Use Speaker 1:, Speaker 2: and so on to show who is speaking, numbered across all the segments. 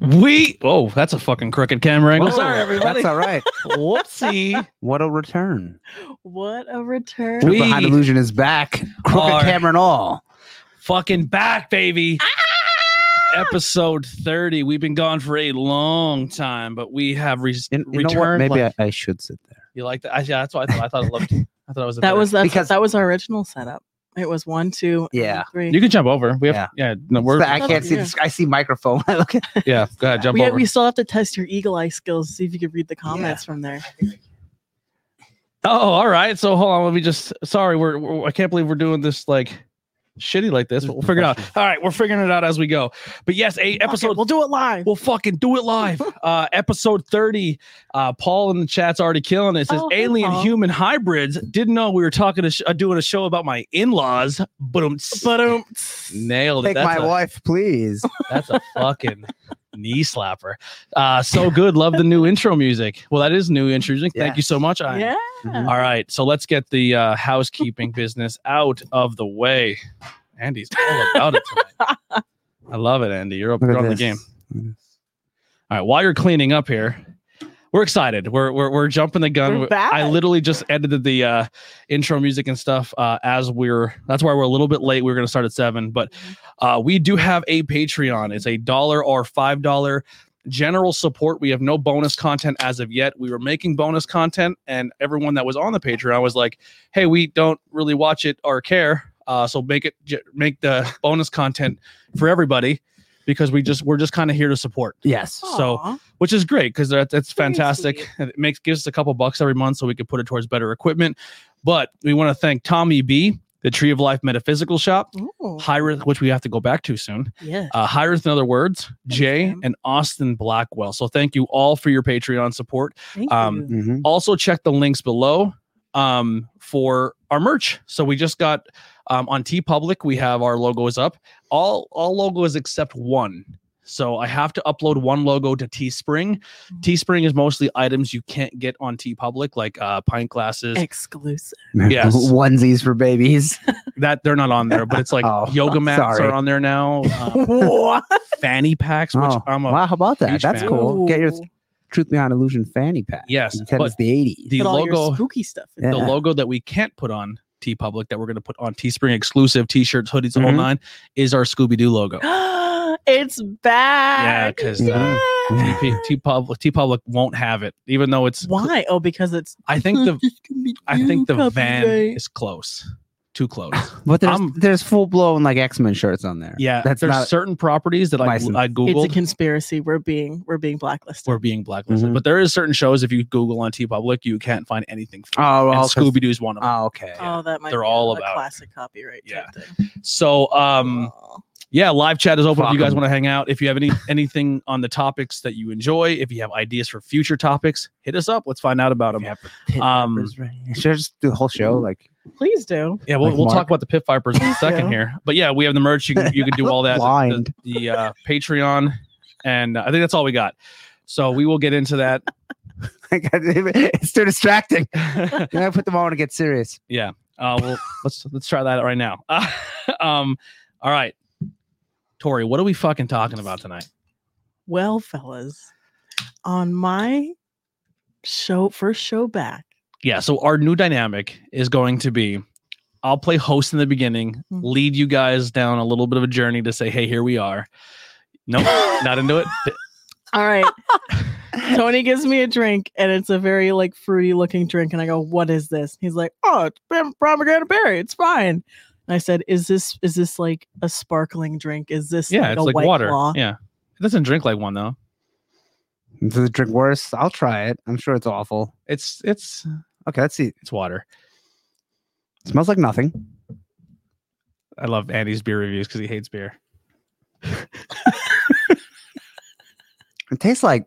Speaker 1: We oh, that's a fucking crooked camera angle. Sorry,
Speaker 2: Whoa,
Speaker 1: everybody.
Speaker 2: That's all right.
Speaker 1: Whoopsie.
Speaker 2: What a return.
Speaker 3: What a return.
Speaker 1: We-
Speaker 2: True Behind Illusion is back. Crooked
Speaker 1: are-
Speaker 2: camera and all.
Speaker 1: fucking back, baby. Ah! Episode 30. We've been gone for a long time, but we have re-
Speaker 2: You, you know what?
Speaker 1: returned.
Speaker 2: Maybe
Speaker 1: like-
Speaker 2: I, I should sit there.
Speaker 1: you like that? I, yeah, that's what I thought. I thought I loved. I thought it was a
Speaker 3: that
Speaker 1: third.
Speaker 3: was that's,
Speaker 2: Because-
Speaker 3: that was our original setup. It was one, two, and
Speaker 2: Yeah.
Speaker 3: three.
Speaker 1: You can jump over. We have yeah. no, we're
Speaker 2: But I can't see
Speaker 3: Yeah.
Speaker 2: this. I see microphone. I look at
Speaker 1: yeah. Go ahead, jump
Speaker 3: we,
Speaker 1: over.
Speaker 3: we still have to test your eagle eye skills to see if you could read the comments from there.
Speaker 1: Oh, all right. So hold on. Let me just. Sorry, we're, we're- I can't believe we're doing this like shitty like this. But we'll figure it out. All right, we're figuring it out as we go. But yes, a
Speaker 3: Okay,
Speaker 1: episode.
Speaker 3: we'll do it live.
Speaker 1: We'll fucking do it live. Uh, episode 30. Uh, Paul in the chat's already killing it. it says
Speaker 3: Oh, hey,
Speaker 1: alien
Speaker 3: Paul.
Speaker 1: human hybrids. Didn't know we were talking to sh- uh, doing a show about my in laws. Boom. Boom. Nailed it.
Speaker 4: Take my
Speaker 1: That's a,
Speaker 4: wife, please.
Speaker 1: that's a fucking knee slapper. Uh, so good. Love the new intro music. Well, that is new intro music. Thank you so much. I
Speaker 3: yeah.
Speaker 2: Mhm.
Speaker 1: all right, so let's get the uh, housekeeping business out of the way. Andy's all about it tonight. I love it, Andy. You're up
Speaker 2: Look
Speaker 1: you're
Speaker 2: at
Speaker 1: on the
Speaker 2: this.
Speaker 1: game.
Speaker 2: Look at this.
Speaker 1: All right, while you're cleaning up here, we're excited. We're we're, we're jumping the gun.
Speaker 3: We're back.
Speaker 1: I literally just edited the uh, intro music and stuff uh, as we're. That's why we're a little bit late. We were going to start at seven, but
Speaker 3: Mm-hmm.
Speaker 1: uh, we do have a Patreon. It's a dollar or five dollar general support. We have no bonus content as of yet. We were making bonus content, and everyone that was on the Patreon was like, "Hey, we don't really watch it or care." Uh, so make it j- make the bonus content for everybody because we just we're just kind of here to support
Speaker 2: Yes.
Speaker 1: So-
Speaker 3: Aw.
Speaker 1: which is great because that, that's
Speaker 3: Very
Speaker 1: fantastic.
Speaker 3: sweet.
Speaker 1: And It makes gives us a couple bucks every month so we can put it towards better equipment. But we want to thank Tommy B, the Tree of Life Metaphysical Shop,
Speaker 3: Ooh,
Speaker 1: Hyreth, which we have to go back to soon.
Speaker 3: yes.
Speaker 1: Uh, Hyreth, in other words, Jay
Speaker 3: Sam.
Speaker 1: and Austin Blackwell. So thank you all for your Patreon support.
Speaker 3: Thank
Speaker 1: um,
Speaker 3: you.
Speaker 2: Mhm.
Speaker 1: Also check the links below um, for our merch. So we just got um, on T Public. We have our logos up. All all logos except one. So I have to upload one logo to Teespring.
Speaker 3: Mhm.
Speaker 1: Teespring is mostly items you can't get on T Public, like uh, pint glasses.
Speaker 3: Eh. Exclusive.
Speaker 1: Yes.
Speaker 2: Onesies for babies.
Speaker 1: That they're not on there, but it's like
Speaker 2: Oh,
Speaker 1: yoga mats
Speaker 2: sorry.
Speaker 1: are on there now. Um,
Speaker 3: What?
Speaker 1: fanny packs, which
Speaker 2: Oh,
Speaker 1: I'm a
Speaker 2: wow, how about that?
Speaker 1: huge
Speaker 2: That's
Speaker 1: fan.
Speaker 2: cool. Get your
Speaker 3: Ooh.
Speaker 2: Truth Behind Illusion fanny pack.
Speaker 1: yes,
Speaker 2: You said
Speaker 1: but
Speaker 2: it's the 80s.
Speaker 1: the
Speaker 3: Get all your
Speaker 1: logo,
Speaker 3: spooky stuff. in
Speaker 2: Yeah.
Speaker 1: the logo that we can't put on T Public that we're going to put on Teespring exclusive T-shirts, hoodies, the whole
Speaker 2: Mhm.
Speaker 1: nine is our Scooby Doo logo.
Speaker 3: there. it's back.
Speaker 1: 'cause,
Speaker 2: uh,
Speaker 3: Yeah.
Speaker 1: T Public T Public won't have it, even though it's.
Speaker 3: Why? Oh, because it's.
Speaker 1: I think the I think the van
Speaker 3: Copyright.
Speaker 1: is close, too close.
Speaker 2: But there's,
Speaker 1: I'm-
Speaker 2: there's full blown like X Men shirts on there.
Speaker 1: Yeah,
Speaker 2: That's
Speaker 1: there's
Speaker 2: not.
Speaker 1: certain properties that I,
Speaker 2: License.
Speaker 1: I
Speaker 3: It's a
Speaker 1: googled
Speaker 3: conspiracy. We're being we're being blacklisted.
Speaker 1: were being blacklisted,
Speaker 2: Mhm.
Speaker 1: but there is certain shows if you Google on T Public, you can't find anything. For
Speaker 2: oh, well, 'cause-
Speaker 1: Scooby Doo's one of them.
Speaker 2: Oh, okay.
Speaker 3: oh, that might.
Speaker 1: They're
Speaker 3: be
Speaker 1: all
Speaker 3: a
Speaker 1: about-
Speaker 3: classic copyright.
Speaker 1: Yeah.
Speaker 3: type thing.
Speaker 1: so, um,
Speaker 3: Oh.
Speaker 1: yeah, live chat is open. If
Speaker 2: Fuck
Speaker 1: you guys
Speaker 2: 'em.
Speaker 1: want to hang out, if you have any anything on the topics that you enjoy, if you have ideas for future topics, hit us up. Let's find out about them.
Speaker 2: Yeah,
Speaker 1: Yeah,
Speaker 2: but pit
Speaker 1: Um,
Speaker 2: vipers, right? Should I just do the whole show? Like
Speaker 3: please do.
Speaker 1: we'll,
Speaker 2: Like
Speaker 1: we'll talk
Speaker 2: Mark.
Speaker 1: about the pit vipers in a second
Speaker 3: Yeah.
Speaker 1: here. But yeah, we have the merch. You can you can do all that. The,
Speaker 2: Blind.
Speaker 1: the, uh, Patreon, and uh, I think that's all we got. So we will get into that.
Speaker 2: it's too distracting. Then I put them all on to get serious.
Speaker 1: Yeah. Uh, well, let's let's try that out right now. um, all right, Tori, what are we fucking talking about tonight?
Speaker 3: Well, fellas, on my show first show back.
Speaker 1: Yeah. So our new dynamic is going to be, I'll play host in the beginning,
Speaker 3: Mhm.
Speaker 1: lead you guys down a little bit of a journey to say, hey, here we are. Nope, not into it.
Speaker 3: All right. Tony gives me a drink and it's a very like fruity looking drink. And I go, What is this? He's like, Oh, it's prom- pomegranate berry. It's fine. And I said, Is this is this like a sparkling drink? Is this
Speaker 1: Yeah, it's
Speaker 3: a
Speaker 1: like
Speaker 3: White
Speaker 1: water.
Speaker 3: Claw?"
Speaker 1: Yeah. It doesn't drink like one though.
Speaker 2: Does it drink worse? I'll try it. I'm sure it's awful.
Speaker 1: It's it's
Speaker 2: Okay, let's see.
Speaker 1: it's water.
Speaker 2: It smells like nothing.
Speaker 1: I love Andy's beer reviews because he hates beer.
Speaker 2: It tastes like.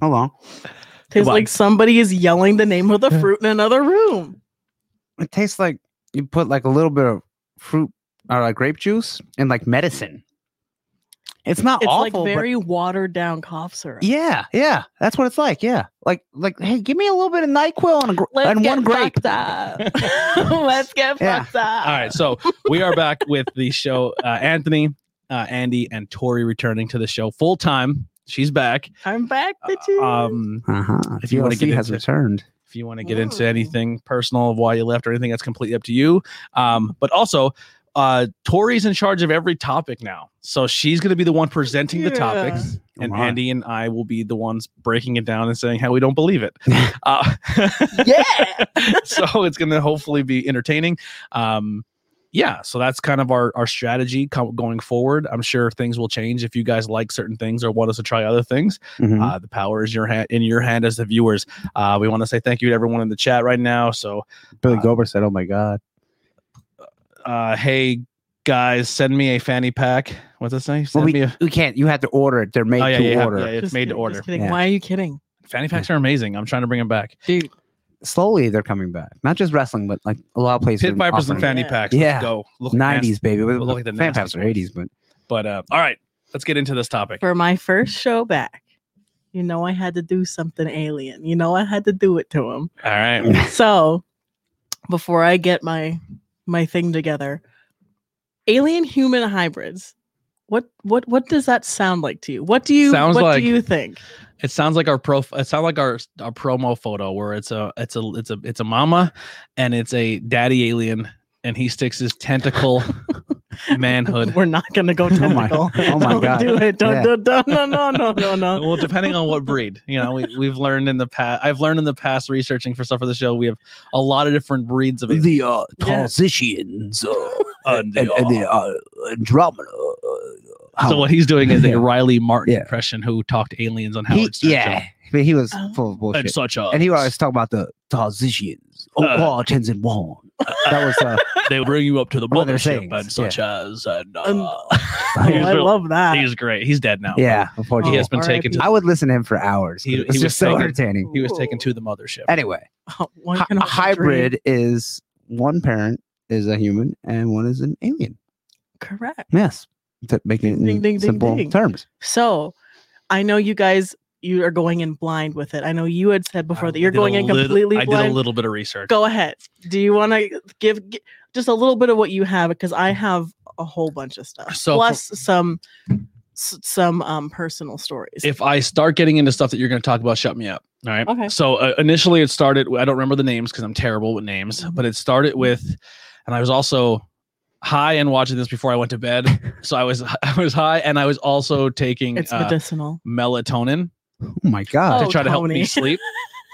Speaker 2: Hold on.
Speaker 3: Tastes
Speaker 1: Come on.
Speaker 3: like somebody is yelling the name of the fruit in another room.
Speaker 2: It tastes like you put like a little bit of fruit or like grape juice and like medicine. It's not
Speaker 3: It's
Speaker 2: awful.
Speaker 3: like
Speaker 2: but-
Speaker 3: very watered down cough syrup.
Speaker 2: yeah, yeah. That's what it's like. Yeah, like like hey, give me a little bit of Nyquil and, a, gr- and one grape.
Speaker 3: fucked up. Let's get
Speaker 2: Yeah.
Speaker 3: fucked up.
Speaker 1: All right, so we are back with the show. Uh, Anthony, uh, Andy, and Tori returning to the show full time. She's back.
Speaker 3: I'm back, bitches.
Speaker 1: Uh, Um,
Speaker 2: Uh-huh.
Speaker 1: If you wanna
Speaker 2: TLC
Speaker 1: get
Speaker 2: has
Speaker 1: into-
Speaker 2: returned.
Speaker 1: if you want to get into
Speaker 3: Ooh.
Speaker 1: anything personal of why you left or anything, that's completely up to you. Um, but also, uh, Tori's in charge of every topic now, so she's going to be the one presenting the
Speaker 3: Yeah.
Speaker 1: topics,
Speaker 2: Oh
Speaker 1: and
Speaker 2: my.
Speaker 1: Andy and I will be the ones breaking it down and saying how we don't believe it. uh,
Speaker 3: yeah.
Speaker 1: so it's going to hopefully be entertaining. Um, yeah, so that's kind of our our strategy co- going forward. I'm sure things will change if you guys like certain things or want us to try other things.
Speaker 2: Mhm.
Speaker 1: Uh, the power is your hand in your hand as the viewers. Uh, we want to say thank you to everyone in the chat right now. So,
Speaker 2: Billy
Speaker 1: uh,
Speaker 2: Gober said, "Oh my god."
Speaker 1: uh, hey guys, send me a fanny pack. What's that say? Send
Speaker 2: Well,
Speaker 1: me a
Speaker 2: We can't. You have to order it. They're made
Speaker 1: oh, yeah,
Speaker 2: to
Speaker 1: yeah, yeah,
Speaker 2: order.
Speaker 1: yeah, it's
Speaker 3: Just
Speaker 1: made to
Speaker 3: kidding,
Speaker 1: order.
Speaker 3: just kidding.
Speaker 2: Yeah.
Speaker 3: Why are you kidding,
Speaker 1: Fanny packs are amazing. I'm trying to bring them back.
Speaker 3: dude?
Speaker 2: Slowly, they're coming back. Not just wrestling, but like a lot of places.
Speaker 1: Pit Vipers and fanny
Speaker 2: offering
Speaker 3: Yeah.
Speaker 1: packs. Let's
Speaker 2: Yeah.
Speaker 1: go. Look
Speaker 2: it.
Speaker 1: nasty.
Speaker 2: '90s, baby. But
Speaker 1: But look at the
Speaker 2: fan
Speaker 1: nasty
Speaker 2: paps are
Speaker 1: ones.
Speaker 2: '80s, but
Speaker 1: But uh, all right, let's get into this topic.
Speaker 3: For my first show back, you know I had to do something alien. You know I had to do it to him.
Speaker 1: All right.
Speaker 3: so before i get my my thing together alien human hybrids what what what does that sound like to you what do you
Speaker 1: Sounds
Speaker 3: what
Speaker 1: like-
Speaker 3: do you think
Speaker 1: It sounds like our pro. It sounds like our our promo photo where it's a it's a it's a it's a mama, and it's a daddy alien, and he sticks his tentacle manhood.
Speaker 3: we're not gonna go
Speaker 2: Oh my-
Speaker 3: tentacle
Speaker 2: oh my
Speaker 3: Don't
Speaker 2: God.
Speaker 3: do it don't
Speaker 2: Yeah.
Speaker 3: don't, don't no no no no no
Speaker 1: Well, depending on what breed, you know, we, we've learned in the past. I've learned in the past researching for stuff for the show. We have a lot of different breeds of aliens.
Speaker 2: the uh,
Speaker 3: Yeah.
Speaker 2: transitions uh,
Speaker 1: And the, oh,
Speaker 2: uh, Andromeda. Uh,
Speaker 1: so what he's doing is
Speaker 2: Yeah.
Speaker 1: a Riley Martin
Speaker 2: Yeah.
Speaker 1: impression who talked aliens on
Speaker 2: he,
Speaker 1: Howard Stern.
Speaker 2: yeah, but he was
Speaker 3: Oh.
Speaker 2: full
Speaker 1: show.
Speaker 2: of
Speaker 1: and
Speaker 2: bullshit.
Speaker 1: such a.
Speaker 2: And he would always talk about the transitions. Oh,
Speaker 1: Uh,
Speaker 2: all Tenzin Wong. That was uh,
Speaker 1: they bring you up to the
Speaker 2: What are their
Speaker 1: mothership
Speaker 2: sayings?
Speaker 1: and such as. And, uh,
Speaker 3: Um, oh,
Speaker 1: he's,
Speaker 3: i
Speaker 1: really-
Speaker 3: love that
Speaker 1: he's great. He's dead now.
Speaker 2: yeah,
Speaker 1: he
Speaker 2: unfortunately.
Speaker 1: has been
Speaker 3: Oh,
Speaker 1: taken. To,
Speaker 2: I would listen to him for hours.
Speaker 1: He-
Speaker 2: He,
Speaker 1: he
Speaker 2: was
Speaker 1: was
Speaker 2: just so
Speaker 1: taking-
Speaker 2: entertaining.
Speaker 1: he was taken to the mothership.
Speaker 2: Anyway,
Speaker 3: Oh, One
Speaker 2: hy-
Speaker 3: can
Speaker 2: a
Speaker 3: only dream.
Speaker 2: hybrid is one parent is a human and one is an alien.
Speaker 3: correct
Speaker 2: Yes, to make it in
Speaker 3: Ding, ding, ding,
Speaker 2: simple
Speaker 3: ding.
Speaker 2: terms.
Speaker 3: so i know you guys you are going in blind with it i know you had said before that
Speaker 1: I
Speaker 3: you're
Speaker 1: did a
Speaker 3: going in
Speaker 1: little-
Speaker 3: completely
Speaker 1: I did
Speaker 3: blind
Speaker 1: a little bit of research.
Speaker 3: go ahead. Do you want to give, gi- just a little bit of what you have because I have a whole bunch of stuff
Speaker 1: So for-
Speaker 3: plus some s- some um personal stories.
Speaker 1: If I start getting into stuff that you're going to talk about, shut me up. All right.
Speaker 3: Okay.
Speaker 1: So uh, initially, it started. I don't remember the names because I'm terrible with names.
Speaker 3: Mhm.
Speaker 1: But it started with, and I was also high and watching this before I went to bed. so I was I was high, and I was also taking
Speaker 3: it's
Speaker 1: uh,
Speaker 3: medicinal.
Speaker 1: melatonin
Speaker 2: Oh my god!
Speaker 1: to
Speaker 3: Oh,
Speaker 1: try to help
Speaker 3: Tony.
Speaker 1: me sleep.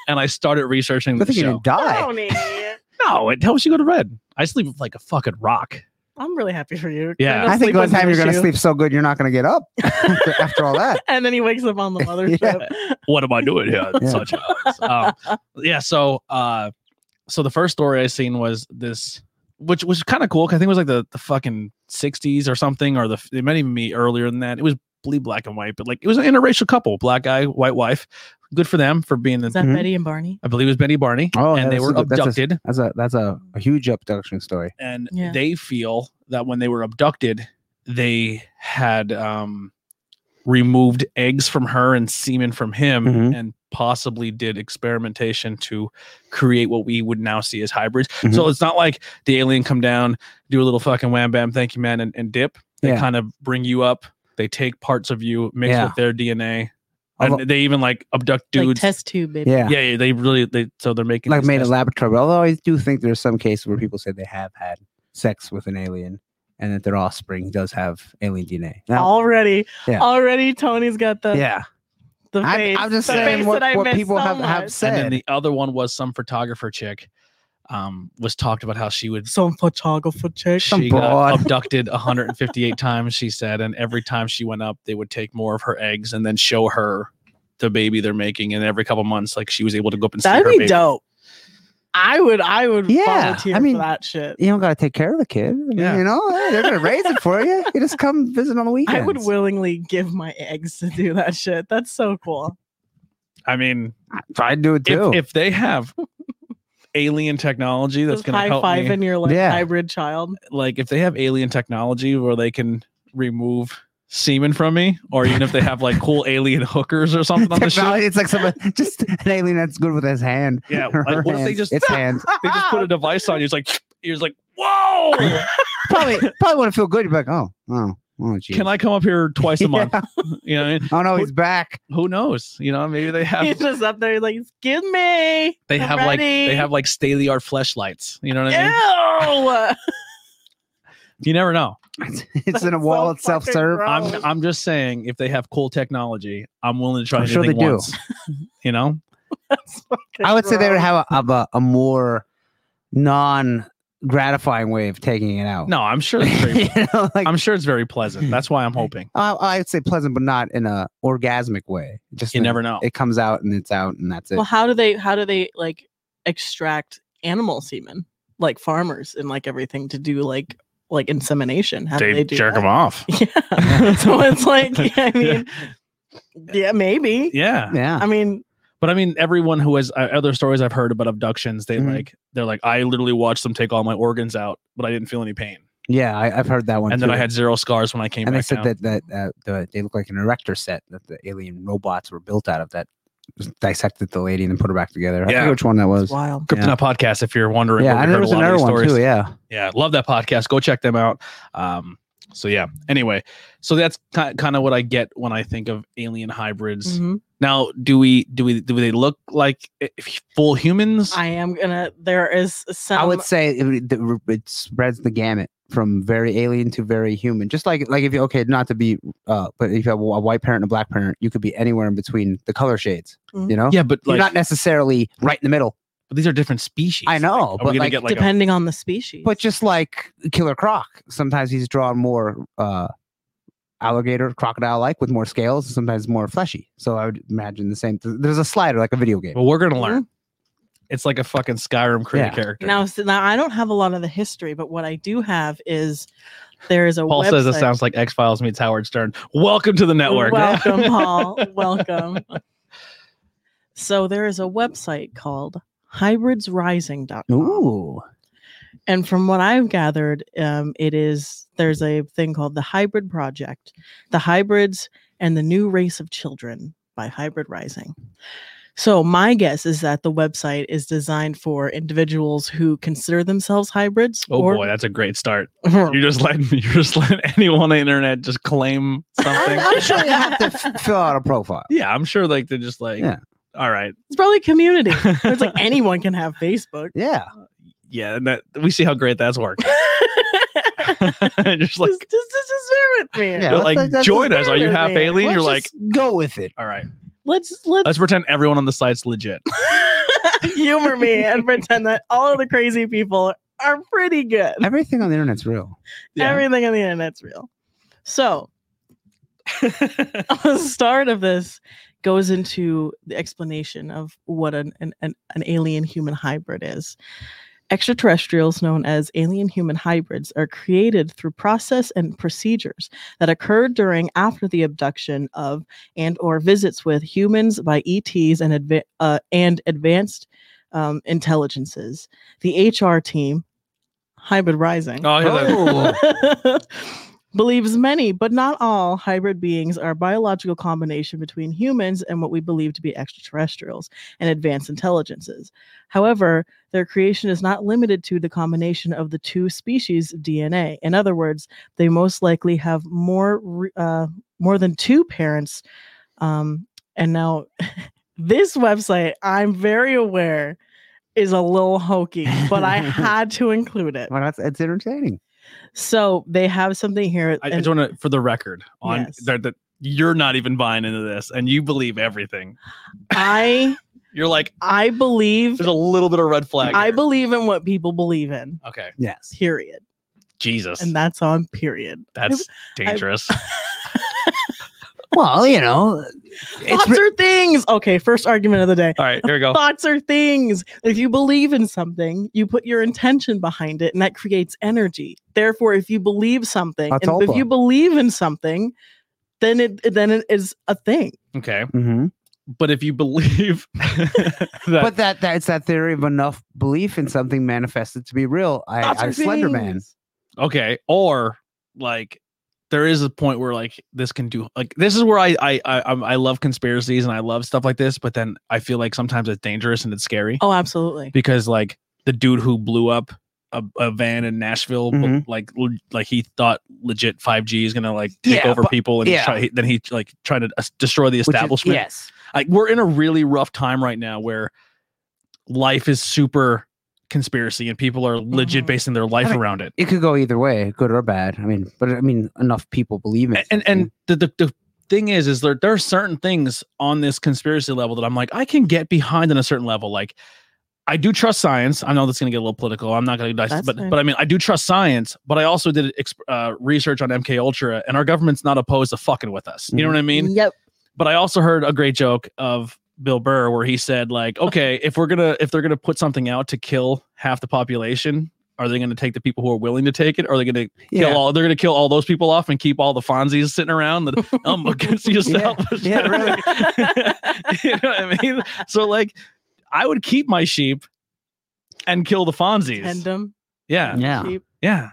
Speaker 1: And I started researching
Speaker 3: Oh.
Speaker 2: I
Speaker 1: the
Speaker 2: think you
Speaker 1: show.
Speaker 2: didn't die.
Speaker 1: No, it helps you go to bed. I sleep like a fucking rock.
Speaker 3: I'm really happy for you. 'cause
Speaker 1: Yeah.
Speaker 3: know
Speaker 2: I think
Speaker 3: sleep
Speaker 2: one
Speaker 3: was an
Speaker 2: time you're going to
Speaker 3: issue.
Speaker 2: sleep so good you're not going to get up after, after all that.
Speaker 3: And then he wakes up on the mothership.
Speaker 1: What am I doing here?
Speaker 2: Yeah.
Speaker 1: Such hours. Um, yeah so uh so the first story i seen was this which was kind of cool 'cause i think it was like the the fucking 60s or something or the it might even be earlier than that it was bleed black and white but like it was an interracial couple black guy white wife good for them for being
Speaker 3: Is
Speaker 1: the
Speaker 3: that
Speaker 2: Mhm.
Speaker 3: Betty and Barney?
Speaker 1: i believe it was benny barney
Speaker 2: Oh,
Speaker 1: and they
Speaker 2: that's
Speaker 1: were
Speaker 2: a- that's a-
Speaker 1: abducted
Speaker 2: That's a that's a, a huge abduction story.
Speaker 1: and
Speaker 3: Yeah.
Speaker 1: they feel that when they were abducted they had um removed eggs from her and semen from him
Speaker 2: Mhm.
Speaker 1: and possibly did experimentation to create what we would now see as hybrids so
Speaker 2: Mm-hmm.
Speaker 1: it's not like the alien come down do a little fucking wham bam thank you man and, and dip they
Speaker 2: Yeah.
Speaker 1: kind of bring you up they take parts of you mix
Speaker 2: Yeah.
Speaker 1: with their dna
Speaker 2: Although-
Speaker 1: and they even like abduct
Speaker 3: Like
Speaker 1: dudes
Speaker 3: test tube, baby.
Speaker 2: Yeah.
Speaker 1: yeah. yeah they really they so they're making
Speaker 2: like
Speaker 1: these
Speaker 2: made a
Speaker 1: tests.
Speaker 2: laboratory. Although I do think there's some cases where people say they have had sex with an alien and that their offspring does have alien DNA. Now,
Speaker 3: Already,
Speaker 2: Yeah.
Speaker 3: already, Tony's got the
Speaker 2: yeah,
Speaker 3: the
Speaker 2: I'm,
Speaker 3: face.
Speaker 2: I'm just
Speaker 3: the
Speaker 2: saying
Speaker 3: face
Speaker 2: what,
Speaker 3: that I
Speaker 2: what
Speaker 3: miss
Speaker 2: people
Speaker 3: so
Speaker 2: have,
Speaker 3: much.
Speaker 2: have
Speaker 1: and
Speaker 2: said.
Speaker 1: then the other one was some photographer chick um was talked about how she would
Speaker 3: Some photographer chick.
Speaker 2: Some
Speaker 1: she got
Speaker 2: broad.
Speaker 1: abducted 158 times she said and every time she went up they would take more of her eggs and then show her the baby they're making and every couple months like she was able to go up and see
Speaker 3: That'd
Speaker 1: her
Speaker 3: be
Speaker 1: baby.
Speaker 3: dope. I would, I would
Speaker 2: Yeah,
Speaker 3: volunteer
Speaker 2: I mean,
Speaker 3: for that shit.
Speaker 2: you don't got to take care of the kid. I mean,
Speaker 1: Yeah.
Speaker 2: You know, hey, they're gonna raise it for you. You just come visit on the weekends.
Speaker 3: I would willingly give my eggs to do that shit. That's so cool.
Speaker 1: i mean
Speaker 2: Try to do it too.
Speaker 1: if, if they have alien technology that's
Speaker 3: Just
Speaker 1: going to
Speaker 3: high
Speaker 1: help
Speaker 3: five
Speaker 1: me,
Speaker 3: in your like
Speaker 2: Yeah.
Speaker 3: hybrid child.
Speaker 1: like if they have alien technology where they can remove semen from me or even if they have like cool alien hookers or something on the show
Speaker 2: Technology, it's like some just an alien that's good with his hand.
Speaker 1: yeah
Speaker 2: Her
Speaker 1: like what if they
Speaker 2: hands,
Speaker 1: just
Speaker 2: its hands?
Speaker 1: they just put a device on you it's like you're just like whoa
Speaker 2: Probably, probably wouldn't feel good. You'd be like, oh, oh, Oh, geez.
Speaker 1: Can I come up here twice a month?
Speaker 2: Yeah.
Speaker 1: You know, what I mean?
Speaker 2: Oh no, he's back.
Speaker 1: who knows? You know, maybe they have
Speaker 3: He's just up there like, excuse me.
Speaker 1: they
Speaker 3: I'm
Speaker 1: have like they
Speaker 3: ready."
Speaker 1: have like state of the art fleshlights. You know what I mean?
Speaker 3: Ew.
Speaker 1: You never know.
Speaker 2: It's in a
Speaker 3: That's
Speaker 2: wall.
Speaker 3: so
Speaker 2: it's self serve.
Speaker 3: fucking
Speaker 1: I'm
Speaker 3: Gross.
Speaker 1: I'm just saying if they have cool technology, I'm willing to try
Speaker 2: I'm
Speaker 1: anything
Speaker 2: sure they do.
Speaker 1: once. you know?
Speaker 3: That's fucking
Speaker 2: I would say they would
Speaker 3: gross.
Speaker 2: have a, of a, a more non gratifying way of taking it out.
Speaker 1: No, I'm sure it's very
Speaker 2: you know, like
Speaker 1: I'm sure it's very pleasant. That's why I'm hoping.
Speaker 2: I, I would say pleasant, but not in a orgasmic way. Just
Speaker 1: You
Speaker 2: in-
Speaker 1: never know.
Speaker 2: It comes out and it's out and that's it.
Speaker 3: Well, how do they how do they like extract animal semen like farmers and like everything to do like like insemination? How do they do that?
Speaker 1: off.
Speaker 3: Yeah. so it's like I mean, yeah, maybe.
Speaker 1: yeah.
Speaker 2: yeah.
Speaker 3: I mean,
Speaker 1: But I mean, everyone who has uh, other stories I've heard about abductions, they
Speaker 3: Mm-hmm.
Speaker 2: Mhm.
Speaker 1: like they're like, I literally watched them take all my organs out, but I didn't feel any pain,
Speaker 2: Yeah, I, I've heard that one.
Speaker 1: and then
Speaker 2: too.
Speaker 1: I had zero scars when I came
Speaker 2: and they
Speaker 1: back
Speaker 2: said
Speaker 1: down.
Speaker 2: that that uh, the, they look like an erector set that the alien robots were built out of that just dissected the lady and then put her back together. I
Speaker 1: Yeah.
Speaker 2: forget which one that
Speaker 3: it's
Speaker 2: was.
Speaker 3: wild.
Speaker 1: Kryptonite podcast, if you're wondering,
Speaker 2: Yeah,
Speaker 1: but we
Speaker 2: and there
Speaker 1: heard a
Speaker 2: was
Speaker 1: lot of
Speaker 2: another
Speaker 1: these
Speaker 2: one
Speaker 1: stories.
Speaker 2: too. Yeah,
Speaker 1: yeah love that podcast go check them out um so yeah anyway so that's ki- kind of what i get when i think of alien hybrids
Speaker 2: Mm-hmm.
Speaker 3: Mhm.
Speaker 1: now do we do we do they look like i- full humans
Speaker 3: I am gonna. There is some.
Speaker 2: I would say it, would- the- it spreads the gamut from very alien to very human. Just like like if you okay, not to be, uh, but if you have a white parent and a black parent, you could be anywhere in between the color shades.
Speaker 3: Mhm.
Speaker 2: You know,
Speaker 1: yeah but
Speaker 2: you're
Speaker 1: like
Speaker 2: not necessarily right in the middle.
Speaker 1: but these are different species
Speaker 2: I know,
Speaker 1: like, are we
Speaker 2: but,
Speaker 1: gonna
Speaker 2: like,
Speaker 1: get like a-
Speaker 3: depending on the species.
Speaker 2: But just like Killer Croc, sometimes he's drawn more uh, alligator, crocodile like with more scales, and sometimes more fleshy. So I would imagine the same. th- There's a slider like a video game.
Speaker 1: well we're gonna learn it's like a fucking skyrim creator
Speaker 2: Mm-hmm. Yeah.
Speaker 1: character
Speaker 3: Mm-hmm. now, so now I don't have a lot of the history, but what I do have is there is a
Speaker 1: paul
Speaker 3: website.
Speaker 1: says it sounds like x-files meets howard stern welcome to the network
Speaker 3: Welcome, Paul. Welcome. So there is a website called hybridsrising.com.
Speaker 2: Ooh,
Speaker 3: And from what I've gathered, um, it is there's a thing called the Hybrid Project, the hybrids and the new race of children by Hybrid Rising. So my guess is that the website is designed for individuals who consider themselves hybrids
Speaker 1: oh
Speaker 3: or
Speaker 1: boy that's a great start you're just letting you're just letting anyone on the internet just claim something
Speaker 2: I'm sure you have to f- fill out a profile.
Speaker 1: Yeah, I'm sure like they're just like,
Speaker 2: Yeah.
Speaker 1: all right.
Speaker 3: it's probably community. It's like anyone can have Facebook.
Speaker 2: Yeah,
Speaker 1: yeah, and that we see how great that's worked. just like,
Speaker 3: just, just, just, just bear with me.
Speaker 2: Yeah,
Speaker 1: they're
Speaker 2: let's
Speaker 1: like,
Speaker 2: like- that's
Speaker 1: join
Speaker 3: just
Speaker 1: us. Are you
Speaker 3: weird,
Speaker 1: half
Speaker 3: man.
Speaker 1: alien?
Speaker 2: Let's
Speaker 1: You're like,
Speaker 2: just go with it.
Speaker 1: all right.
Speaker 3: Let's let's,
Speaker 1: Let's pretend everyone on the site's legit.
Speaker 3: humor me and pretend that all of the crazy people are pretty good.
Speaker 2: Everything on the internet's real.
Speaker 1: Yeah.
Speaker 3: Everything on the internet's real. So the start of this goes into the explanation of what an an, an, an alien human hybrid is. Extraterrestrials, known as alien human hybrids, are created through process and procedures that occurred during, after the abduction of, and/or visits with humans by ETs and adva- uh, and advanced um, intelligences. The HR team, Hybrid Rising,
Speaker 1: oh, yeah, that-
Speaker 2: Oh,
Speaker 3: believes many, but not all, hybrid beings are a biological combination between humans and what we believe to be extraterrestrials and advanced intelligences. However, their creation is not limited to the combination of the two species' DNA. In other words, they most likely have more re- uh, more than two parents. Um, and now, this website, I'm very aware, is a little hokey, but I had to include it.
Speaker 2: well, that's it's entertaining.
Speaker 3: So they have something here.
Speaker 1: I, I
Speaker 3: and
Speaker 1: just want to, for the record, on
Speaker 3: Yes.
Speaker 1: that that you're not even buying into this, and you believe everything.
Speaker 3: I
Speaker 1: You're like,
Speaker 3: I believe
Speaker 1: there's a little bit of red flag.
Speaker 3: I
Speaker 1: here.
Speaker 3: believe in what people believe in.
Speaker 1: Okay,
Speaker 2: Yes.
Speaker 3: Period.
Speaker 1: Jesus,
Speaker 3: And that's on period.
Speaker 1: that's dangerous.
Speaker 2: Well, you know, it's
Speaker 3: Thoughts
Speaker 2: re-
Speaker 3: are things. Okay, first argument of the day.
Speaker 1: all right, here we go.
Speaker 3: Thoughts are things. If you believe in something, you put your intention behind it, and that creates energy. Therefore, if you believe something,
Speaker 2: I
Speaker 3: and
Speaker 2: told
Speaker 3: if you
Speaker 2: them.
Speaker 3: believe in something, then it then it is a thing.
Speaker 1: Okay,
Speaker 2: Mhm.
Speaker 1: but if you believe that,
Speaker 2: but that that's that theory of enough belief in something manifested to be real. I,
Speaker 3: Thoughts
Speaker 2: I
Speaker 3: are
Speaker 2: Slender Man.
Speaker 3: things.
Speaker 1: okay or like there is a point where like this can do like this is where I I I, I'm- I love conspiracies and I love stuff like this, but
Speaker 2: Oh.
Speaker 1: then I feel like sometimes it's dangerous and it's scary
Speaker 3: Oh, absolutely.
Speaker 1: because like the dude who blew up a, a van in Nashville, but,
Speaker 2: Mhm.
Speaker 1: like l- like he thought legit 5G is gonna like take
Speaker 2: Yeah,
Speaker 1: over
Speaker 2: but-
Speaker 1: people and
Speaker 2: yeah.
Speaker 1: try, then he like trying to uh, destroy the
Speaker 2: Which is-
Speaker 1: establishment.
Speaker 2: yes.
Speaker 1: Like we're in a really rough time right now where life is super conspiracy and people are legit
Speaker 3: Mhm.
Speaker 1: basing their life
Speaker 2: I mean-
Speaker 1: around it.
Speaker 2: It could go either way, good or bad. I mean, but I mean, enough people believe in it.
Speaker 1: and and
Speaker 3: Mm-hmm.
Speaker 1: the, the the thing is is there there are certain things on this conspiracy level that I'm like I can get behind on a certain level like I do trust science. I know that's going to get a little political. I'm not going to dissect, but
Speaker 3: That's fine.
Speaker 1: but I mean I do trust science. But I also did exp- uh, research on MK Ultra, and our government's not opposed to fucking with us. You know
Speaker 2: Mhm.
Speaker 3: Mm-hmm.
Speaker 1: what I mean?
Speaker 3: yep.
Speaker 1: But I also heard a great joke of Bill Burr where he said like, okay, if we're gonna if they're gonna put something out to kill half the population, are they going to take the people who are willing to take it? Or are they going to kill
Speaker 2: yeah,
Speaker 1: all they're gonna kill all those people off and keep all the Fonzies sitting around that um against the establishment.
Speaker 2: yeah, really.
Speaker 1: you know what I mean? So like I would keep my sheep and kill the Fonzies.
Speaker 3: Tend them.
Speaker 1: yeah.
Speaker 2: yeah,
Speaker 3: Keep-
Speaker 1: Yeah.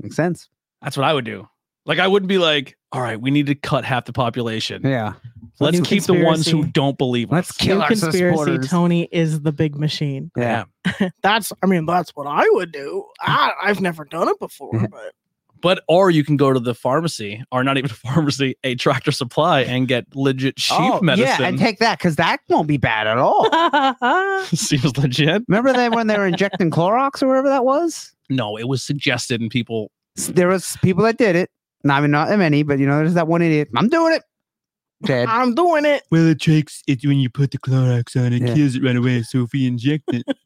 Speaker 2: makes sense.
Speaker 1: That's what I would do. Like I wouldn't be like, all right, we need to cut half the population.
Speaker 2: Yeah,
Speaker 1: Let's
Speaker 3: New
Speaker 1: keep the ones who
Speaker 3: conspiracy.
Speaker 1: don't believe
Speaker 2: let's
Speaker 1: us.
Speaker 2: kill
Speaker 3: New
Speaker 2: our
Speaker 3: conspiracy.
Speaker 2: supporters.
Speaker 3: Tony is the big machine.
Speaker 2: yeah,
Speaker 3: That's. I mean, that's what I would do. I, I've never done it before,
Speaker 2: Mm-hmm.
Speaker 3: but
Speaker 1: But or you can go to the pharmacy, or not even a pharmacy, a tractor supply and get legit sheep
Speaker 2: Oh,
Speaker 1: medicine.
Speaker 2: Yeah, and take that because that won't be bad at all.
Speaker 1: Seems legit.
Speaker 2: Remember that when they were injecting Clorox or whatever that was?
Speaker 1: No, it was suggested and people
Speaker 2: S- There was people that did it. Not, I mean, not that many, but you know, there's that one idiot. I'm doing it. Dead.
Speaker 3: I'm doing it.
Speaker 4: Well, it takes it when you put the Clorox on, it
Speaker 2: Yeah.
Speaker 4: kills it right away. So if we inject it,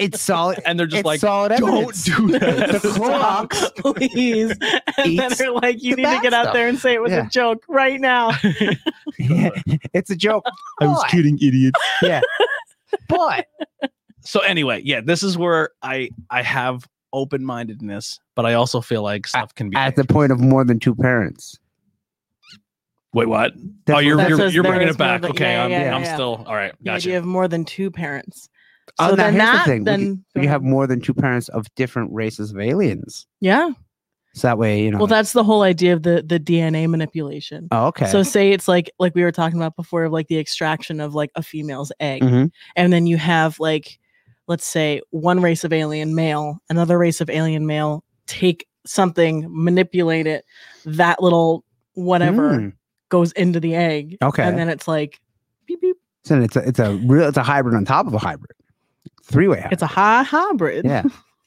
Speaker 2: It's solid.
Speaker 1: and they're just
Speaker 2: it's
Speaker 1: like
Speaker 2: solid evidence.
Speaker 1: don't do that.
Speaker 2: The
Speaker 3: Stop,
Speaker 2: Clorox
Speaker 3: please. And then
Speaker 2: eats
Speaker 3: they're like, you
Speaker 2: the
Speaker 3: need to
Speaker 2: bad
Speaker 3: get
Speaker 2: stuff.
Speaker 3: out there and say it was
Speaker 2: Yeah.
Speaker 3: a joke right now.
Speaker 2: it's a joke.
Speaker 4: I was
Speaker 2: Boy.
Speaker 4: kidding, idiot.
Speaker 2: But
Speaker 1: so anyway, yeah, this is where I I have open mindedness, but I also feel like stuff can be.
Speaker 2: at the point of more than two parents.
Speaker 1: Wait, what? oh,
Speaker 2: That's-
Speaker 1: you're
Speaker 3: That
Speaker 1: you're,
Speaker 3: says
Speaker 1: you're
Speaker 3: there
Speaker 1: bringing
Speaker 3: is
Speaker 1: it back.
Speaker 3: more than-
Speaker 1: okay,
Speaker 3: yeah,
Speaker 1: I'm,
Speaker 2: yeah,
Speaker 1: I'm
Speaker 3: yeah.
Speaker 1: still all right.
Speaker 3: The
Speaker 1: Gotcha.
Speaker 3: idea of more than two parents.
Speaker 2: Oh,
Speaker 3: So
Speaker 2: now
Speaker 3: then
Speaker 2: here's the
Speaker 3: that,
Speaker 2: thing. We
Speaker 3: then
Speaker 2: could- we
Speaker 3: go
Speaker 2: can have
Speaker 3: ahead.
Speaker 2: more than two parents of different races of aliens.
Speaker 3: yeah.
Speaker 2: So that way, you know.
Speaker 3: Well, that's the whole idea of the the DNA manipulation.
Speaker 2: oh, okay.
Speaker 3: So say it's like like we were talking about before of like the extraction of like a female's egg,
Speaker 2: Mhm.
Speaker 3: and then you have like let's say one race of alien male, another race of alien male take something, manipulate it, that little whatever
Speaker 2: Mm.
Speaker 3: goes into the egg,
Speaker 2: Okay.
Speaker 3: and then it's like beep beep,
Speaker 2: So it's a, it's a real it's a hybrid on top of a hybrid, three way hybrid.
Speaker 3: it's a high hybrid.
Speaker 2: yeah.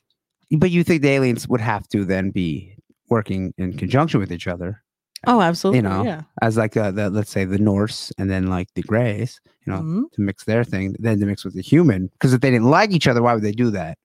Speaker 2: but you think the aliens would have to then be working in conjunction with each other
Speaker 3: Oh, absolutely.
Speaker 2: know,
Speaker 3: yeah.
Speaker 2: as like uh the let's say the Norse and then like the Greys, you know,
Speaker 3: Mhm.
Speaker 2: to mix their thing, then to mix with the human. Because if they didn't like each other, why would they do that?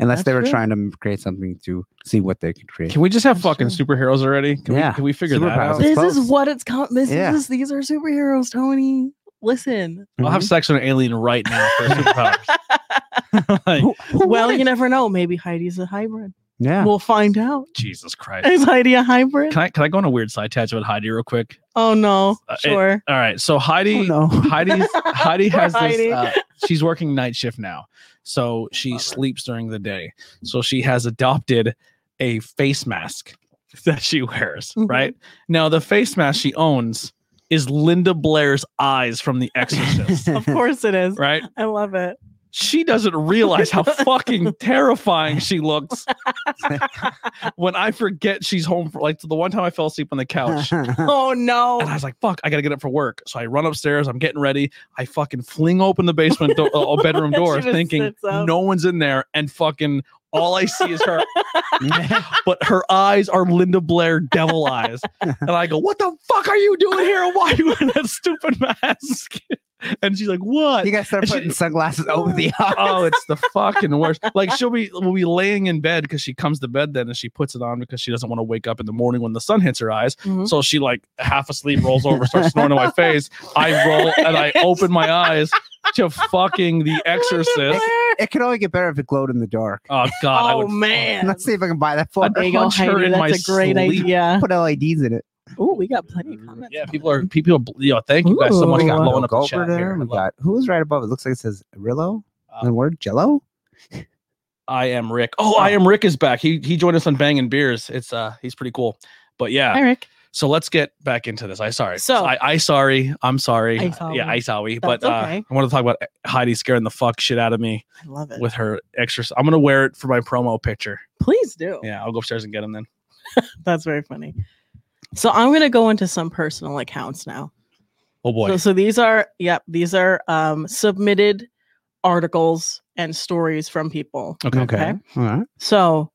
Speaker 2: Unless they
Speaker 3: That's
Speaker 2: were
Speaker 3: true.
Speaker 2: trying to m- create something to see what they could create.
Speaker 1: can we just have
Speaker 3: That's
Speaker 1: fucking superheroes already? Can
Speaker 2: Yeah.
Speaker 1: we can we figure that
Speaker 2: Superpowers.
Speaker 1: out?
Speaker 2: It's
Speaker 3: This
Speaker 2: close.
Speaker 3: is what it's called. This
Speaker 2: Yeah.
Speaker 3: is these are superheroes, Tony. Listen.
Speaker 1: I'll have sex with an alien right now for superpowers. Like,
Speaker 2: Who- who
Speaker 3: well,
Speaker 2: wouldn't?
Speaker 3: you never know. Maybe Heidi's a hybrid.
Speaker 2: yeah.
Speaker 3: We'll find out.
Speaker 1: Jesus Christ.
Speaker 3: Is Heidi a hybrid?
Speaker 1: Can I can I go on a weird side tangent with Heidi real quick?
Speaker 3: oh no.
Speaker 1: Uh, it-
Speaker 3: Sure.
Speaker 1: All right, so
Speaker 2: Oh,
Speaker 1: Heidi
Speaker 2: no.
Speaker 1: Heidi's Heidi
Speaker 3: Poor
Speaker 1: has
Speaker 3: Heidi.
Speaker 1: this. Uh, she's working night shift now, so she sleeps during the day. So she has adopted a face mask that she wears.
Speaker 3: Mhm.
Speaker 1: Right now, the face mask she owns is Linda Blair's eyes from The Exorcist.
Speaker 3: of course it is.
Speaker 1: right?
Speaker 3: I love it.
Speaker 1: She doesn't realize how fucking terrifying she looks when I forget she's home. For, like the one time I fell asleep on the couch.
Speaker 3: Oh no.
Speaker 1: And I was like, fuck, I gotta get up for work. So I run upstairs, I'm getting ready. I fucking fling open the basement door, uh, bedroom door,
Speaker 3: She just
Speaker 1: thinking
Speaker 3: sits up.
Speaker 1: no one's in there. And fucking all I see is her, but her eyes are Linda Blair devil eyes. And I go, what the fuck are you doing here? Why are you wearing that stupid mask? And she's like, what?
Speaker 2: you gotta start
Speaker 1: She-
Speaker 2: putting sunglasses over the eye.
Speaker 1: Oh, it's the fucking worst. Like she'll be we'll be laying in bed because she comes to bed then and she puts it on because she doesn't want to wake up in the morning when the sun hits her eyes.
Speaker 3: Mhm.
Speaker 1: So she like half asleep rolls over, starts snoring in my face. I roll and I open my eyes to fucking The
Speaker 3: Linda
Speaker 1: Exorcist.
Speaker 3: Blair.
Speaker 2: It could only get better if it glowed in the dark.
Speaker 1: Oh God, I
Speaker 3: Oh
Speaker 1: would
Speaker 3: man.
Speaker 2: Let's see if I can buy that for
Speaker 1: I'd
Speaker 2: her.
Speaker 3: There you go,
Speaker 1: punch her
Speaker 3: Heidi.
Speaker 1: in my
Speaker 3: That's a great
Speaker 1: sleep.
Speaker 3: idea.
Speaker 2: Put LEDs in it.
Speaker 3: Oh, we got plenty of comments.
Speaker 1: Mm, yeah. People are people. Are, yo, thank you guys so much
Speaker 3: Ooh.
Speaker 1: for
Speaker 2: We got
Speaker 1: blowing up the
Speaker 2: Gulper
Speaker 1: chat
Speaker 2: there.
Speaker 1: here.
Speaker 2: We got who's right above it? Looks like it says Rillo.
Speaker 1: Uh,
Speaker 2: The word Jello.
Speaker 1: I am Rick. Oh, I am Rick is back. He he joined us on Bang and Beers. It's uh he's pretty cool. But yeah,
Speaker 3: Eric.
Speaker 1: So let's get back into this. I sorry.
Speaker 3: So-
Speaker 1: I, I sorry. I'm sorry.
Speaker 3: I saw
Speaker 1: yeah,
Speaker 3: we.
Speaker 1: I sorry.
Speaker 3: That's
Speaker 1: But uh,
Speaker 3: okay.
Speaker 1: I want to talk about Heidi scaring the fuck shit out of me
Speaker 3: I love it.
Speaker 1: with her exercise. I'm gonna wear it for my promo picture.
Speaker 3: Please do.
Speaker 1: Yeah, I'll go upstairs and get them then.
Speaker 3: That's very funny. So I'm gonna go into some personal accounts now.
Speaker 1: Oh boy.
Speaker 3: So, so these are yep, these are um submitted articles and stories from people.
Speaker 1: okay.
Speaker 2: Okay. All right.
Speaker 3: So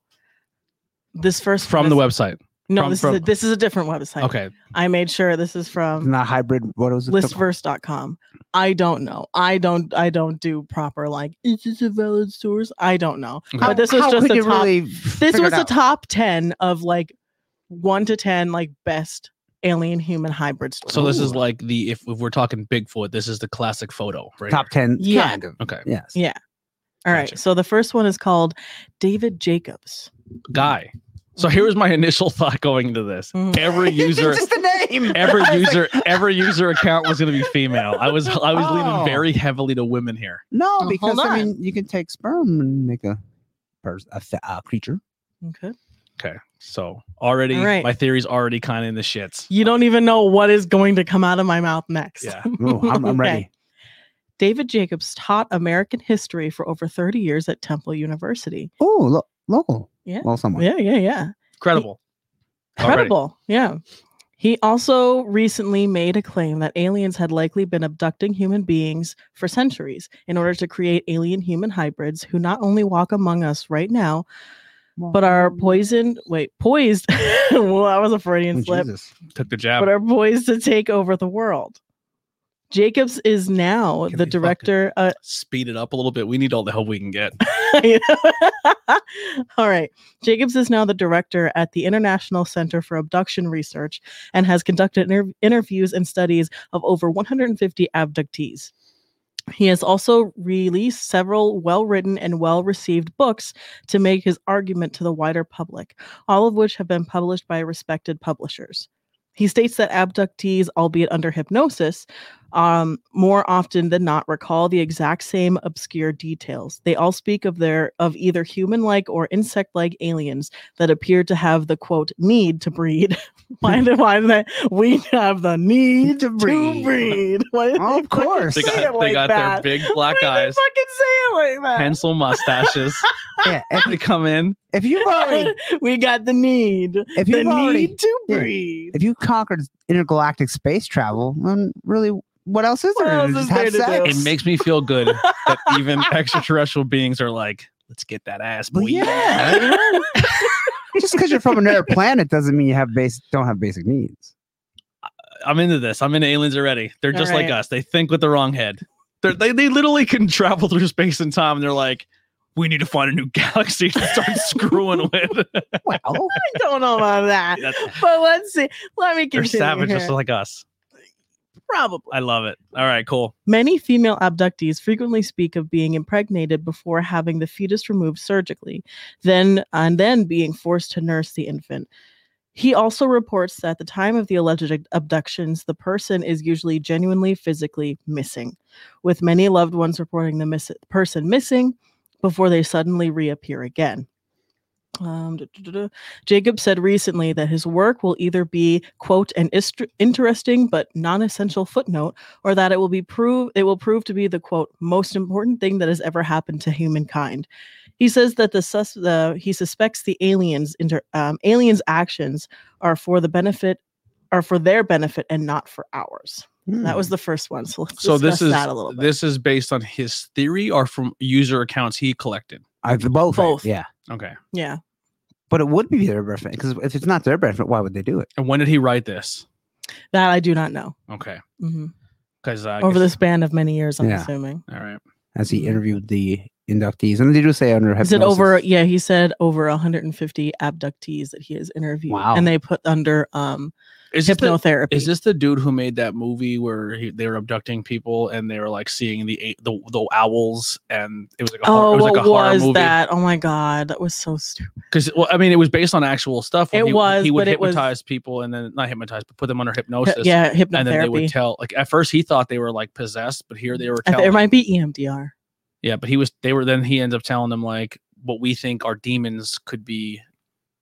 Speaker 3: this first
Speaker 1: From the website.
Speaker 3: No,
Speaker 1: from-
Speaker 3: this
Speaker 1: from-
Speaker 3: is a, this is a different website.
Speaker 1: Okay.
Speaker 3: I made sure this is
Speaker 2: It's
Speaker 3: from
Speaker 2: not hybrid. What was it?
Speaker 3: listverse.com. I don't know. I don't I don't do proper like is this a valid source? I don't know.
Speaker 1: Okay.
Speaker 3: But this was
Speaker 2: How
Speaker 3: just
Speaker 2: could
Speaker 3: a
Speaker 2: you
Speaker 3: top
Speaker 2: really
Speaker 3: this
Speaker 2: figure
Speaker 3: was
Speaker 2: it
Speaker 3: the
Speaker 2: out?
Speaker 3: top 10 of like 1 to 10 like best alien human hybrid stories.
Speaker 1: So this is like the if, if we're talking Bigfoot, this is the classic photo, right?
Speaker 2: top ten.
Speaker 3: Yeah.
Speaker 2: Kind of.
Speaker 1: Okay.
Speaker 2: Yes.
Speaker 3: Yeah. All right.
Speaker 1: Gotcha.
Speaker 3: So the first one is called David Jacobs.
Speaker 1: Guy. So
Speaker 3: Mm-hmm.
Speaker 1: here was my initial thought going into this.
Speaker 3: Mhm.
Speaker 1: Every user
Speaker 2: just the name.
Speaker 1: every
Speaker 2: I was like,
Speaker 1: user every user account was gonna be female. I was I was
Speaker 2: Oh.
Speaker 1: leaning very heavily to women here.
Speaker 2: no,
Speaker 3: Oh,
Speaker 2: because
Speaker 3: hold
Speaker 2: I mean, you can take sperm and make a pers- a, fe- a creature.
Speaker 3: Okay.
Speaker 1: Okay. So already
Speaker 3: All right.
Speaker 1: my theory's already kind of in the shits.
Speaker 3: You don't even know what is going to come out of my mouth next.
Speaker 1: Yeah.
Speaker 2: Ooh, I'm, I'm
Speaker 3: Okay.
Speaker 2: ready.
Speaker 3: David Jacobs taught American history for over 30 years at Temple University.
Speaker 2: Oh, lo- local.
Speaker 3: Yeah.
Speaker 2: Well, someone.
Speaker 3: Yeah, yeah, yeah.
Speaker 1: Incredible. Already.
Speaker 3: Incredible. Yeah. He also recently made a claim that aliens had likely been abducting human beings for centuries in order to create alien human hybrids who not only walk among us right now, but
Speaker 2: oh,
Speaker 3: are poisoned, wait, poised. well, that was a Freudian
Speaker 2: Oh,
Speaker 3: slip.
Speaker 2: Jesus.
Speaker 1: Took the jab.
Speaker 3: but are poised to take over the world. Jacobs is now
Speaker 1: Can
Speaker 3: the
Speaker 1: we fucking-
Speaker 3: director. Uh,
Speaker 1: Speed it up a little bit. We need all the help we can get.
Speaker 3: all right. Jacobs is now the director at the International Center for Abduction Research and has conducted inter- interviews and studies of over 150 abductees. He has also released several well written and well received books to make his argument to the wider public, all of which have been published by respected publishers. He states that abductees, albeit under hypnosis, um, more often than not recall the exact same obscure details. They all speak of their of either human-like or insect-like aliens that appear to have the quote need to breed. why do why do they we have the need
Speaker 2: To
Speaker 3: to breed?
Speaker 2: breed.
Speaker 3: Why do
Speaker 2: Oh,
Speaker 3: they
Speaker 2: of
Speaker 3: fucking
Speaker 2: course.
Speaker 1: They
Speaker 3: say
Speaker 1: got, they
Speaker 3: it like
Speaker 1: got
Speaker 3: that?
Speaker 1: their big black
Speaker 3: Why do they
Speaker 1: eyes,
Speaker 3: Fucking say it like that.
Speaker 1: pencil mustaches.
Speaker 2: Yeah. If,
Speaker 1: they come in.
Speaker 2: if you've already,
Speaker 3: we got the need,
Speaker 2: if
Speaker 3: the
Speaker 2: you've already,
Speaker 3: need to
Speaker 2: yeah.
Speaker 3: breathe.
Speaker 2: if you conquered intergalactic space travel, then really, what else is
Speaker 3: What
Speaker 2: there?
Speaker 3: else
Speaker 2: to
Speaker 3: is
Speaker 2: just
Speaker 3: there
Speaker 2: have
Speaker 3: to do?
Speaker 2: sex?
Speaker 1: It makes me feel good that even extraterrestrial beings are like, let's get that ass, boy.
Speaker 2: Well, yeah. just because you're from another planet doesn't mean you have base don't have basic needs.
Speaker 1: I'm into this. I'm into aliens already. They're just like
Speaker 3: Alright.
Speaker 1: us. They think with the wrong head. They're, they they literally can travel through space and time. And they're like, we need to find a new galaxy to start screwing with.
Speaker 2: Well,
Speaker 3: I don't know about that,
Speaker 1: That's,
Speaker 3: but let's see. Let me
Speaker 1: they're
Speaker 3: continue.
Speaker 1: savage,
Speaker 3: here.
Speaker 1: just like us.
Speaker 3: Probably.
Speaker 1: I love it. All right, cool.
Speaker 3: Many female abductees frequently speak of being impregnated before having the fetus removed surgically, then and then being forced to nurse the infant. He also reports that at the time of the alleged ab- abductions, the person is usually genuinely physically missing, with many loved ones reporting the miss- person missing before they suddenly reappear again. Um, duh, duh, duh, duh. Jacob said recently that his work will either be quote an istr interesting but non-essential footnote or that it will be prove it will prove to be the quote most important thing that has ever happened to humankind. He says that the sus the he suspects the aliens inter um, aliens actions are for the benefit are for their benefit and not for ours.
Speaker 2: hmm.
Speaker 3: That was the first one. So let's
Speaker 1: Hmm. So this
Speaker 3: discuss
Speaker 1: is
Speaker 3: that a little bit.
Speaker 1: this is based on his theory or from user accounts he collected.
Speaker 2: I, both.
Speaker 3: Both.
Speaker 2: Yeah.
Speaker 1: Okay.
Speaker 3: yeah.
Speaker 2: But it would be their benefit because if it's not their benefit, why would they do it?
Speaker 1: And when did he write this?
Speaker 3: That I do not know.
Speaker 1: Okay.
Speaker 3: Mhm.
Speaker 1: Because
Speaker 3: Over the span of many years, I'm
Speaker 2: Yeah.
Speaker 3: assuming.
Speaker 1: All right.
Speaker 2: As
Speaker 3: Mm.
Speaker 2: he interviewed the inductees, and they do say under
Speaker 3: He
Speaker 2: hypnosis.
Speaker 3: said over yeah, he said over 150 abductees that he has interviewed.
Speaker 2: Wow.
Speaker 3: And they put under um
Speaker 1: Is this, the,
Speaker 3: hypnotherapy.
Speaker 1: is this the dude who made that movie where he, they were abducting people and they were like seeing the a- the, the owls and it was like a
Speaker 3: Oh,
Speaker 1: horror, it was
Speaker 3: what
Speaker 1: like a horror
Speaker 3: was
Speaker 1: movie.
Speaker 3: that? Oh my god, that was so stupid.
Speaker 1: Because well, I mean, it was based on actual stuff. where
Speaker 3: It
Speaker 1: he,
Speaker 3: was,
Speaker 1: He would
Speaker 3: but it was-
Speaker 1: hypnotize people and then not hypnotize, but put them under hypnosis.
Speaker 3: yeah, hypnotherapy.
Speaker 1: Oh, And then they would tell. Like at first, he thought they were like possessed, but here they were
Speaker 3: I th- it
Speaker 1: telling.
Speaker 3: might be E EMDR.
Speaker 1: Yeah, but he was. They were. Then he ends up telling them like what we think are demons could be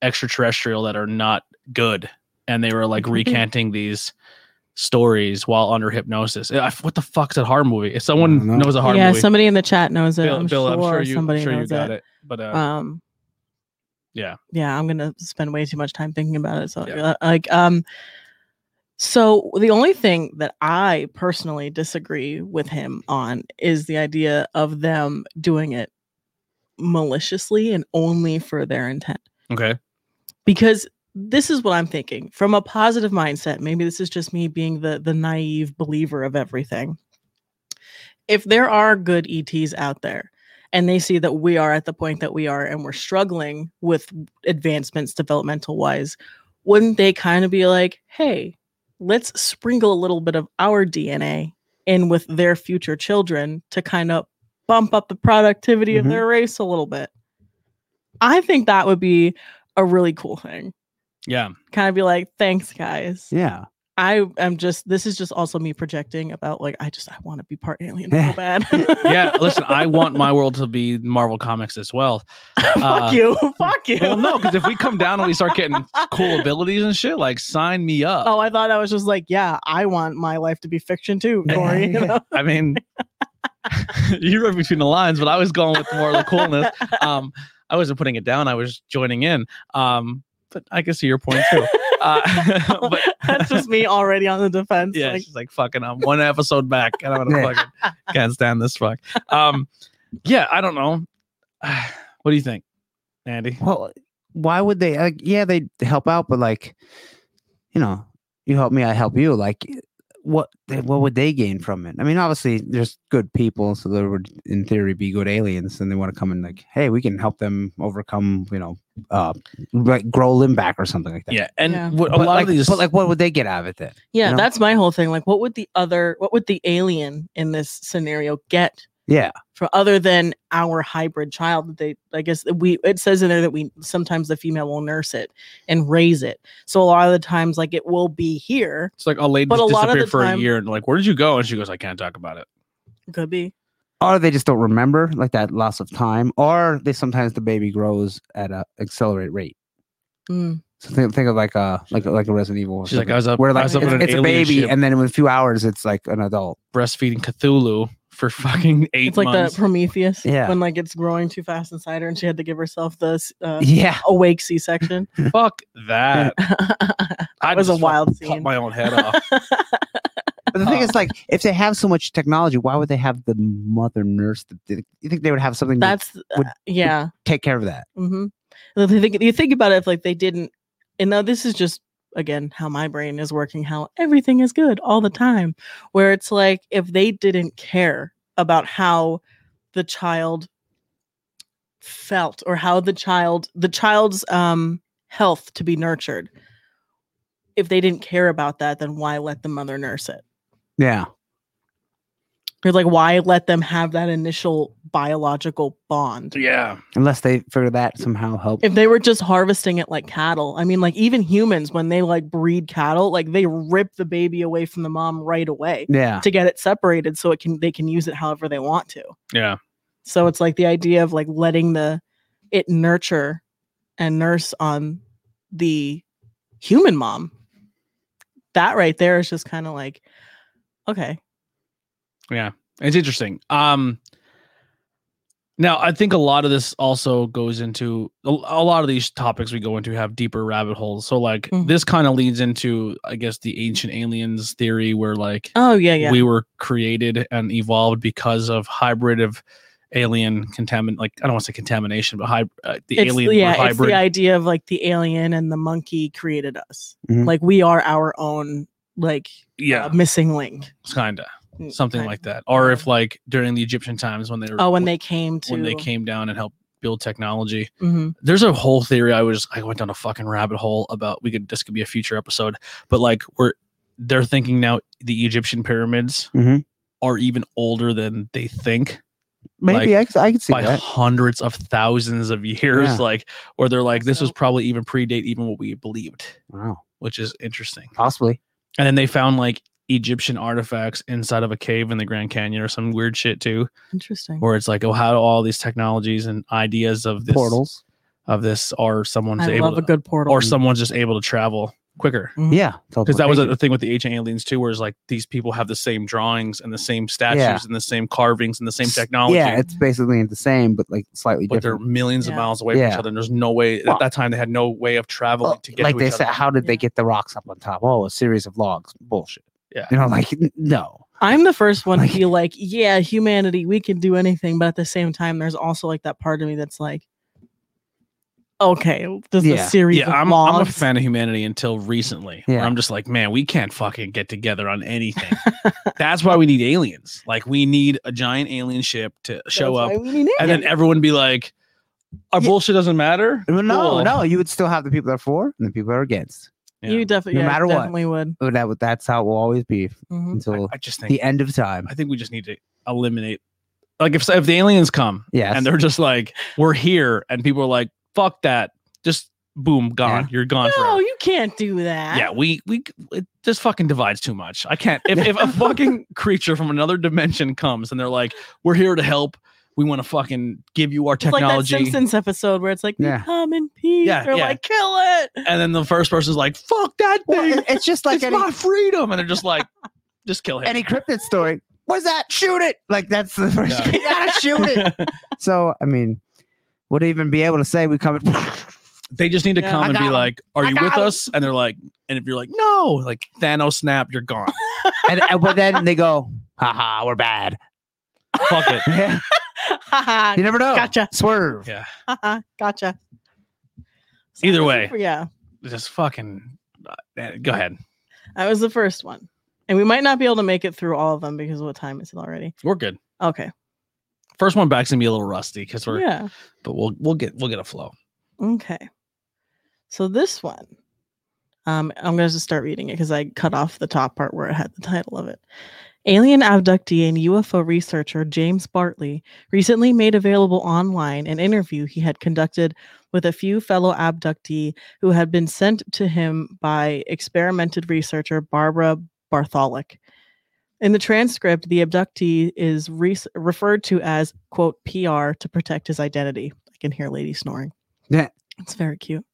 Speaker 1: extraterrestrial that are not good. and they were like recanting these stories while under hypnosis. I- what the fuck's that horror movie? If someone
Speaker 2: I don't know.
Speaker 1: knows a horror
Speaker 3: yeah,
Speaker 1: movie,
Speaker 3: somebody in the chat knows it.
Speaker 1: Bill,
Speaker 3: I'm,
Speaker 1: Bill,
Speaker 3: sure
Speaker 1: I'm sure you,
Speaker 3: somebody
Speaker 1: I'm sure you
Speaker 3: knows
Speaker 1: got
Speaker 3: it.
Speaker 1: it. But uh,
Speaker 3: Um,
Speaker 1: Yeah.
Speaker 3: yeah, I'm gonna spend way too much time thinking about it. So
Speaker 1: Yeah.
Speaker 3: uh, like, um, so the only thing that I personally disagree with him on is the idea of them doing it maliciously and only for their intent
Speaker 1: okay,
Speaker 3: because this is what I'm thinking from a positive mindset. Maybe this is just me being the the naive believer of everything. If there are good ETs out there and they see that we are at the point that we are and we're struggling with advancements developmental wise, wouldn't they kind of be like, "Hey, let's sprinkle a little bit of our DNA in with their future children to kind of bump up the productivity
Speaker 2: Mhm.
Speaker 3: of their race a little bit." I think that would be a really cool thing.
Speaker 1: yeah,
Speaker 3: Kind of be like, thanks, guys.
Speaker 2: Yeah.
Speaker 3: I am just, this is just also me projecting about like, I just, I want to be part alien so bad.
Speaker 1: yeah. Listen, I want my world to be Marvel comics as well. uh,
Speaker 3: Fuck you. Fuck you.
Speaker 1: Well, no, because if we come down and we start getting cool abilities and shit, like sign me up.
Speaker 3: Oh, I thought I was just like, yeah, I want my life to be fiction too, Corey. you know?
Speaker 1: I mean, you read between the lines, but I was going with more of the coolness. Um, I wasn't putting it down; I was joining in. Um, but I can see your point too. Uh, but
Speaker 3: That's just me already on the defense.
Speaker 1: yeah,
Speaker 3: like,
Speaker 1: she's like, "Fucking, I'm one episode back, and I'm gonna
Speaker 2: Yeah.
Speaker 1: fucking can't stand this fuck." Um, yeah, I don't know. What do you think, Andy?
Speaker 2: Well, why would they? Like, yeah, they help out, but like, you know, you help me, I help you. Like, what what would they gain from it? I mean, obviously, there's good people, so there would, in theory, be good aliens, and they want to come and like, hey, we can help them overcome, you know, uh, like grow limb back or something like that.
Speaker 1: Yeah, and
Speaker 3: Yeah.
Speaker 1: what, a
Speaker 2: But
Speaker 1: lot
Speaker 2: like,
Speaker 1: of these,
Speaker 2: but like, what would they get out of it then?
Speaker 3: yeah,
Speaker 2: know?
Speaker 3: that's my whole thing. Like, what would the other, what would the alien in this scenario get
Speaker 2: Yeah,
Speaker 3: for other than our hybrid child that they i guess that we it says in there that we sometimes the female will nurse it and raise it so a lot of the times like it will be here
Speaker 1: it's like a lady
Speaker 3: but
Speaker 1: just
Speaker 3: a lot of
Speaker 1: disappeared
Speaker 3: the
Speaker 1: for
Speaker 3: time-
Speaker 1: a year, and like, where did you go? And she goes, "I can't talk about it."
Speaker 3: could be
Speaker 2: or they just don't remember, like that loss of time, or they sometimes the baby grows at a accelerate rate.
Speaker 3: Mm.
Speaker 2: So think, think of like a like a- like a Resident Evil. or
Speaker 1: She's like,
Speaker 2: something,
Speaker 1: I was up-
Speaker 2: where
Speaker 1: I
Speaker 2: like
Speaker 1: was
Speaker 3: up
Speaker 2: it's,
Speaker 3: in an
Speaker 2: it's a
Speaker 1: alien
Speaker 2: baby,
Speaker 1: ship.
Speaker 2: and then in a few hours, it's like an adult.
Speaker 1: Breastfeeding Cthulhu for fucking eight
Speaker 3: it's like
Speaker 1: months.
Speaker 3: the prometheus
Speaker 2: Yeah.
Speaker 3: when like it's growing too fast inside her and she had to give herself this uh,
Speaker 2: Yeah,
Speaker 3: awake c-section
Speaker 1: Fuck that! I
Speaker 3: It was a
Speaker 1: just
Speaker 3: wild
Speaker 1: fucking cut
Speaker 3: scene.
Speaker 1: my own head off.
Speaker 2: but the thing
Speaker 1: Uh,
Speaker 2: is, like, if they have so much technology, why would they have the mother nurse? that they- You think they would have something that
Speaker 3: that's
Speaker 2: would-
Speaker 3: uh, yeah
Speaker 2: take care of that?
Speaker 3: Mm-hmm. You think, you think about it, if, like they didn't, and now this is just again how my brain is working, how everything is good all the time, where it's like if they didn't care about how the child felt or how the child the child's um health to be nurtured if they didn't care about that then why let the mother nurse it
Speaker 2: Yeah,
Speaker 3: Or, like why let them have that initial biological bond
Speaker 1: yeah,
Speaker 2: unless they figure that somehow help.
Speaker 3: if they were just harvesting it like cattle i mean like even humans when they like breed cattle like they rip the baby away from the mom right away
Speaker 2: yeah,
Speaker 3: to get it separated so it can they can use it however they want to
Speaker 1: yeah.
Speaker 3: so it's like the idea of like letting the it nurture and nurse on the human mom that right there is just kind of like okay
Speaker 1: It's interesting. Um now I think a lot of this also goes into a, a lot of these topics we go into have deeper rabbit holes. So like
Speaker 3: Mhm.
Speaker 1: this kind of leads into I guess the ancient aliens theory where like
Speaker 3: oh yeah yeah
Speaker 1: we were created and evolved because of hybrid of alien contamin like I don't want to say contamination but hy- uh, the
Speaker 3: it's,
Speaker 1: alien
Speaker 3: yeah
Speaker 1: or
Speaker 3: it's the
Speaker 1: hybrid
Speaker 3: idea of like the alien and the monkey created us
Speaker 2: Mhm.
Speaker 3: like we are our own like
Speaker 1: yeah
Speaker 3: a missing link.
Speaker 1: kind of
Speaker 3: Mm,
Speaker 1: something
Speaker 3: um, kind
Speaker 1: like
Speaker 3: of.
Speaker 1: that or if like during the Egyptian times when they were
Speaker 3: Oh, when they came to
Speaker 1: when they came down and helped build technology
Speaker 3: Mhm.
Speaker 1: there's a whole theory I was I went down a fucking rabbit hole about we could this could be a future episode, but like we're they're thinking now the Egyptian pyramids
Speaker 2: Mhm.
Speaker 1: are even older than they think
Speaker 2: maybe I, could, I could see
Speaker 1: by
Speaker 2: that.
Speaker 1: hundreds of thousands of years,
Speaker 2: Yeah.
Speaker 1: like where they're like this was
Speaker 3: So-
Speaker 1: probably even predate even what we believed,
Speaker 2: Wow,
Speaker 1: which is interesting.
Speaker 2: possibly.
Speaker 1: And then they found like Egyptian artifacts inside of a cave in the Grand Canyon or some weird shit too,
Speaker 3: Interesting.
Speaker 1: where it's like oh how do all these technologies and ideas of this
Speaker 2: Portals.
Speaker 1: of this are someone's
Speaker 3: I
Speaker 1: able
Speaker 3: love
Speaker 1: to,
Speaker 3: a good portal.
Speaker 1: or someone's just able to travel quicker.
Speaker 3: Mm-hmm.
Speaker 2: Yeah,
Speaker 1: Because that was a, the thing with the ancient aliens too, where it's like these people have the same drawings and the same statues
Speaker 2: Yeah.
Speaker 1: and the same carvings and the same
Speaker 2: S-
Speaker 1: technology.
Speaker 2: Yeah, it's basically the same, but like slightly
Speaker 1: but they're
Speaker 2: different.
Speaker 1: millions of
Speaker 3: Yeah.
Speaker 1: miles away from
Speaker 2: Yeah.
Speaker 1: each other. And there's no way
Speaker 2: Well-
Speaker 1: at that time they had no way of traveling
Speaker 2: Oh,
Speaker 1: to get
Speaker 2: like
Speaker 1: to
Speaker 2: they
Speaker 1: each
Speaker 2: said,
Speaker 1: other.
Speaker 2: how did
Speaker 3: Yeah.
Speaker 2: they get the rocks up on top? Oh, a series of logs. Bullshit.
Speaker 1: Yeah.
Speaker 2: You know, like n- no.
Speaker 3: I'm the first one
Speaker 2: Like-
Speaker 3: to be like, yeah, humanity, we can do anything. But at the same time, there's also like that part of me that's like, okay, this is
Speaker 2: Yeah.
Speaker 3: a series.
Speaker 1: yeah,
Speaker 3: of
Speaker 1: I'm, I'm a
Speaker 3: logs.
Speaker 1: fan of humanity until recently. Where
Speaker 2: Yeah.
Speaker 1: I'm just like, man, we can't fucking get together on anything. That's why we need aliens. Like, we need a giant alien ship to show
Speaker 3: That's
Speaker 1: up,
Speaker 3: why we need
Speaker 1: and then
Speaker 3: aliens.
Speaker 1: everyone be like, "Our
Speaker 2: Yeah.
Speaker 1: bullshit doesn't matter."
Speaker 2: No,
Speaker 1: Cool.
Speaker 2: no, you would still have the people that are for and the people that are against.
Speaker 1: Yeah.
Speaker 3: you definitely,
Speaker 2: No matter what.
Speaker 3: definitely would.
Speaker 2: Oh, that would- that's how it will always be
Speaker 3: Mhm.
Speaker 1: Mm, I,
Speaker 2: until
Speaker 1: I just think
Speaker 2: the end of time.
Speaker 1: I think we just need to eliminate. Like, if if the aliens come
Speaker 2: Yes.
Speaker 1: and they're just like, "We're here," and people are like, "Fuck that," just boom, gone. You're gone. forever.
Speaker 3: No, you can't do that.
Speaker 1: yeah we we it, this fucking divides too much i can't if, if a fucking creature from another dimension comes and they're like we're here to help we want to fucking give you our
Speaker 3: It's like that
Speaker 1: technology
Speaker 3: Simpsons episode where it's like,
Speaker 2: Yeah.
Speaker 3: we come in peace.
Speaker 1: Yeah,
Speaker 3: They're
Speaker 1: yeah.
Speaker 3: like, kill it.
Speaker 1: and then the first person's like fuck that
Speaker 2: Well,
Speaker 1: thing
Speaker 2: it- it's just like
Speaker 1: it's
Speaker 2: any,
Speaker 1: my freedom and they're just like just kill him
Speaker 2: any cryptid story. What's that? Shoot it! Like that's the first.
Speaker 1: Yeah.
Speaker 2: You gotta shoot it. So I mean, would even be able to say we come. in-
Speaker 1: they just need to
Speaker 3: Yeah.
Speaker 1: come
Speaker 2: I
Speaker 1: and
Speaker 2: got
Speaker 1: be
Speaker 2: 'em.
Speaker 1: like are
Speaker 2: I
Speaker 1: you with
Speaker 2: got 'em.
Speaker 1: us and they're like and if you're like no like thanos snap you're gone
Speaker 2: and, and but then they go, haha, we're bad.
Speaker 1: fuck it
Speaker 2: Yeah,
Speaker 3: Haha,
Speaker 2: you never know.
Speaker 3: Gotcha.
Speaker 2: Swerve.
Speaker 1: yeah
Speaker 3: haha, gotcha. So
Speaker 1: Either
Speaker 3: I was the
Speaker 1: way.
Speaker 3: fir- yeah,
Speaker 1: just fucking uh, go ahead
Speaker 3: I was the first one, and we might not be able to make it through all of them because what time is it already?
Speaker 1: we're good
Speaker 3: Okay.
Speaker 1: first one back's gonna be a little rusty because we're
Speaker 3: Yeah.
Speaker 1: but we'll we'll get we'll get a flow
Speaker 3: Okay. So this one, um, I'm going to just start reading it because I cut off the top part where it had the title of it. Alien abductee and UFO researcher James Bartley recently made available online an interview he had conducted with a few fellow abductee who had been sent to him by experimented researcher Barbara Bartholic. In the transcript, the abductee is re- referred to as, quote, PR to protect his identity. I can hear lady snoring. It's very cute.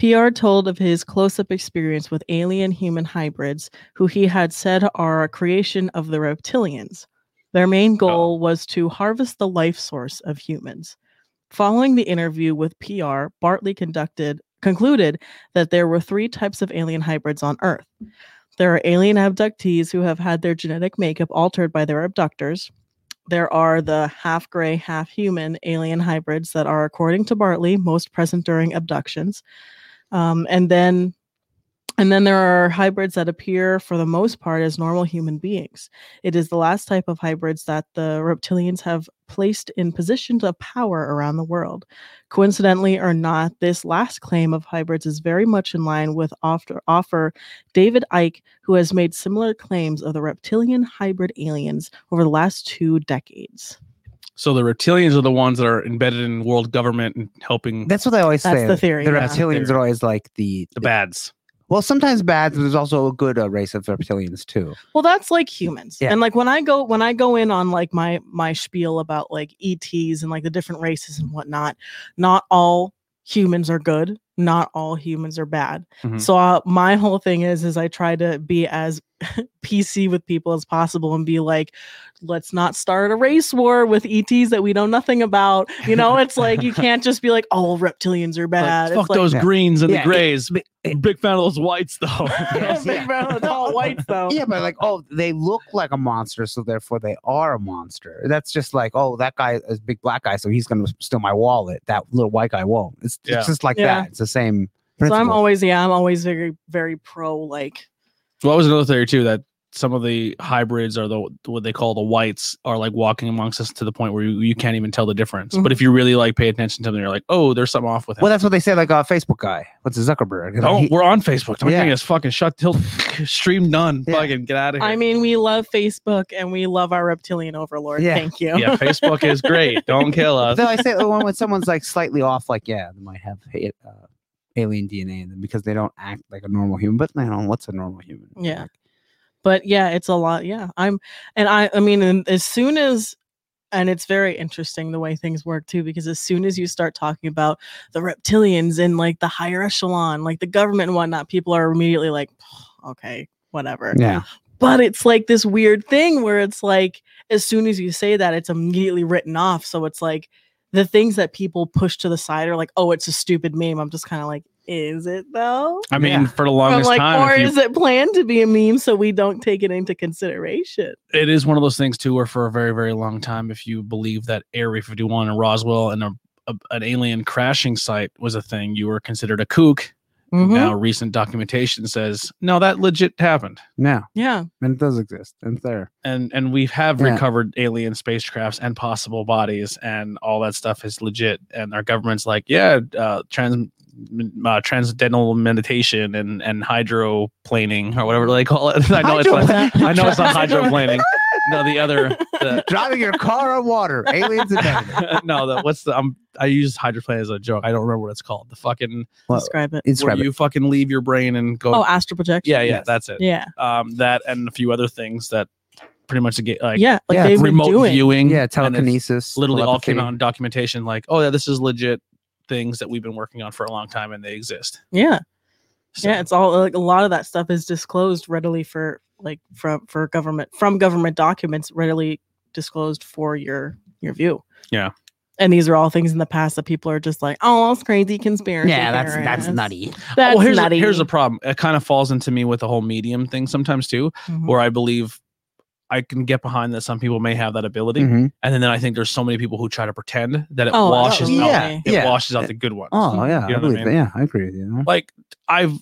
Speaker 3: PR told of his close up experience with alien human hybrids, who he had said are a creation of the reptilians. Their main goal was to harvest the life source of humans. Following the interview with PR, Bartley conducted concluded that there were three types of alien hybrids on Earth. There are alien abductees who have had their genetic makeup altered by their abductors. There are the half gray, half human alien hybrids that are, according to Bartley, most present during abductions. Um, and then and then there are hybrids that appear for the most part as normal human beings. It is the last type of hybrids that the reptilians have placed in positions of power around the world. Coincidentally or not, this last claim of hybrids is very much in line with offer, offer David Icke, who has made similar claims of the reptilian hybrid aliens over the last two decades.
Speaker 1: So the reptilians are the ones that are embedded in world government and helping
Speaker 2: That's what I always
Speaker 3: That's
Speaker 2: say.
Speaker 3: the theory,
Speaker 2: The
Speaker 3: yeah.
Speaker 1: That's the
Speaker 2: reptilians
Speaker 1: theory.
Speaker 2: are always like the,
Speaker 1: the bads.
Speaker 2: well, sometimes bad. But there's also a good uh, race of reptilians too.
Speaker 3: Well, that's like humans.
Speaker 2: Yeah.
Speaker 3: And like when I go when I go in on like my my spiel about like ETs and like the different races and whatnot, not all humans are good, not all humans are bad.
Speaker 2: Mm-hmm.
Speaker 1: Mhm.
Speaker 3: So uh, my whole thing is is I try to be as PC with people as possible and be like, let's not start a race war with ETs that we know nothing about. You know, it's like you can't just be like, all reptilians are
Speaker 1: Like,
Speaker 3: bad.
Speaker 1: fuck
Speaker 3: it's like,
Speaker 1: those
Speaker 2: Yeah.
Speaker 1: greens and
Speaker 2: Yeah, it-
Speaker 1: the grays.
Speaker 2: but it-
Speaker 1: Big fan of those whites though.
Speaker 2: Yes,
Speaker 3: big
Speaker 2: yeah.
Speaker 3: brown- it's all whites though.
Speaker 2: Yeah, but like, oh, they look like a monster, so therefore they are a monster. That's just like, oh, that guy is a big black guy, so he's gonna steal my wallet. That little white guy won't. It's,
Speaker 1: Yeah.
Speaker 2: it's just like
Speaker 3: Yeah.
Speaker 2: that. It's the same.
Speaker 3: So I'm
Speaker 2: Principle.
Speaker 3: always, yeah, I'm always very, very pro like
Speaker 1: well, that was another theory too that some of the hybrids are the what they call the whites are like walking amongst us to the point where you, you can't even tell the difference. But if you really like pay attention to them, you're like, oh, there's something off with him.
Speaker 2: Mm-hmm. well, that's what they say. Like uh, Facebook guy, what's his Zuckerberg? Like,
Speaker 1: don't
Speaker 2: he-
Speaker 1: we're on Facebook. Don't
Speaker 2: Yeah.
Speaker 1: yeah. us fucking shut till stream done.
Speaker 2: Yeah.
Speaker 1: Fucking get out of here.
Speaker 3: I mean, we love Facebook and we love our reptilian overlord.
Speaker 2: Yeah.
Speaker 3: Thank you.
Speaker 1: yeah, Facebook is great. Don't kill us.
Speaker 2: though I say the one when someone's like slightly off, like yeah, they might have ha- uh, alien DNA in them because they don't act like a normal human. But you know, what's a normal human?
Speaker 3: Yeah. But yeah, it's a lot. Yeah. I'm and I I mean, and as soon as and it's very interesting the way things work too because as soon as you start talking about the reptilians in like the higher echelon like the government and whatnot people are immediately like okay whatever
Speaker 2: Yeah.
Speaker 3: but it's like this weird thing where it's like as soon as you say that it's immediately written off so it's like the things that people push to the side are like oh it's a stupid meme i'm just kind of like is it though
Speaker 1: I mean,
Speaker 2: Yeah.
Speaker 1: for the
Speaker 3: I'm
Speaker 1: longest
Speaker 3: like,
Speaker 1: time,
Speaker 3: or
Speaker 1: if you-
Speaker 3: is it planned to be a meme so we don't take it into consideration?
Speaker 1: it is one of those things too, where for a very, very long time, if you believe that Area 51 and Roswell and a, a, an alien crashing site was a thing, you were considered a kook.
Speaker 3: Mm-hmm.
Speaker 1: Now, recent documentation says no, that legit happened,
Speaker 2: Yeah.
Speaker 3: Yeah.
Speaker 2: And it does exist. And it's there.
Speaker 1: and and we have
Speaker 2: Yeah.
Speaker 1: recovered alien spacecrafts and possible bodies, and all that stuff is legit. And our government's like, yeah, uh, trans. Uh, transcendental meditation and and hydroplaning or whatever they call it. I know it's not, I know it's not hydroplaning. No, the other the,
Speaker 2: Driving your car on water. Aliens invented it.
Speaker 1: no, the, what's the? I'm, I use hydroplane as a joke. I don't remember what it's called. The fucking
Speaker 3: Describe it.
Speaker 2: It's
Speaker 1: where
Speaker 2: rabbit.
Speaker 1: you fucking leave your brain and go.
Speaker 3: Oh, astral projection.
Speaker 1: yeah, yeah,
Speaker 3: Yes.
Speaker 1: that's it.
Speaker 3: Yeah.
Speaker 1: Um, that and a few other things that pretty much get like
Speaker 3: yeah. Like
Speaker 2: Yeah,
Speaker 3: they've been
Speaker 1: remote
Speaker 3: doing.
Speaker 1: viewing.
Speaker 2: Yeah,
Speaker 1: and it's
Speaker 2: telekinesis.
Speaker 1: Literally all came
Speaker 2: telepathy.
Speaker 1: out in documentation. Like, oh yeah, this is legit things that we've been working on for a long time and they exist.
Speaker 3: Yeah.
Speaker 1: So,
Speaker 3: Yeah. It's all like a lot of that stuff is disclosed readily for like from for government from government documents readily disclosed for your your view.
Speaker 1: Yeah.
Speaker 3: And these are all things in the past that people are just like, oh, it's crazy conspiracy.
Speaker 2: Yeah, that's that's
Speaker 3: theorists.
Speaker 2: nutty.
Speaker 3: That's
Speaker 1: well, here's a,
Speaker 3: nutty.
Speaker 1: here's the problem. It kind of falls into me with the whole medium thing sometimes too,
Speaker 3: Mhm.
Speaker 1: where I believe I can get behind that. Some people may have that ability,
Speaker 2: Mhm.
Speaker 1: and then, then I think there's so many people who try to pretend that it
Speaker 3: Oh,
Speaker 1: washes out
Speaker 3: absolutely.
Speaker 2: Yeah,
Speaker 1: it
Speaker 2: yeah.
Speaker 1: washes out the good ones.
Speaker 2: Oh yeah,
Speaker 1: You know what I
Speaker 2: I believe
Speaker 1: mean?
Speaker 2: that. Yeah, I agree with you. you know?
Speaker 1: Like I've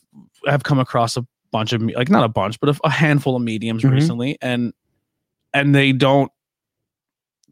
Speaker 1: I've come across a bunch of me- like not a bunch, but a, a handful of mediums
Speaker 2: Mhm.
Speaker 1: recently, and and they don't.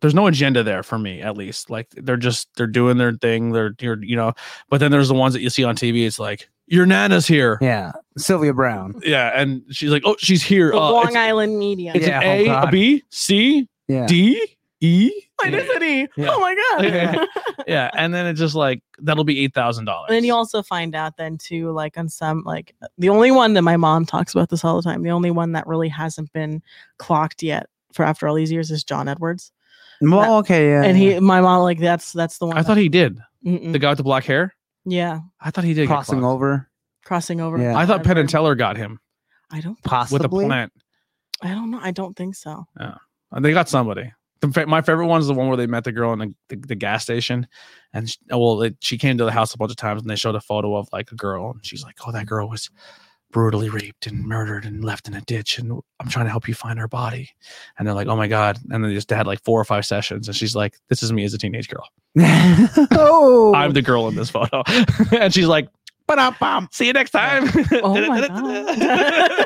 Speaker 1: There's no agenda there for me, at least. Like they're just they're doing their thing. They're you're you know, but then there's the ones that you see on TV. It's like your nana's here, yeah,
Speaker 2: Yeah, Sylvia Brown.
Speaker 1: and she's like, oh, she's here.
Speaker 3: The
Speaker 1: Uh,
Speaker 3: Long
Speaker 1: it's
Speaker 3: Island media.
Speaker 1: it's
Speaker 2: Yeah, oh
Speaker 1: an A, a
Speaker 2: God.
Speaker 1: B, C,
Speaker 2: Yeah,
Speaker 1: D, E.
Speaker 3: Why
Speaker 1: Yeah.
Speaker 3: does it E?
Speaker 1: Yeah.
Speaker 3: Oh my god.
Speaker 1: Yeah. yeah, and then it's just like that'll be eight thousand dollars.
Speaker 3: And then you also find out then too, like on some like the only one that my mom talks about this all the time, the only one that really hasn't been clocked yet for after all these years is John Edwards.
Speaker 2: well, okay, yeah.
Speaker 3: And
Speaker 2: yeah.
Speaker 3: he my mom like that's that's the one
Speaker 1: I thought he did. The
Speaker 3: he
Speaker 1: guy with the black hair?
Speaker 3: Yeah.
Speaker 1: I thought he did. get
Speaker 2: crossing
Speaker 1: clocked.
Speaker 2: over
Speaker 3: Crossing over.
Speaker 2: Yeah.
Speaker 1: I thought Penn and
Speaker 3: Edwards.
Speaker 1: Teller got him
Speaker 3: I don't
Speaker 2: possibly
Speaker 1: with a plant.
Speaker 3: I don't know. I don't think so.
Speaker 1: And they got somebody. The fa- my favorite one is the one where they met the girl in the, the, the gas station. And she, well, it, she came to the house a bunch of times and they showed a photo of like a girl. And she's like, oh, that girl was brutally raped and murdered and left in a ditch. And I'm trying to help you find her body. And they're like, oh my God. And they just had like four or five sessions. And she's like, this is me as a teenage girl.
Speaker 2: oh,
Speaker 1: I'm the girl in this photo. and she's like, "Ba-dum-bum. See you next time.
Speaker 3: Oh my God.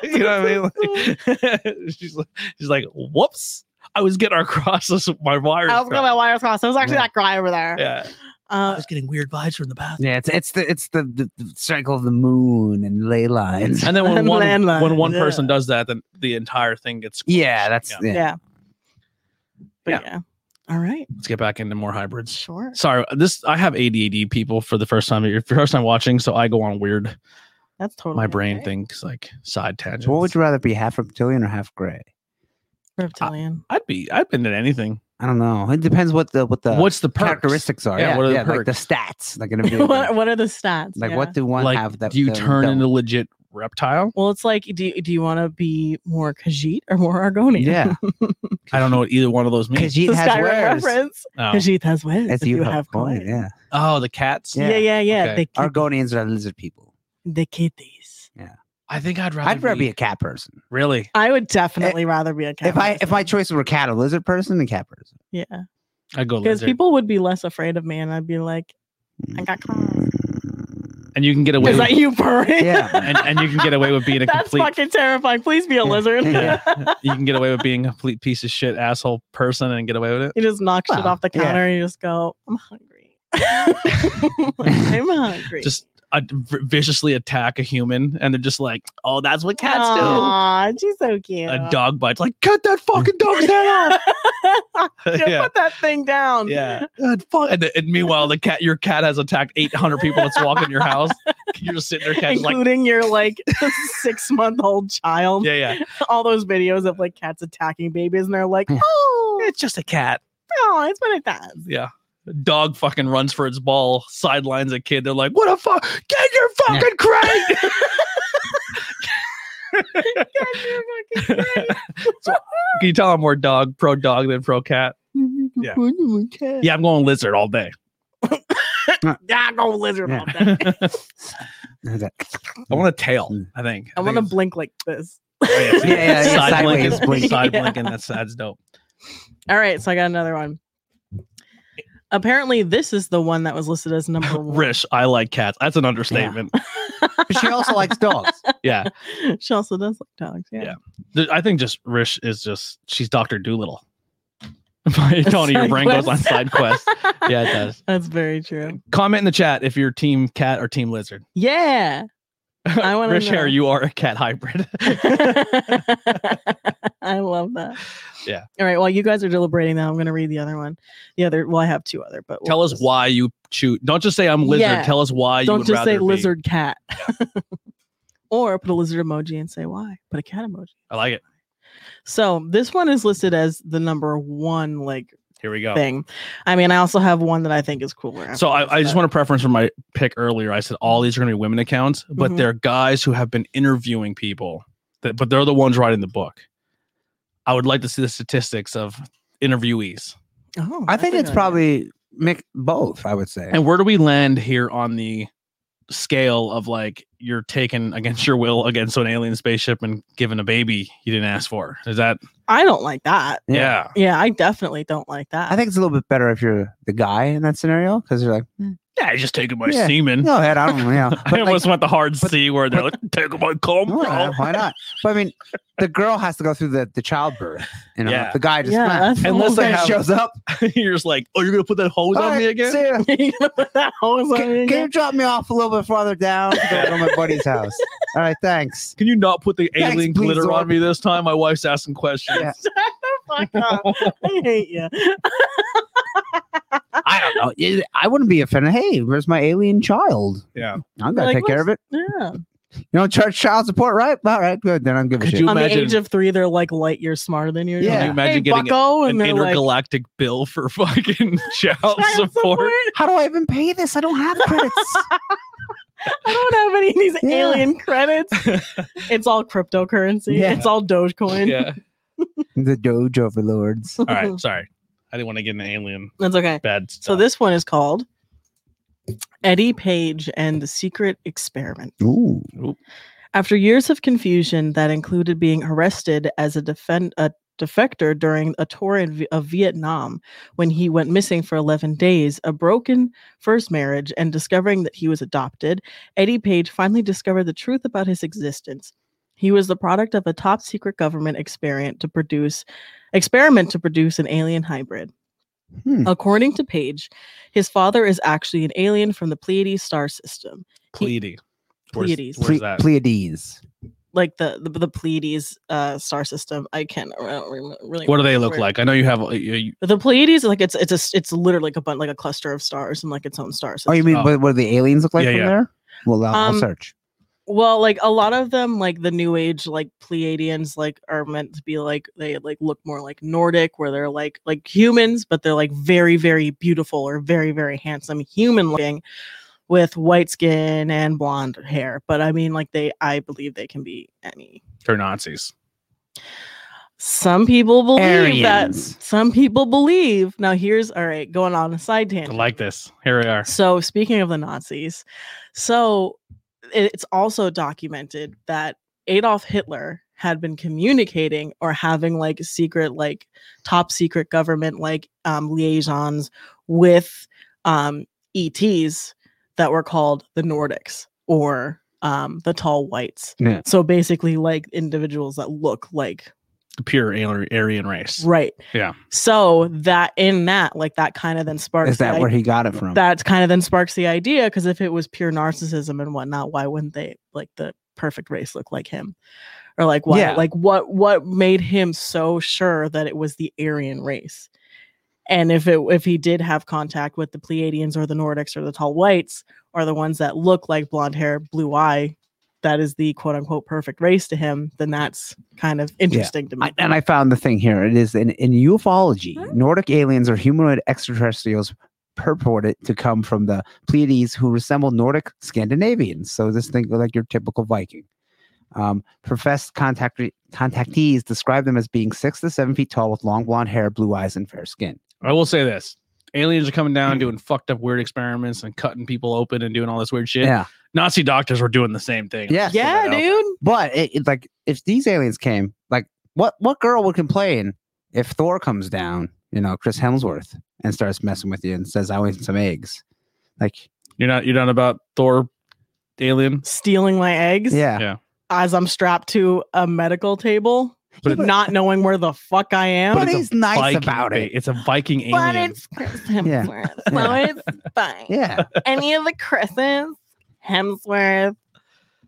Speaker 1: you know what I mean? Like, she's, like, she's like, whoops. I was getting across this, my wires.
Speaker 3: I was got my wires crossed. It was actually
Speaker 2: Yeah.
Speaker 3: that guy over there.
Speaker 1: yeah.
Speaker 3: Uh,
Speaker 1: getting weird vibes from the bathroom.
Speaker 2: yeah. It's it's the it's the, the, the cycle of the moon and ley lines.
Speaker 1: And then when
Speaker 3: And
Speaker 1: one
Speaker 3: landlines,
Speaker 1: when one
Speaker 3: yeah.
Speaker 1: person does that, then the entire thing gets
Speaker 2: Yeah, that's
Speaker 1: Yeah.
Speaker 2: yeah.
Speaker 3: yeah. But yeah. All right.
Speaker 1: let's get back into more hybrids.
Speaker 3: Sure.
Speaker 1: Sorry, this I have ADD people for the first time. Your first time watching, so I go on weird
Speaker 3: That's totally
Speaker 1: my brain
Speaker 3: okay.
Speaker 1: thinks like side tangents.
Speaker 2: What would you rather be, half reptilian or half gray?
Speaker 3: Reptilian.
Speaker 1: I'd be I'd been at anything.
Speaker 2: I don't know. It depends what the what the
Speaker 1: What's the perks?
Speaker 2: characteristics are.
Speaker 1: Yeah,
Speaker 2: Yeah,
Speaker 1: what are the
Speaker 2: yeah, like the
Speaker 1: perks?
Speaker 2: stats. Like in a video
Speaker 3: what,
Speaker 2: game.
Speaker 3: what are the stats?
Speaker 2: Like
Speaker 3: Yeah.
Speaker 2: what do one
Speaker 1: like,
Speaker 2: have that
Speaker 1: do you
Speaker 2: that we
Speaker 1: turn
Speaker 2: don't?
Speaker 1: into legit reptile?
Speaker 3: Well, it's like, do, do you want to be more Khajiit or more Argonian?
Speaker 2: Yeah,
Speaker 1: I don't know what either one of those means.
Speaker 2: because it
Speaker 3: It's a
Speaker 2: has
Speaker 3: Skyrim
Speaker 2: wares.
Speaker 3: reference.
Speaker 1: Oh.
Speaker 3: Khajiit has wings.
Speaker 2: As
Speaker 3: if
Speaker 2: you have
Speaker 3: coin.
Speaker 2: coin, yeah.
Speaker 1: Oh, the cats.
Speaker 3: Yeah, yeah, yeah.
Speaker 1: Okay.
Speaker 3: They, ki-
Speaker 2: Argonians are lizard people.
Speaker 3: they kitties.
Speaker 1: I think I'd rather.
Speaker 2: I'd rather be a cat person.
Speaker 1: really.
Speaker 3: I would definitely rather be a
Speaker 2: Eh,
Speaker 3: cat.
Speaker 2: If I if my
Speaker 3: person.
Speaker 2: choices were cat or lizard person, then cat person.
Speaker 3: yeah,
Speaker 1: I go
Speaker 3: because
Speaker 1: lizard.
Speaker 3: people would be less afraid of me, and I'd be like, I got claws.
Speaker 1: and you can get away.
Speaker 3: Is
Speaker 1: With,
Speaker 3: that you purring?
Speaker 2: Mm. Yeah.
Speaker 1: and, and you can get away with being a
Speaker 3: That's
Speaker 1: complete.
Speaker 3: fucking terrifying. Please be a
Speaker 2: Yeah.
Speaker 3: lizard.
Speaker 2: Yeah.
Speaker 1: you can get away with being a complete piece of shit asshole person and get away with it.
Speaker 3: you just knock shit
Speaker 2: Well,
Speaker 3: off the
Speaker 2: yeah.
Speaker 3: counter and you just go, I'm hungry. I'm hungry.
Speaker 1: Just uh, v- viciously attack a human, and they're just like, "Oh, that's what cats
Speaker 3: Aw, she's so
Speaker 1: do."
Speaker 3: cute.
Speaker 1: A dog bites, like, "Cut that fucking dog's head off!"
Speaker 3: Yeah,
Speaker 1: yeah,
Speaker 3: Put that thing down.
Speaker 1: yeah. And, fuck, and, and meanwhile, the cat, your cat has attacked eight hundred people that's walking your house. You're just sitting there, cat's like,
Speaker 3: Including your like six month old child.
Speaker 1: "Yeah, yeah,
Speaker 3: All those videos of like cats attacking babies and they're like,
Speaker 2: Yeah.
Speaker 3: oh,
Speaker 1: it's just a cat."
Speaker 3: oh, it's been a time.
Speaker 1: Yeah. Dog fucking runs for its ball, sidelines a kid. They're like, what a fuck? Get your fucking crate! Can you tell I'm more dog, pro dog than pro cat? Yeah. Yeah, I'm going lizard all day.
Speaker 3: I go lizard
Speaker 2: Yeah.
Speaker 3: all day.
Speaker 2: yeah,
Speaker 1: I want a tail,
Speaker 2: Mm.
Speaker 1: I think.
Speaker 3: I want to
Speaker 1: think
Speaker 3: blink like this.
Speaker 1: it's-
Speaker 2: yeah, yeah,
Speaker 1: Side blink
Speaker 2: sideways
Speaker 1: is
Speaker 2: blink.
Speaker 1: side
Speaker 3: Yeah.
Speaker 1: blink, and that's that's dope.
Speaker 3: All right, so I got another one. Apparently, this is the one that was listed as number one.
Speaker 1: Rish, I like cats. That's an understatement.
Speaker 2: But she also likes dogs.
Speaker 1: Yeah.
Speaker 3: she also does like dogs. Yeah.
Speaker 1: Yeah. Th- I think just Rish is just she's Doctor Doolittle. Tony, your
Speaker 3: side
Speaker 1: brain goes on
Speaker 3: quest.
Speaker 1: side quest. Yeah, it does.
Speaker 3: That's very true.
Speaker 1: Comment in the chat if you're Team Cat or Team Lizard.
Speaker 3: Yeah. I wanna
Speaker 1: Rish
Speaker 3: know.
Speaker 1: Hair, you are a cat hybrid.
Speaker 3: I love that.
Speaker 1: Yeah.
Speaker 3: All right. While you guys are deliberating, now I'm going to read the other one. The other, well, I have two other, but we'll
Speaker 1: Tell us
Speaker 3: just-
Speaker 1: why you choose. Don't just say I'm lizard.
Speaker 3: Yeah.
Speaker 1: Tell us why you
Speaker 3: Don't
Speaker 1: would
Speaker 3: just say
Speaker 1: rather be-
Speaker 3: lizard cat. or put a lizard emoji and say why. Put a cat emoji.
Speaker 1: I like it.
Speaker 3: So this one is listed as the number one like
Speaker 1: Here we go.
Speaker 3: thing. I mean, I also have one that I think is cooler.
Speaker 1: Oh. So I, I just want to preference from my pick earlier. I said
Speaker 3: Mm-hmm.
Speaker 1: all these are going to be women accounts, but
Speaker 3: Mhm.
Speaker 1: they're guys who have been interviewing people. That, but they're the ones writing the book. I would like to see the statistics of interviewees.
Speaker 3: to. Oh,
Speaker 2: I
Speaker 3: that's
Speaker 2: think
Speaker 3: a
Speaker 2: it's
Speaker 3: good idea.
Speaker 2: probably mix both. I would say.
Speaker 1: And where do we land here on the scale of like you're taken against your will against an alien spaceship and given a baby you didn't ask for? Is that
Speaker 3: I don't like that.
Speaker 1: yeah?
Speaker 3: Yeah, I definitely don't like that.
Speaker 2: I think it's a little bit better if you're the guy in that scenario because you're like,
Speaker 1: Yeah, I just taking my
Speaker 2: Yeah.
Speaker 1: semen.
Speaker 2: no, head, I don't, you
Speaker 1: I
Speaker 2: know. But like,
Speaker 1: almost want the hard
Speaker 2: but-
Speaker 1: C where they're like, taking my cum, bro.
Speaker 2: why not? why not? But I mean, the girl has to go through the the childbirth. You know,
Speaker 1: Yeah.
Speaker 2: the guy just
Speaker 3: Yeah,
Speaker 2: nah.
Speaker 3: that's the
Speaker 1: Unless
Speaker 3: whole
Speaker 1: they
Speaker 2: Guy
Speaker 1: have-
Speaker 2: shows up.
Speaker 1: you're just like, oh, you're gonna put that hose
Speaker 2: "All
Speaker 1: on
Speaker 2: right,
Speaker 1: me again?
Speaker 2: see ya.
Speaker 3: thing. You gonna put that hose on it
Speaker 2: Can, can you
Speaker 3: again?
Speaker 2: drop me off a little bit farther down to go to my buddy's house? All right, thanks.
Speaker 1: Can you not put the
Speaker 2: Thanks,
Speaker 1: alien
Speaker 2: please,
Speaker 1: glitter
Speaker 2: Zorb.
Speaker 1: on me this time? My wife's asking questions.
Speaker 2: Yeah.
Speaker 3: Shut the fuck up. I hate you.
Speaker 2: I don't know. It- I wouldn't be offended. Hey, where's my alien child?
Speaker 1: Yeah.
Speaker 2: I'm gonna
Speaker 3: Like,
Speaker 2: take care of it.
Speaker 3: Yeah.
Speaker 2: You don't charge child support, right? All right, good. Then I'm good.
Speaker 1: Could
Speaker 2: shit.
Speaker 1: you
Speaker 3: On the age
Speaker 1: imagine-
Speaker 3: of three, they're like light years smarter than you. You're
Speaker 2: Yeah.
Speaker 3: like,
Speaker 2: Can you
Speaker 1: imagine
Speaker 3: "Hey,
Speaker 1: getting
Speaker 3: bucko," and
Speaker 1: An
Speaker 3: they're like,
Speaker 1: intergalactic bill for fucking child
Speaker 3: "Child
Speaker 1: support.
Speaker 2: How do I even pay this? I don't have credits.
Speaker 3: I don't have any of these
Speaker 2: Yeah.
Speaker 3: alien credits. it's all cryptocurrency.
Speaker 2: Yeah.
Speaker 3: It's all Dogecoin.
Speaker 1: Yeah.
Speaker 2: the Doge overlords.
Speaker 1: All right. Sorry. I didn't want to get an alien
Speaker 3: That's okay.
Speaker 1: bad
Speaker 3: So
Speaker 1: stuff.
Speaker 3: this one is called Eddie Page and the Secret Experiment.
Speaker 2: Ooh.
Speaker 3: After years of confusion that included being arrested as a, defend- a defector during a tour in v- of Vietnam when he went missing for 11 days, a broken first marriage, and discovering that he was adopted, Eddie Page finally discovered the truth about his existence. He was the product of a top secret government experiment to produce experiment to produce an alien hybrid.
Speaker 2: Hmm.
Speaker 3: According to Page, his father is actually an alien from the Pleiades star system.
Speaker 1: Pleiades. Where's,
Speaker 3: Pleiades.
Speaker 1: where's
Speaker 2: Ple-
Speaker 1: that?
Speaker 2: Pleiades.
Speaker 3: like the the, the Pleiades uh, star system. I can't I don't rem- really.
Speaker 1: What do they look
Speaker 3: where-
Speaker 1: like? I know you have. uh, You,
Speaker 3: The Pleiades, like it's it's a s- it's literally like a bun, like a cluster of stars and like its own star system.
Speaker 2: Oh, you mean
Speaker 1: Oh.
Speaker 2: what, what do the aliens look like
Speaker 1: Yeah,
Speaker 2: from
Speaker 1: yeah.
Speaker 2: there? Well, I'll, I'll
Speaker 3: Um,
Speaker 2: search.
Speaker 3: well, like a lot of them, like the New Age, like Pleiadians, like are meant to be like they like look more like Nordic, where they're like like humans, but they're like very very beautiful or very very handsome human looking, with white skin and blonde hair. But I mean, like they, I believe they can be any
Speaker 1: they're Nazis.
Speaker 3: Some people believe
Speaker 2: Aryans.
Speaker 3: that. Some people believe. Now, here's all right, going on a side
Speaker 1: I
Speaker 3: tangent.
Speaker 1: like this. Here we are.
Speaker 3: So, speaking of the Nazis, so it- it's also documented that Adolf Hitler had been communicating or having like secret, like top secret government, like um, liaisons with um, ETs that were called the Nordics or um, the Tall Whites.
Speaker 2: Yeah.
Speaker 3: So, basically, like individuals that look like
Speaker 1: The pure alien, Aryan race.
Speaker 3: Right.
Speaker 1: Yeah.
Speaker 3: So that in that, like that kind of then sparks
Speaker 2: Is that
Speaker 3: the
Speaker 2: where
Speaker 3: i-
Speaker 2: he got it from?
Speaker 3: that kind of then sparks the idea because if it was pure narcissism and whatnot, why wouldn't they like the perfect race look like him? Or like why
Speaker 2: Yeah.
Speaker 3: like what what made him so sure that it was the Aryan race? And if it if he did have contact with the Pleiadians or the Nordics or the tall whites or the ones that look like blonde hair, blue eye, that is the quote unquote perfect race to him, then that's kind of interesting to me.
Speaker 2: I, and I found the thing here. It is in, in ufology, Nordic aliens or humanoid extraterrestrials purported to come from the Pleiades who resemble Nordic Scandinavians. So this thing like your typical Viking. Um, professed contact contactees describe them as being six to seven feet tall with long blonde hair, blue eyes, and fair skin.
Speaker 1: I will say this: aliens are coming
Speaker 2: Mm-hmm.
Speaker 1: down, doing fucked up weird experiments and cutting people open and doing all this weird shit.
Speaker 2: Yeah.
Speaker 1: Nazi doctors were doing the same thing.
Speaker 2: Yes.
Speaker 3: yeah, dude.
Speaker 2: But it, it, like, if these aliens came, like, what what girl would complain if Thor comes down, you know, Chris Hemsworth, and starts messing with you and says, "I want some eggs," like,
Speaker 1: You're not. You're not about Thor, alien.
Speaker 3: Stealing my eggs
Speaker 2: yeah,
Speaker 1: Yeah.
Speaker 3: as I'm strapped to a medical table,
Speaker 1: But it-
Speaker 3: not knowing where the fuck I am.
Speaker 2: but,
Speaker 1: it's a
Speaker 2: he's nice
Speaker 1: Viking
Speaker 2: about
Speaker 1: ba-
Speaker 2: it.
Speaker 1: It's a Viking alien.
Speaker 5: But it's Chris Hemsworth,
Speaker 2: Yeah.
Speaker 5: so it's fine.
Speaker 2: Yeah,
Speaker 5: Any of the Chris's, Hemsworth,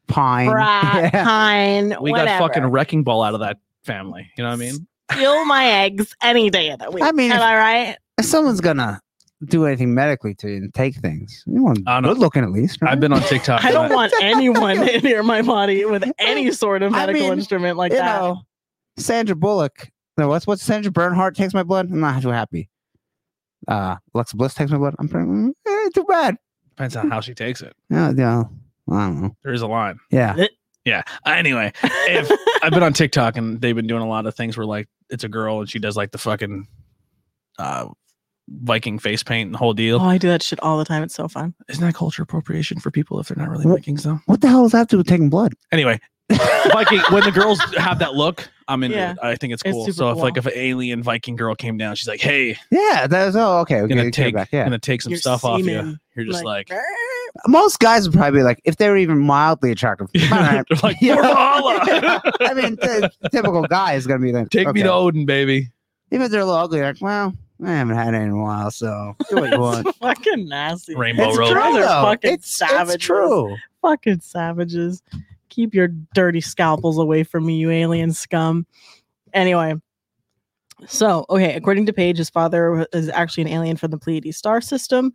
Speaker 2: pine.
Speaker 5: Brock,
Speaker 2: Yeah.
Speaker 5: Pine,
Speaker 1: we
Speaker 5: whatever.
Speaker 1: got fucking wrecking ball out of that family. You know what I mean?
Speaker 2: Mm-hmm.
Speaker 5: Steal my eggs any day of the week.
Speaker 2: I mean,
Speaker 5: am
Speaker 2: if-
Speaker 5: I right?
Speaker 2: If someone's gonna do anything medically to you and take things, you want
Speaker 1: I don't know.
Speaker 2: good looking at least.
Speaker 1: I've
Speaker 2: right?
Speaker 1: been on TikTok.
Speaker 3: I don't
Speaker 1: and
Speaker 3: want anyone near my body with any sort of
Speaker 2: I
Speaker 3: medical
Speaker 2: mean,
Speaker 3: instrument like
Speaker 2: you
Speaker 3: that.
Speaker 2: know, Sandra Bullock. No, what's what? Sandra Bernhardt takes my blood. I'm not too happy. Uh, Alexa Bliss takes my blood. I'm pretty mm, eh, too bad.
Speaker 1: depends on how she takes it.
Speaker 2: No, no, I don't know.
Speaker 1: There is a line.
Speaker 2: Yeah,
Speaker 1: Yeah. Uh, Anyway, if I've been on TikTok and they've been doing a lot of things where like it's a girl and she does like the fucking uh Viking face paint and the whole
Speaker 3: oh,
Speaker 1: deal.
Speaker 3: I do that shit all the time. It's so fun.
Speaker 1: Isn't that culture appropriation for people if they're not really
Speaker 2: Wh-
Speaker 1: Vikings though?
Speaker 2: what the hell is that to do with taking blood?
Speaker 1: Anyway, Viking when the girls have that look, I'm into
Speaker 3: Yeah.
Speaker 1: it. I think it's
Speaker 3: It's
Speaker 1: cool.
Speaker 3: super
Speaker 1: so if like
Speaker 3: cool.
Speaker 1: if an alien Viking girl came down, she's like, Hey,
Speaker 2: Yeah, that's oh okay. We
Speaker 1: gonna
Speaker 2: can take
Speaker 1: take
Speaker 2: it back. Yeah,
Speaker 1: gonna take some
Speaker 3: Your
Speaker 1: stuff off you.
Speaker 3: semen,
Speaker 1: You're just like,
Speaker 2: most guys would probably be like if they were even mildly attractive. all right.
Speaker 1: They're like
Speaker 2: Yeah.
Speaker 1: "Valhalla."
Speaker 2: I mean, t- typical guy is gonna be like,
Speaker 1: Take me
Speaker 2: okay.
Speaker 1: to Odin, baby.
Speaker 2: Even if they're a little ugly, like, well, I haven't had it in a while, so do what you want.
Speaker 3: It's fucking nasty.
Speaker 1: Rainbow
Speaker 2: it's
Speaker 1: road.
Speaker 2: true,
Speaker 3: They're
Speaker 2: though.
Speaker 3: fucking
Speaker 2: It's,
Speaker 3: savages.
Speaker 2: it's true.
Speaker 3: Fucking savages. Keep your dirty scalpels away from me, you alien scum. Anyway. So, okay, according to Page, his father wa- is actually an alien from the Pleiades star system.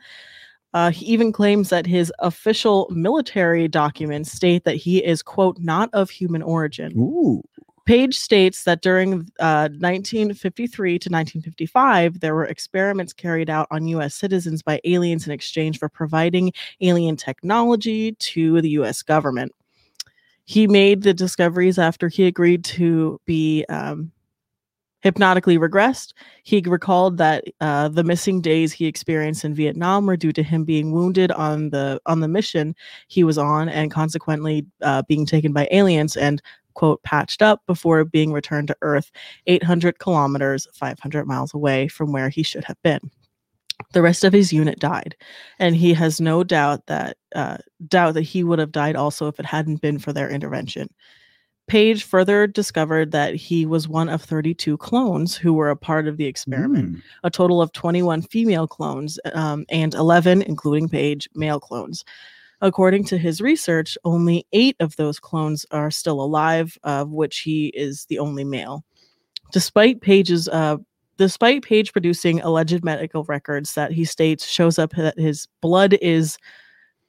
Speaker 3: Uh, he even claims that his official military documents state that he is, quote, not of human origin.
Speaker 2: Ooh,
Speaker 3: Page states that during uh, 1953 to 1955, there were experiments carried out on U.S. citizens by aliens in exchange for providing alien technology to the U.S. government. He made the discoveries after he agreed to be um, hypnotically regressed. He recalled that uh, the missing days he experienced in Vietnam were due to him being wounded on the on the mission he was on, and consequently uh, being taken by aliens and quote patched up before being returned to earth 800 kilometers 500 miles away from where he should have been the rest of his unit died and he has no doubt that uh, doubt that he would have died also if it hadn't been for their intervention page further discovered that he was one of 32 clones who were a part of the experiment
Speaker 2: Mm.
Speaker 3: a total of 21 female clones um, and 11, including Paige, male clones. According to his research, only eight of those clones are still alive, of which he is the only male. Despite Page's, uh, despite Page producing alleged medical records that he states shows up that his blood is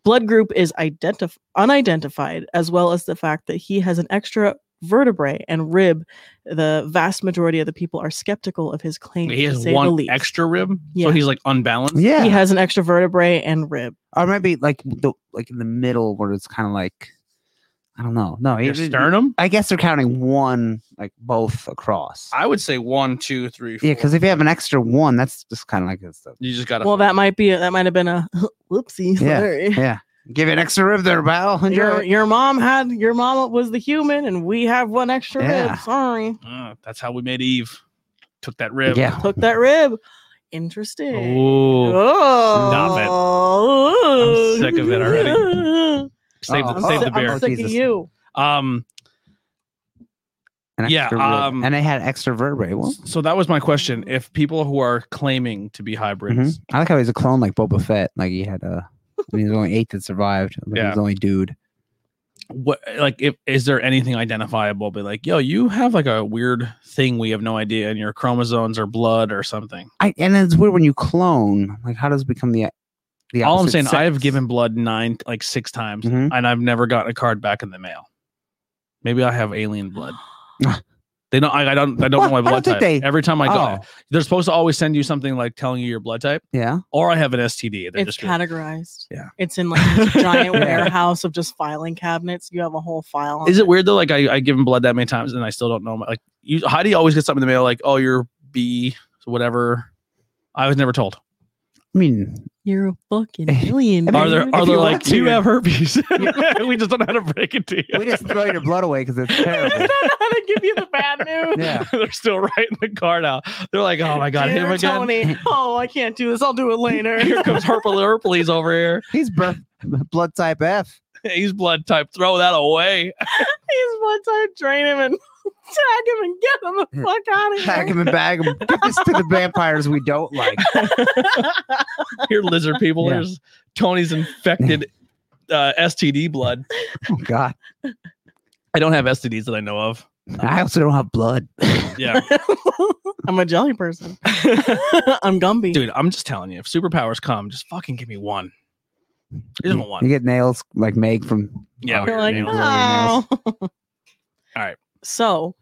Speaker 3: blood group is identif- unidentified, as well as the fact that he has an extra vertebrae and rib. The vast majority of the people are skeptical of his claim.
Speaker 1: He
Speaker 3: to
Speaker 1: has
Speaker 3: say the
Speaker 1: one
Speaker 3: least.
Speaker 1: extra rib,
Speaker 3: Yeah.
Speaker 1: so he's like unbalanced.
Speaker 2: Yeah,
Speaker 3: He has an extra vertebrae and rib.
Speaker 2: or maybe like the like in the middle where it's kind of like I don't know. No,
Speaker 1: Your
Speaker 2: it- it-
Speaker 1: sternum.
Speaker 2: I guess they're counting one like both across.
Speaker 1: I would say one, two, three, four.
Speaker 2: yeah, because if you have an extra one, that's just kind of like it's the-
Speaker 1: you just got.
Speaker 3: Well, that might be that might have been a whoopsie.
Speaker 2: Yeah.
Speaker 3: Sorry.
Speaker 2: yeah. Give it an extra rib there, pal. And
Speaker 3: Your
Speaker 2: you're-
Speaker 3: your mom had your mom was the human, and we have one extra
Speaker 2: Yeah.
Speaker 3: rib. Sorry,
Speaker 1: "Ah, that's how we made Eve. Took that rib.
Speaker 2: yeah,
Speaker 3: took that rib. Interesting.
Speaker 1: Ooh.
Speaker 3: Oh,
Speaker 1: I'm sick of it already. Save, the,
Speaker 2: Uh-oh.
Speaker 1: save the
Speaker 2: Oh,
Speaker 1: beer.
Speaker 3: I'm sick of
Speaker 2: Jesus.
Speaker 3: you.
Speaker 1: Um.
Speaker 2: an
Speaker 1: yeah,
Speaker 2: extra rib.
Speaker 1: um,
Speaker 2: and I had extra vertebrae. Well,
Speaker 1: So that was my question. If people who are claiming to be hybrids,
Speaker 2: Mm-hmm. I like how he's a clone like Boba Fett. Like he had a, I mean, he's only eight that survived. But
Speaker 1: Yeah.
Speaker 2: He's the only dude. Mm-hmm.
Speaker 1: what like if is there anything identifiable? Be like, yo, you have like a weird thing we have no idea, and your chromosomes or blood or something.
Speaker 2: I and it's weird when you clone. Like, how does it become the the
Speaker 1: All I'm
Speaker 2: opposite
Speaker 1: saying, I have
Speaker 2: sex.
Speaker 1: given blood nine, like six times,
Speaker 2: Mhm.
Speaker 1: and I've never gotten a card back in the mail. Maybe I have alien blood. they don't. I, I don't. I don't
Speaker 2: What?
Speaker 1: know my
Speaker 2: I don't
Speaker 1: blood
Speaker 2: think
Speaker 1: type.
Speaker 2: they-
Speaker 1: Every time I go,
Speaker 2: oh,
Speaker 1: they're supposed to always send you something like telling you your blood type,
Speaker 2: yeah.
Speaker 1: or I have an STD. They're
Speaker 3: it's
Speaker 1: just really-
Speaker 3: categorized.
Speaker 1: Yeah.
Speaker 3: It's in like this giant
Speaker 1: Yeah.
Speaker 3: warehouse of just filing cabinets. You have a whole file. on
Speaker 1: Is it weird though? Like I, I give him blood that many times and I still don't know. My, like you, Heidi always gets something in the mail like, "Oh, you're B, whatever." I was never told.
Speaker 2: I mean,
Speaker 3: You're a fucking alien.
Speaker 2: mean,
Speaker 1: Are there
Speaker 3: dude.
Speaker 1: are
Speaker 2: if
Speaker 1: there
Speaker 2: you
Speaker 1: like
Speaker 2: want to,
Speaker 1: you
Speaker 2: yeah.
Speaker 1: have herpes? we just don't know how to break it to you.
Speaker 2: we just throw your blood away because it's
Speaker 3: I don't know
Speaker 2: terrible.
Speaker 3: how to give you the bad news.
Speaker 2: Yeah.
Speaker 1: They're still writing the card out. They're like, "Oh my god, him
Speaker 3: Dear
Speaker 1: again."
Speaker 3: Tony. Oh, I can't do this. I'll do it later.
Speaker 1: Here comes herpes herpes over here.
Speaker 2: He's birth, blood type F.
Speaker 1: He's blood type. Throw that away.
Speaker 3: He's one time drain him and tag him and get him the fuck out of here.
Speaker 2: Pack him and bag him. Give this to the vampires we don't like.
Speaker 1: Here, lizard people.
Speaker 2: Yeah.
Speaker 1: Here's Tony's infected uh, STD blood.
Speaker 2: Oh God,
Speaker 1: I don't have STDs that I know of.
Speaker 2: I also don't have blood.
Speaker 1: Yeah,
Speaker 3: I'm a jelly person. I'm Gumby.
Speaker 1: dude, I'm just telling you, if superpowers come, just fucking give me one. Give me
Speaker 2: You
Speaker 1: one.
Speaker 2: get nails like Meg from.
Speaker 1: Yeah,
Speaker 3: You're like,
Speaker 1: nails.
Speaker 3: oh.
Speaker 1: Alright.
Speaker 3: So,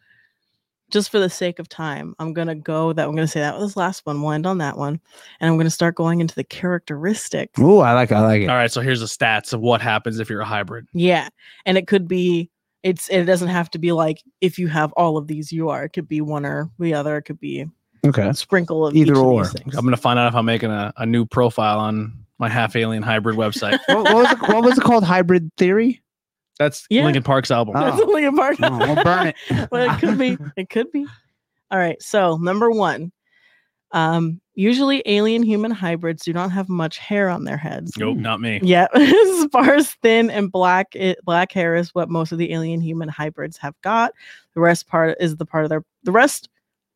Speaker 3: just for the sake of time, I'm gonna go that I'm gonna say that was this last one. We'll end on that one, and I'm gonna start going into the characteristics.
Speaker 2: Ooh, I like. I like it.
Speaker 1: All right, so here's the stats of what happens if you're a hybrid.
Speaker 3: Yeah, and it could be it's it doesn't have to be like if you have all of these, you are. It could be one or the other. It could be
Speaker 2: Okay.
Speaker 3: a sprinkle of
Speaker 2: Either
Speaker 3: each
Speaker 2: or.
Speaker 3: Of these things.
Speaker 1: I'm gonna find out if I'm making a, a new profile on my half alien hybrid website.
Speaker 2: what, what was it, what was it called? Hybrid theory.
Speaker 1: That's
Speaker 3: Yeah.
Speaker 1: Lincoln Park's album.
Speaker 2: Oh.
Speaker 3: That's a Linkin Park.
Speaker 2: Oh, we'll burn it.
Speaker 3: well, it could be. It could be. All right. So number one, um, usually alien human hybrids do not have much hair on their heads.
Speaker 1: Nope, not me.
Speaker 3: Yeah, sparse, thin, and black. It, black hair is what most of the alien human hybrids have got. The rest part is the part of their the rest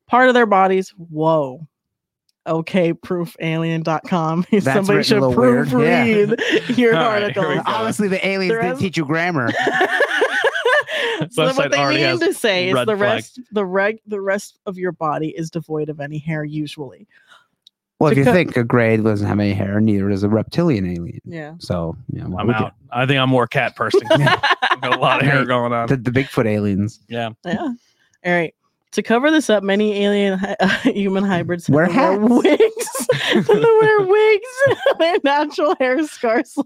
Speaker 3: part of their bodies. Whoa. Okay, proofalien.com. Somebody
Speaker 2: written a
Speaker 3: should
Speaker 2: little weird, yeah.
Speaker 3: proofread your
Speaker 1: All right,
Speaker 3: article.
Speaker 1: here we go.
Speaker 2: Honestly, the aliens
Speaker 3: There
Speaker 2: didn't
Speaker 3: is-
Speaker 2: teach you grammar.
Speaker 3: so then
Speaker 1: Website
Speaker 3: what they
Speaker 1: already has
Speaker 3: mean to say is
Speaker 1: red
Speaker 3: the
Speaker 1: flag.
Speaker 3: rest the reg the rest of your body is devoid of any hair usually.
Speaker 2: Well, if you
Speaker 3: Because-
Speaker 2: think a grade doesn't have any hair, neither does a reptilian alien.
Speaker 3: Yeah.
Speaker 2: So yeah, well,
Speaker 1: I'm
Speaker 2: we get-
Speaker 1: out. I think I'm more cat person. I've got a lot of hair going on.
Speaker 2: The, the Bigfoot aliens
Speaker 1: Yeah.
Speaker 3: Yeah. All right. To cover this up, many alien hy- uh, human hybrids
Speaker 2: Wear
Speaker 3: wear
Speaker 2: hats.
Speaker 3: wigs. they wear wigs. Their natural hair is scarcely.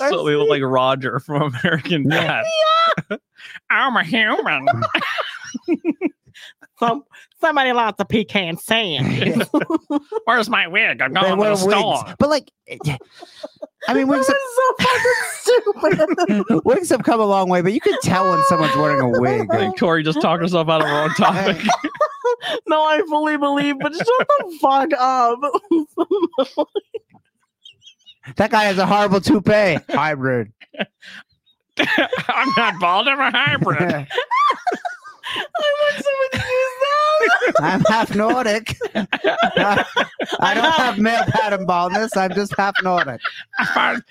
Speaker 1: So they look like Roger from American Dad.
Speaker 5: I'm a human.
Speaker 3: Some
Speaker 5: Somebody lots of pecan sand. Where's my wig? I'm
Speaker 2: They
Speaker 5: going to
Speaker 2: wear
Speaker 5: the
Speaker 2: wigs,
Speaker 5: store.
Speaker 2: but like, I mean, wigs
Speaker 3: That was so fucking stupid.
Speaker 2: have, wigs have come a long way, but you can tell when someone's wearing a wig. Like,
Speaker 1: Like Corey just talked herself out of her own topic.
Speaker 3: no, I fully believe, but shut the fuck up.
Speaker 2: that guy has a horrible toupee. Hybrid.
Speaker 5: I'm not bald. I'm a hybrid.
Speaker 2: I'm
Speaker 3: I want someone to use that.
Speaker 2: half Nordic. I don't have male pattern baldness. I'm just half Nordic.
Speaker 5: I found-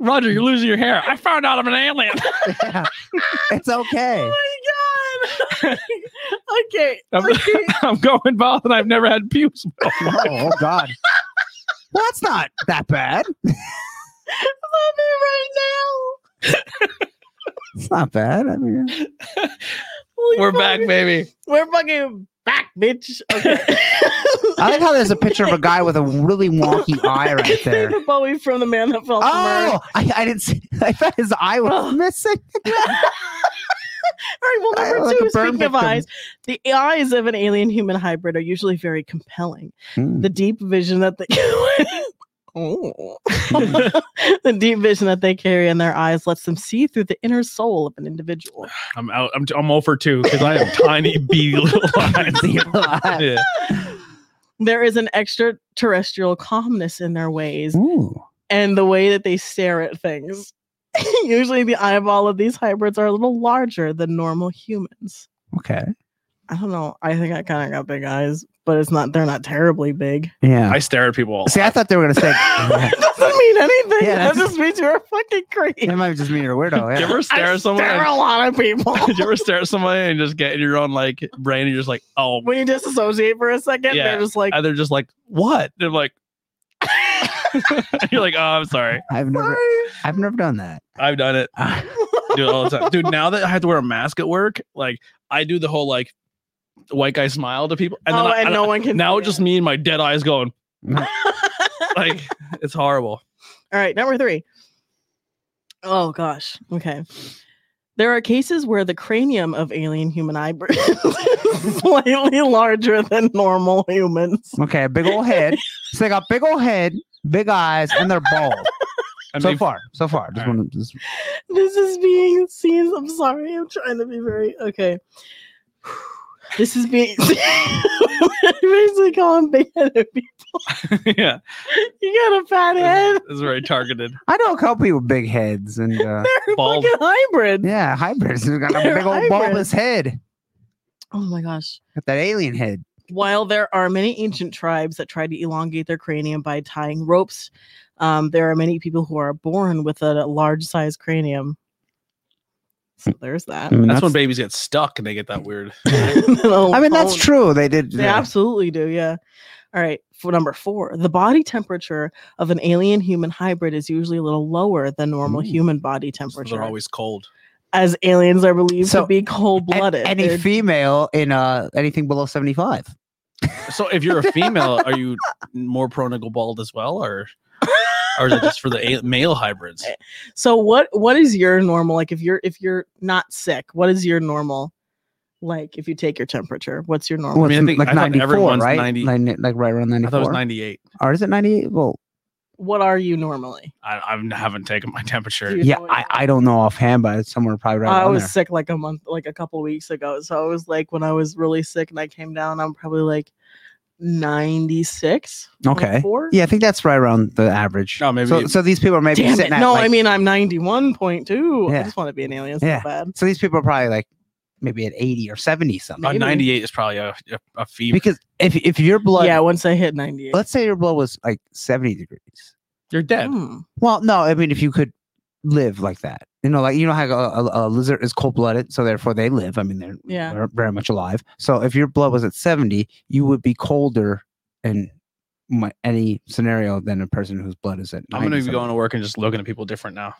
Speaker 1: Roger, you're losing your hair. I found out I'm an alien.
Speaker 2: Yeah. It's okay.
Speaker 3: Oh my god. okay.
Speaker 1: I'm,
Speaker 3: okay.
Speaker 1: I'm going bald and I've never had pubes.
Speaker 2: No, oh God. Well, that's not that bad.
Speaker 3: Love me right now.
Speaker 2: It's not bad. I mean,
Speaker 3: Holy
Speaker 1: We're back,
Speaker 3: fucking-
Speaker 1: baby.
Speaker 3: We're fucking back, bitch. Okay.
Speaker 2: I like how there's a picture of a guy with a really wonky eye right
Speaker 3: It's
Speaker 2: there.
Speaker 3: David Bowie from the man that fell from
Speaker 2: Oh,
Speaker 3: Earth.
Speaker 2: I, I didn't see. I thought his eye was missing.
Speaker 3: All
Speaker 2: I
Speaker 3: right, well, number
Speaker 2: like a
Speaker 3: two,
Speaker 2: burn
Speaker 3: speaking of
Speaker 2: victim.
Speaker 3: eyes, the eyes of an alien human hybrid are usually very compelling.
Speaker 2: Hmm.
Speaker 3: The deep vision that they Oh. the deep vision that they carry in their eyes lets them see through the inner soul of an individual.
Speaker 1: I'm out. I'm, I'm 0 for 2 because I have tiny beady little eyes.
Speaker 2: Zero eye.
Speaker 1: Yeah.
Speaker 3: There is an extraterrestrial calmness in their ways
Speaker 2: Ooh.
Speaker 3: and the way that they stare at things. Usually, the eyeball of these hybrids are a little larger than normal humans.
Speaker 2: Okay.
Speaker 3: I don't know. I think I kind of got big eyes, but it's not. They're not terribly big.
Speaker 2: Yeah.
Speaker 1: I stare at people.
Speaker 2: See, I thought they were gonna say.
Speaker 3: it doesn't mean anything.
Speaker 2: Yeah, that's-
Speaker 3: that just means you're a fucking creep.
Speaker 2: That might just mean you're a weirdo.
Speaker 1: Did you
Speaker 2: Yeah.
Speaker 1: ever stare
Speaker 3: I
Speaker 1: at someone?
Speaker 3: stare
Speaker 1: and-
Speaker 3: a lot of people.
Speaker 1: Did you ever stare at somebody and just get in your own like brain? And you're just like, oh,
Speaker 3: when you disassociate for a second,
Speaker 1: Yeah.
Speaker 3: they're just like,
Speaker 1: and they're just like, what? They're like, You're like, oh, I'm sorry.
Speaker 2: I've never, I've never done that.
Speaker 1: I've done it. Do it all the time. Dude, now that I have to wear a mask at work, like I do the whole like white guy smile to people. And,
Speaker 3: oh,
Speaker 1: then I,
Speaker 3: and
Speaker 1: and
Speaker 3: no one can.
Speaker 1: now
Speaker 3: see
Speaker 1: it's just
Speaker 3: it.
Speaker 1: me and my dead eyes going,
Speaker 3: All
Speaker 1: like, it's horrible.
Speaker 3: right, number three. Oh gosh. Okay. There are cases where the cranium of alien human hybrids is slightly larger than normal humans.
Speaker 2: okay, a big old head. So they got big old head, big eyes, and they're bald.
Speaker 1: I
Speaker 2: so
Speaker 1: mean,
Speaker 2: far, so far. Just
Speaker 1: Alright.
Speaker 2: wanna- just-
Speaker 3: This is being seen. I'm sorry. I'm trying to be very okay. This is being basically calling big headed people.
Speaker 1: yeah,
Speaker 3: You got a fat head.
Speaker 1: it's very targeted.
Speaker 2: I know a couple people with big heads, and uh,
Speaker 3: They're
Speaker 1: Bald.
Speaker 3: fucking hybrids.
Speaker 2: yeah, hybrids. They got a
Speaker 3: They're
Speaker 2: big old
Speaker 3: hybrids.
Speaker 2: bulbous head.
Speaker 3: Oh my gosh.
Speaker 2: Got that alien head.
Speaker 3: While there are many ancient tribes that try to elongate their cranium by tying ropes, um, there are many people who are born with a, large size cranium. So
Speaker 1: Mm.
Speaker 3: there's that.
Speaker 2: mean,
Speaker 1: That's when babies get stuck and they get that weird.
Speaker 2: I mean, that's
Speaker 3: true.
Speaker 2: true. They did.
Speaker 3: They absolutely do. Yeah. All right. For number four, the body temperature of an alien human hybrid is usually a little lower than normal
Speaker 2: Ooh.
Speaker 3: human body
Speaker 1: so
Speaker 3: temperature,
Speaker 1: they're always cold.
Speaker 3: as aliens are believed
Speaker 2: So,
Speaker 3: to be cold blooded.
Speaker 2: Any female in uh anything below seventy five.
Speaker 1: So if you're a female, are you more prone to go bald as well, or or is it just for the a- male hybrids?
Speaker 3: so what what is your normal like if you're if you're not sick, what is your normal like if you take your temperature? What's your normal?
Speaker 2: Well,
Speaker 1: mean, I
Speaker 2: it's
Speaker 1: think- I
Speaker 2: like
Speaker 1: thought
Speaker 2: ninety four,
Speaker 1: everyone's
Speaker 2: right?
Speaker 1: 90
Speaker 2: Like, like right around
Speaker 1: I
Speaker 2: ninety
Speaker 1: thought it was
Speaker 2: four.
Speaker 1: 98.
Speaker 2: Or is it ninety eight? Well,
Speaker 3: What are you normally?
Speaker 1: I, I haven't taken my temperature.
Speaker 3: Do you
Speaker 2: yeah,
Speaker 3: know what
Speaker 2: I,
Speaker 3: it
Speaker 2: I don't know offhand, but it's somewhere probably right
Speaker 3: I
Speaker 2: around
Speaker 3: was
Speaker 2: there.
Speaker 3: sick like a month, like a couple weeks ago. So I was like, when I was really sick and I came down, I'm probably like 96.
Speaker 2: Okay.
Speaker 3: 94?
Speaker 2: Yeah, I think that's right around the average.
Speaker 1: No, maybe
Speaker 2: So,
Speaker 1: you-
Speaker 2: so these people are maybe
Speaker 3: Damn it.
Speaker 2: sitting at
Speaker 3: No, I
Speaker 2: like-
Speaker 3: mean, I'm 91.2. I
Speaker 2: Yeah.
Speaker 3: just want to be an alien
Speaker 2: Yeah.
Speaker 3: so bad.
Speaker 2: so these people are probably like maybe at eighty or seventy something.
Speaker 1: Uh,
Speaker 3: maybe.
Speaker 1: 98 is probably a, a, a female.
Speaker 2: Because if if your blood,
Speaker 3: yeah, once I hit 98.
Speaker 2: let's say your blood was like seventy degrees.
Speaker 1: You're dead.
Speaker 3: Hmm.
Speaker 2: Well, no, I mean if you could live like that, you know, like you know how a, a, a lizard is cold blooded, so therefore they live. I mean they're
Speaker 3: Yeah.
Speaker 2: they're very much alive. So if your blood was at seventy, you would be colder in my, any scenario than a person whose blood is at.
Speaker 1: I'm gonna
Speaker 2: 90
Speaker 1: be
Speaker 2: something.
Speaker 1: going to work and just looking at people different now.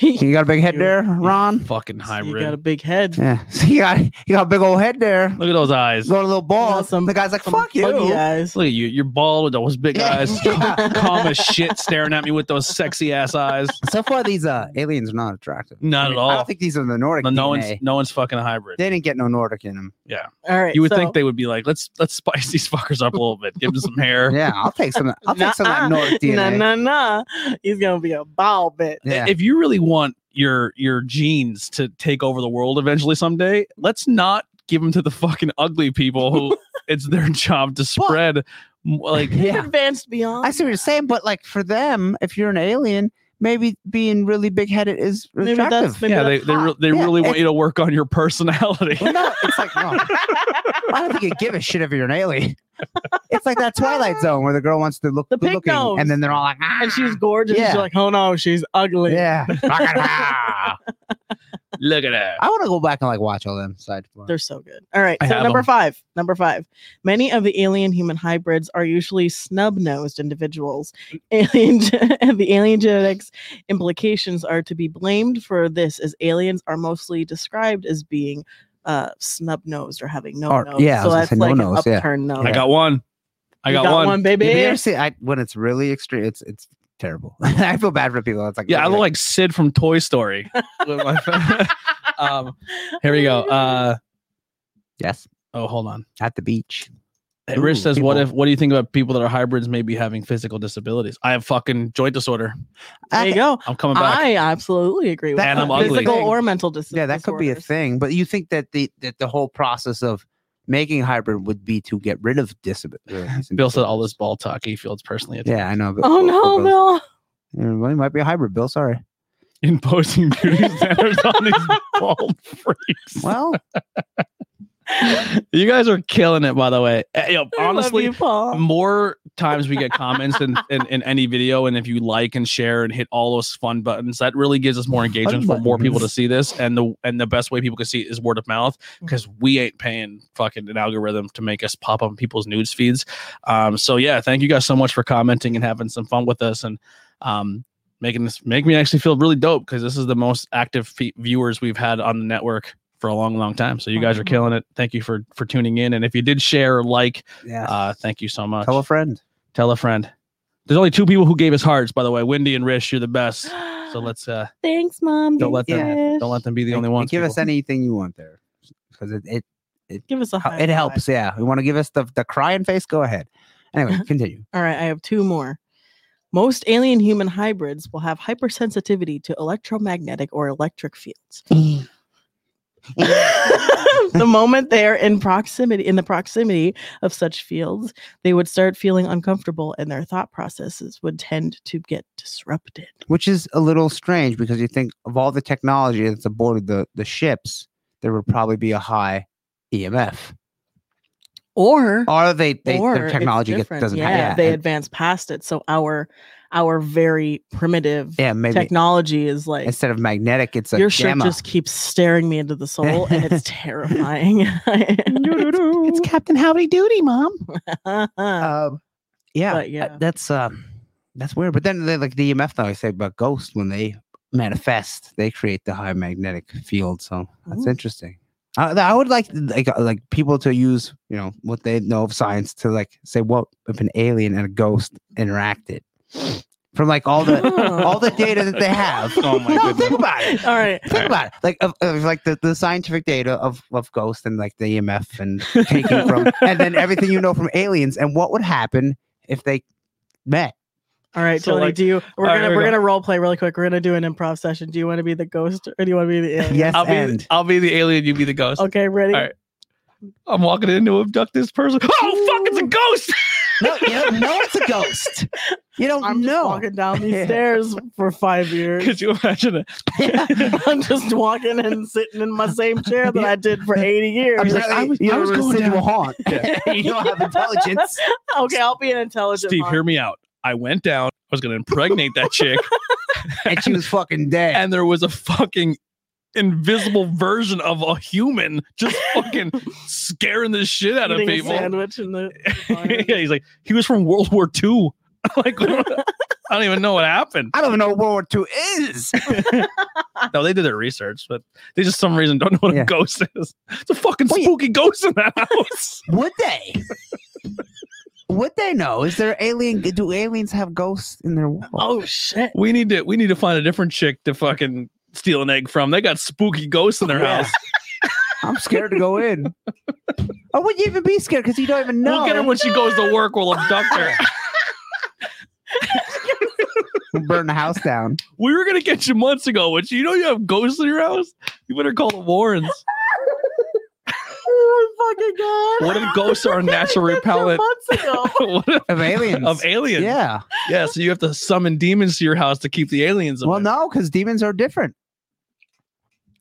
Speaker 2: You got a big head
Speaker 3: You-
Speaker 2: there, Ron.
Speaker 1: Fucking
Speaker 3: you
Speaker 1: hybrid.
Speaker 3: got a big head.
Speaker 2: Yeah, so you got you got a big old head there.
Speaker 1: Look at those eyes. Look
Speaker 2: Got a little ball.
Speaker 3: some-
Speaker 2: the guy's like,
Speaker 3: Some
Speaker 2: "Fuck
Speaker 3: buggy
Speaker 2: you."
Speaker 3: Eyes.
Speaker 1: at you. You're bald with those big
Speaker 2: Yeah.
Speaker 1: eyes. Calm, calm as shit, staring at me with those sexy ass eyes.
Speaker 2: So far, these uh, aliens are not attractive.
Speaker 1: Not
Speaker 2: I mean,
Speaker 1: at all.
Speaker 2: I don't think these are the Nordic.
Speaker 1: No, no
Speaker 2: DNA.
Speaker 1: one's no one's fucking a hybrid.
Speaker 2: They didn't get no Nordic in them.
Speaker 3: All right.
Speaker 1: you would
Speaker 3: so
Speaker 1: think they would be like, let's let's spice these fuckers up a little bit, give them some hair.
Speaker 2: Yeah, I'll take some. I'll take some of that
Speaker 3: Nuh-uh.
Speaker 2: Nordic DNA.
Speaker 3: Nah, nah, nah. He's going to be a ball bit.
Speaker 2: Yeah.
Speaker 1: If you really want your your genes to take over the world eventually someday, let's not give them to the fucking ugly people who it's their job to spread. m- Like
Speaker 2: yeah,
Speaker 3: Advanced beyond.
Speaker 2: I see what you're saying, but like for them, if you're an alien, maybe being really big headed is
Speaker 3: Maybe
Speaker 2: attractive.
Speaker 3: that's- maybe
Speaker 1: yeah, they
Speaker 3: that's
Speaker 1: they,
Speaker 3: hot.
Speaker 1: re- they
Speaker 2: Yeah,
Speaker 1: really want
Speaker 2: if-
Speaker 1: you to work on your personality.
Speaker 2: Well, no, it's like no. I don't think you give a shit if you're an alien. It's like that Twilight Zone where the girl wants to look
Speaker 3: The
Speaker 2: good
Speaker 3: pig
Speaker 2: looking,
Speaker 3: nose.
Speaker 2: and then they're all like, ah,
Speaker 3: and she's gorgeous.
Speaker 2: Yeah.
Speaker 3: She's like, oh no, she's ugly.
Speaker 2: yeah. I
Speaker 1: Look at that.
Speaker 2: want to go back and like watch all them side.
Speaker 3: They're so good. All right.
Speaker 1: I
Speaker 3: so
Speaker 1: have
Speaker 3: number
Speaker 1: 'em.
Speaker 3: five. Number five. Many of the alien human hybrids are usually snub-nosed individuals. Alien ge- the alien genetics implications are to be blamed for this, as aliens are mostly described as being uh snub-nosed or having no
Speaker 2: Or-
Speaker 3: nose.
Speaker 2: yeah, I
Speaker 3: so
Speaker 2: was gonna
Speaker 3: that's
Speaker 2: say no
Speaker 3: like
Speaker 2: nose,
Speaker 3: an
Speaker 2: yeah.
Speaker 3: upturned nose.
Speaker 1: I got one. I
Speaker 3: You
Speaker 1: got,
Speaker 3: one.
Speaker 1: one.
Speaker 3: baby.
Speaker 2: Have you ever seen- I, when it's really extreme, it's it's terrible. I feel bad for people. It's like
Speaker 1: Yeah, I
Speaker 2: look
Speaker 1: look
Speaker 2: at
Speaker 1: like Sid from Toy Story. With my fa- um, here we go. Uh,
Speaker 2: it. yes,
Speaker 1: oh, hold on.
Speaker 2: at the beach. Ooh,
Speaker 1: Rich says, "What
Speaker 2: people.
Speaker 1: if? What do you think about people that are hybrids maybe having physical disabilities? I have fucking joint disorder.
Speaker 3: there you go.
Speaker 1: I'm coming back.
Speaker 3: I absolutely agree with
Speaker 2: That
Speaker 3: that.
Speaker 1: And I'm ugly.
Speaker 3: Physical or mental dis-
Speaker 2: yeah, that could be a
Speaker 3: disorders.
Speaker 2: thing. But you think that the that the whole process of making hybrid would be to get rid of disabilities? and
Speaker 1: Bill said all
Speaker 2: disorders.
Speaker 1: this ball talk he feels personally attacked
Speaker 2: Yeah, I know. Bill-
Speaker 3: Oh
Speaker 2: poor- poor
Speaker 3: no,
Speaker 2: Bill.
Speaker 3: Bill.
Speaker 2: Yeah, well, he might be a hybrid, Bill. Sorry.
Speaker 1: imposing beauty standards on these bald freaks.
Speaker 2: Well,
Speaker 1: you guys are killing it, by the way. Eh, yo,
Speaker 3: I love
Speaker 1: honestly,
Speaker 3: you, Paul.
Speaker 1: more times we get comments than in, in any video and if you like and share and hit all those fun buttons that really gives us more engagement for more people to
Speaker 2: buttons.
Speaker 1: see this and the and the best way people can see it is word of mouth because we ain't paying fucking an algorithm to make us pop up in people's news feeds um so yeah thank you guys so much for commenting and having some fun with us and um making this make me actually feel really dope because this is the most active fe- viewers we've had on the network for a long long time so you guys are
Speaker 3: Wow.
Speaker 1: killing it thank you for for tuning in and if you did share or like
Speaker 2: Yeah.
Speaker 1: uh thank you so much
Speaker 2: Tell a friend.
Speaker 1: tell a friend. There's only two people who gave us hearts, by the way. Wendy and Rish, you're the best. So let's uh
Speaker 3: Thanks, mom.
Speaker 1: don't let
Speaker 3: Thanks,
Speaker 1: them
Speaker 3: Chris.
Speaker 1: don't let them be the
Speaker 2: And-
Speaker 1: only
Speaker 2: and
Speaker 1: ones.
Speaker 2: Give us
Speaker 1: people.
Speaker 2: anything you want there, because it it,
Speaker 3: give us a high
Speaker 2: it
Speaker 3: five.
Speaker 2: helps. Yeah, you want to give us the the crying face? Go ahead. Anyway, continue.
Speaker 3: All right, I have two more. Most alien human hybrids will have hypersensitivity to electromagnetic or electric fields. the moment they are in proximity in the proximity of such fields, they would start feeling uncomfortable and their thought processes would tend to get disrupted.
Speaker 2: Which is a little strange because you think of all the technology that's aboard the the ships, there would probably be a high EMF.
Speaker 3: Or
Speaker 2: Or they, they
Speaker 3: or
Speaker 2: their
Speaker 3: it's
Speaker 2: technology gets,
Speaker 3: different.
Speaker 2: doesn't
Speaker 3: yeah,
Speaker 2: have yeah,
Speaker 3: they
Speaker 2: and-
Speaker 3: advance past it. So our our very primitive
Speaker 2: yeah maybe
Speaker 3: technology is like
Speaker 2: instead of magnetic, it's a
Speaker 3: Your shirt
Speaker 2: gamma.
Speaker 3: just keeps staring me into the soul, and it's terrifying.
Speaker 5: it's
Speaker 2: Captain Howdy Doody, mom.
Speaker 3: but
Speaker 2: Um, yeah, uh,
Speaker 3: yeah.
Speaker 2: that's um, that's weird. But then, they, like the EMF, though, I say about ghosts when they manifest, they create the high magnetic field. So that's
Speaker 3: Mm.
Speaker 2: interesting. I, I would like like uh, like people to use you know what they know of science to like say what if an alien and a ghost interacted from like all the all the data that they have.
Speaker 1: Oh my
Speaker 2: no,
Speaker 1: goodness.
Speaker 2: think about it.
Speaker 3: All right.
Speaker 2: Think about it, like of, of like the, the scientific data of of ghosts and like the EMF and taking from, and then everything you know from aliens, and what would happen if they met?
Speaker 3: All right,
Speaker 1: So,
Speaker 3: Tony.
Speaker 1: like-
Speaker 3: do you? We're
Speaker 1: all right,
Speaker 3: gonna
Speaker 1: here we
Speaker 3: we're
Speaker 1: go.
Speaker 3: gonna role play really quick. We're gonna do an improv session. Do you want to be the ghost or do you want to be the alien?
Speaker 2: Yes,
Speaker 1: I'll be
Speaker 2: and
Speaker 1: I'll be the alien, you be the ghost.
Speaker 3: Okay, ready.
Speaker 1: All right. I'm walking in to abduct this person. Oh fuck, it's a ghost.
Speaker 2: no, you don't know it's a ghost. You don't
Speaker 3: I'm just
Speaker 2: know.
Speaker 3: walking down these
Speaker 2: Yeah.
Speaker 3: stairs for five years.
Speaker 1: Could you imagine it?
Speaker 3: I'm just walking and sitting in my same chair that I did for 80
Speaker 2: I'm
Speaker 3: years.
Speaker 2: just like,
Speaker 1: I was-
Speaker 2: you're
Speaker 1: I was
Speaker 2: a
Speaker 1: going
Speaker 2: residual
Speaker 1: down-
Speaker 2: haunt.
Speaker 1: Yeah.
Speaker 2: you don't have intelligence.
Speaker 3: okay, I'll be an intelligent.
Speaker 1: Steve,
Speaker 3: monster.
Speaker 1: hear me out. I went down. I was gonna impregnate that chick,
Speaker 2: And she was fucking dead.
Speaker 1: and there was a fucking invisible version of a human just fucking scaring the shit out of
Speaker 3: Eating a
Speaker 1: people.
Speaker 3: sandwich in the.
Speaker 1: yeah, he's like, he was from World War II. like I don't even know what happened.
Speaker 2: I don't even know what World War II is.
Speaker 1: No, they did their research, but they just some reason don't know what
Speaker 2: Yeah.
Speaker 1: a ghost is. It's a fucking
Speaker 2: Well, yeah.
Speaker 1: spooky ghost in that house.
Speaker 2: Would they? Would they know? Is there alien? Do aliens have ghosts in their world?
Speaker 3: Oh shit!
Speaker 1: we need to we need to find a different chick to fucking steal an egg from. They got spooky ghosts in their
Speaker 2: Yeah.
Speaker 1: house.
Speaker 2: I'm scared to go in. Or would you even be scared? Because you don't even know.
Speaker 1: We'll get her when she goes to work. We'll abduct her.
Speaker 2: We'll burn the house down.
Speaker 1: we were gonna get you months ago, which you know you have ghosts in your house. You better call the Warrens.
Speaker 3: Oh my fucking god!
Speaker 1: What if ghosts are a natural
Speaker 3: That's two
Speaker 1: repellent?
Speaker 3: months ago.
Speaker 1: What if-
Speaker 2: Of aliens.
Speaker 1: of aliens?
Speaker 2: Yeah.
Speaker 1: yeah. So you have to summon demons to your house to keep the aliens away.
Speaker 2: Well, no, because demons are different.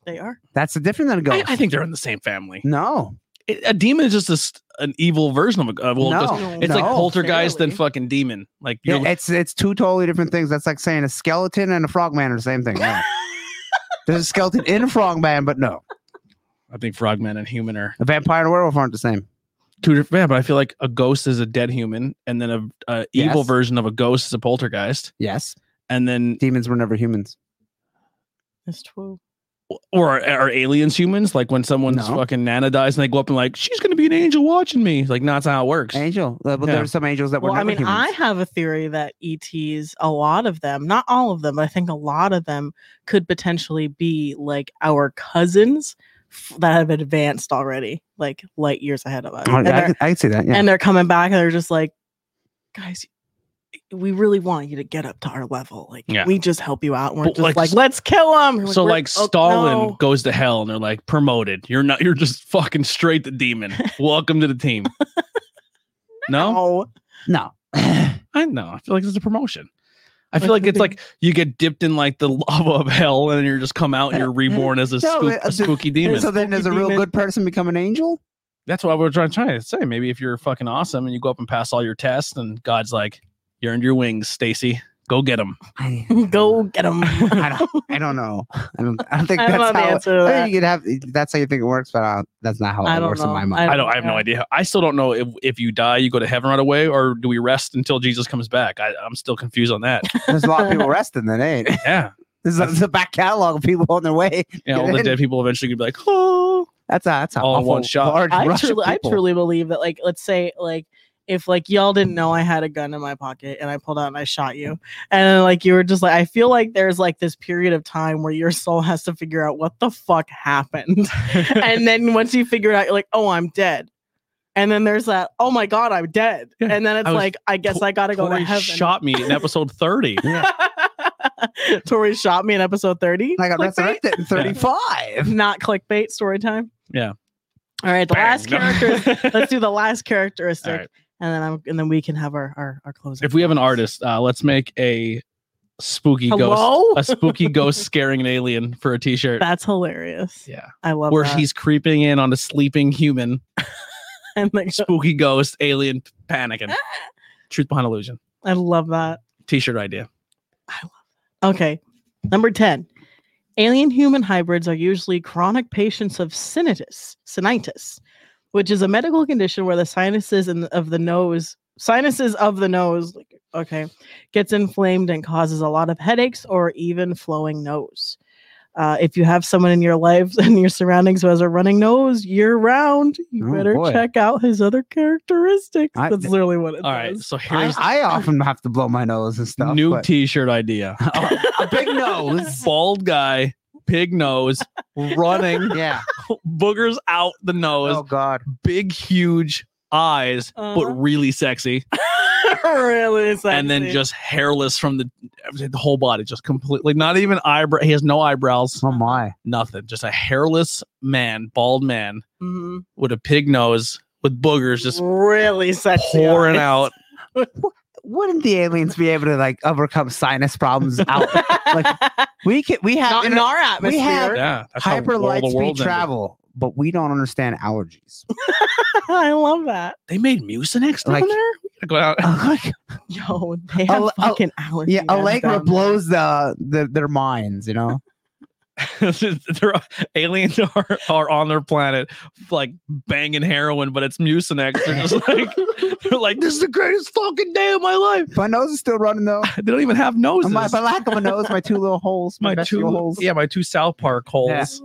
Speaker 3: They are.
Speaker 2: That's a different than a
Speaker 1: I,
Speaker 2: ghost.
Speaker 1: I think they're in the same family.
Speaker 2: no.
Speaker 1: It- a demon is just a st- an evil version of a uh, well,
Speaker 2: no.
Speaker 1: just-
Speaker 3: No.
Speaker 1: It's like
Speaker 2: no.
Speaker 1: poltergeist
Speaker 3: Fairly.
Speaker 1: and fucking demon. Like
Speaker 2: Yeah,
Speaker 1: you're
Speaker 2: it's it's two totally different things. That's like saying a skeleton and a frogman are the same thing. No. There's a skeleton in a frogman, but no.
Speaker 1: I think frogman and human are
Speaker 2: A vampire and a werewolf aren't the same.
Speaker 1: two different. Yeah, but I feel like a ghost is a dead human, and then a, a evil
Speaker 2: Yes.
Speaker 1: version of a ghost is a poltergeist,
Speaker 2: Yes.
Speaker 1: and then
Speaker 2: Demons were never humans.
Speaker 3: That's true.
Speaker 1: or are, are aliens humans? Like when someone's
Speaker 2: No.
Speaker 1: fucking nana dies and they go up and like she's gonna be an angel watching me. Like no, that's not how it works.
Speaker 2: Angel. Uh, but
Speaker 1: Yeah.
Speaker 2: there were some angels that were
Speaker 3: Well, I
Speaker 2: never
Speaker 3: mean,
Speaker 2: humans.
Speaker 3: I have a theory that ETs, a lot of them, not all of them, but I think a lot of them could potentially be like our cousins f- that have advanced already, like light years ahead of us.
Speaker 2: Oh,
Speaker 3: and,
Speaker 2: yeah, I,
Speaker 3: they're,
Speaker 2: could, I could see that. Yeah.
Speaker 3: and they're coming back and they're just like, guys, we really want you to get up to our level. Like,
Speaker 1: Yeah.
Speaker 3: we just help you out. And we're
Speaker 1: But,
Speaker 3: just
Speaker 1: like,
Speaker 3: like, let's kill them.
Speaker 1: so like
Speaker 3: "Oh,
Speaker 1: Stalin goes to hell and they're like promoted. You're not. You're just fucking straight the demon. Welcome to the team. no?
Speaker 3: Oh,
Speaker 2: no.
Speaker 1: I know. I feel like it's a promotion. I feel
Speaker 3: It
Speaker 1: like
Speaker 3: could
Speaker 1: it's
Speaker 3: be.
Speaker 1: like you get dipped in like the lava of hell,
Speaker 3: uh,
Speaker 1: and then you're just come out and you're reborn as a,
Speaker 2: No,
Speaker 1: spook,
Speaker 2: it-
Speaker 1: a spooky demon.
Speaker 2: so then, is a real
Speaker 3: demon.
Speaker 2: good person become an angel?
Speaker 1: That's what we're trying, trying to say. Maybe if you're fucking awesome and you go up and pass all your tests, and God's like, you earned your wings, Stacy. Go get them.
Speaker 2: I,
Speaker 3: Go get them.
Speaker 2: I don't, I don't know. I don't, I don't think
Speaker 3: I
Speaker 2: that's
Speaker 3: don't know the
Speaker 2: how.
Speaker 3: answer to
Speaker 2: I
Speaker 3: that.
Speaker 2: think you could have. That's how you think it works, but uh, that's not how
Speaker 3: I
Speaker 2: it
Speaker 3: don't
Speaker 2: works in
Speaker 3: know.
Speaker 2: my
Speaker 3: I
Speaker 2: mind.
Speaker 1: I don't. I have no
Speaker 3: Yeah.
Speaker 1: idea. I still don't know if if you die, you go to heaven right away, or do we rest until Jesus comes back? I, I'm still confused on that.
Speaker 2: There's a lot of people resting that ain't.
Speaker 1: yeah,
Speaker 2: There's a, there's a back catalog of people on their way.
Speaker 1: yeah. All the dead people eventually gonna be like, oh,
Speaker 2: That's a that's a
Speaker 1: All in
Speaker 2: awful
Speaker 1: one shot.
Speaker 2: large
Speaker 3: I
Speaker 2: rush of
Speaker 3: truly, I
Speaker 2: people.
Speaker 3: truly believe that, like, let's say, like, if like y'all didn't know I had a gun in my pocket and I pulled out and I shot you, and then, like you were just like, I feel like there's like this period of time where your soul has to figure out what the fuck happened, and then once you figure it out, you're like, oh, I'm dead, and then there's that, oh my god, I'm dead,
Speaker 1: Yeah,
Speaker 3: and then it's
Speaker 1: I was-
Speaker 3: like, I guess I gotta go
Speaker 1: Tori
Speaker 3: to heaven.
Speaker 1: shot me in episode 30.
Speaker 3: Tori shot me in episode thirty.
Speaker 2: I got
Speaker 3: Clickbait?
Speaker 2: resurrected in 35.
Speaker 3: Not clickbait story time.
Speaker 1: Yeah.
Speaker 3: All right, the
Speaker 1: Bang.
Speaker 3: last
Speaker 1: No.
Speaker 3: character let's do the last characteristic
Speaker 1: All right.
Speaker 3: and then I'm and then we can have our our, our closing.
Speaker 1: If we have an artist, uh, let's make a spooky ghost,
Speaker 3: Hello?
Speaker 1: a spooky ghost scaring an alien for a t-shirt.
Speaker 3: That's hilarious.
Speaker 1: yeah.
Speaker 3: I love
Speaker 1: Where
Speaker 3: that.
Speaker 1: he's creeping in on a sleeping human,
Speaker 3: and like,
Speaker 1: spooky ghost, alien panicking. Truth behind illusion.
Speaker 3: I love that.
Speaker 1: T-shirt idea.
Speaker 3: Okay. Number 10. Alien human hybrids are usually chronic patients of sinusitis, sinusitis, which is a medical condition where the sinuses and of the nose, sinuses of the nose, like, okay, gets inflamed and causes a lot of headaches or even flowing nose. Uh, if you have someone in your life and your surroundings who has a running nose year round, you
Speaker 2: Oh,
Speaker 3: better
Speaker 2: boy.
Speaker 3: check out his other characteristics.
Speaker 2: I-
Speaker 3: That's literally what it
Speaker 1: All right.
Speaker 3: says.
Speaker 1: So
Speaker 2: I,
Speaker 1: here's
Speaker 2: I often have to blow my nose and stuff.
Speaker 1: new
Speaker 2: but-
Speaker 1: t-shirt idea.
Speaker 2: a big nose.
Speaker 1: Bald guy, pig nose, running,
Speaker 2: yeah.
Speaker 1: boogers out the nose,
Speaker 2: Oh God.
Speaker 1: big huge eyes, but
Speaker 3: Uh-huh.
Speaker 1: really sexy.
Speaker 3: really sexy.
Speaker 1: and then just hairless from the the whole body, just completely not even eyebrow. He has no eyebrows,
Speaker 2: Oh my.
Speaker 1: nothing. Just a hairless man, bald man
Speaker 3: Mhm.
Speaker 1: with a pig nose with boogers just
Speaker 3: really sexy
Speaker 1: pouring
Speaker 3: eyes.
Speaker 1: out.
Speaker 2: Wouldn't the aliens be able to like overcome sinus problems out? we can. We have
Speaker 3: not in
Speaker 2: inter-
Speaker 3: our atmosphere.
Speaker 2: we have-
Speaker 1: Yeah, that's how
Speaker 2: hyper
Speaker 1: World
Speaker 2: light
Speaker 1: of
Speaker 2: speed
Speaker 1: Worlds ended.
Speaker 2: travel, but we don't understand allergies.
Speaker 3: I love that.
Speaker 1: They made Mucinex down
Speaker 2: Like-
Speaker 1: there. We gotta go out.
Speaker 3: Yo, they have
Speaker 2: Al- Al-
Speaker 3: fucking allergies.
Speaker 2: yeah, Allegra blows the, the their minds. You know.
Speaker 1: They're, aliens are, are on their planet, like banging heroin, but it's Mucinex. They're just like they're like this is the greatest fucking day of my life.
Speaker 2: My nose is still running though.
Speaker 1: They don't even have noses.
Speaker 2: My, my lack of a nose, my two little holes, my,
Speaker 1: My two,
Speaker 2: two holes.
Speaker 1: yeah, my two South Park holes.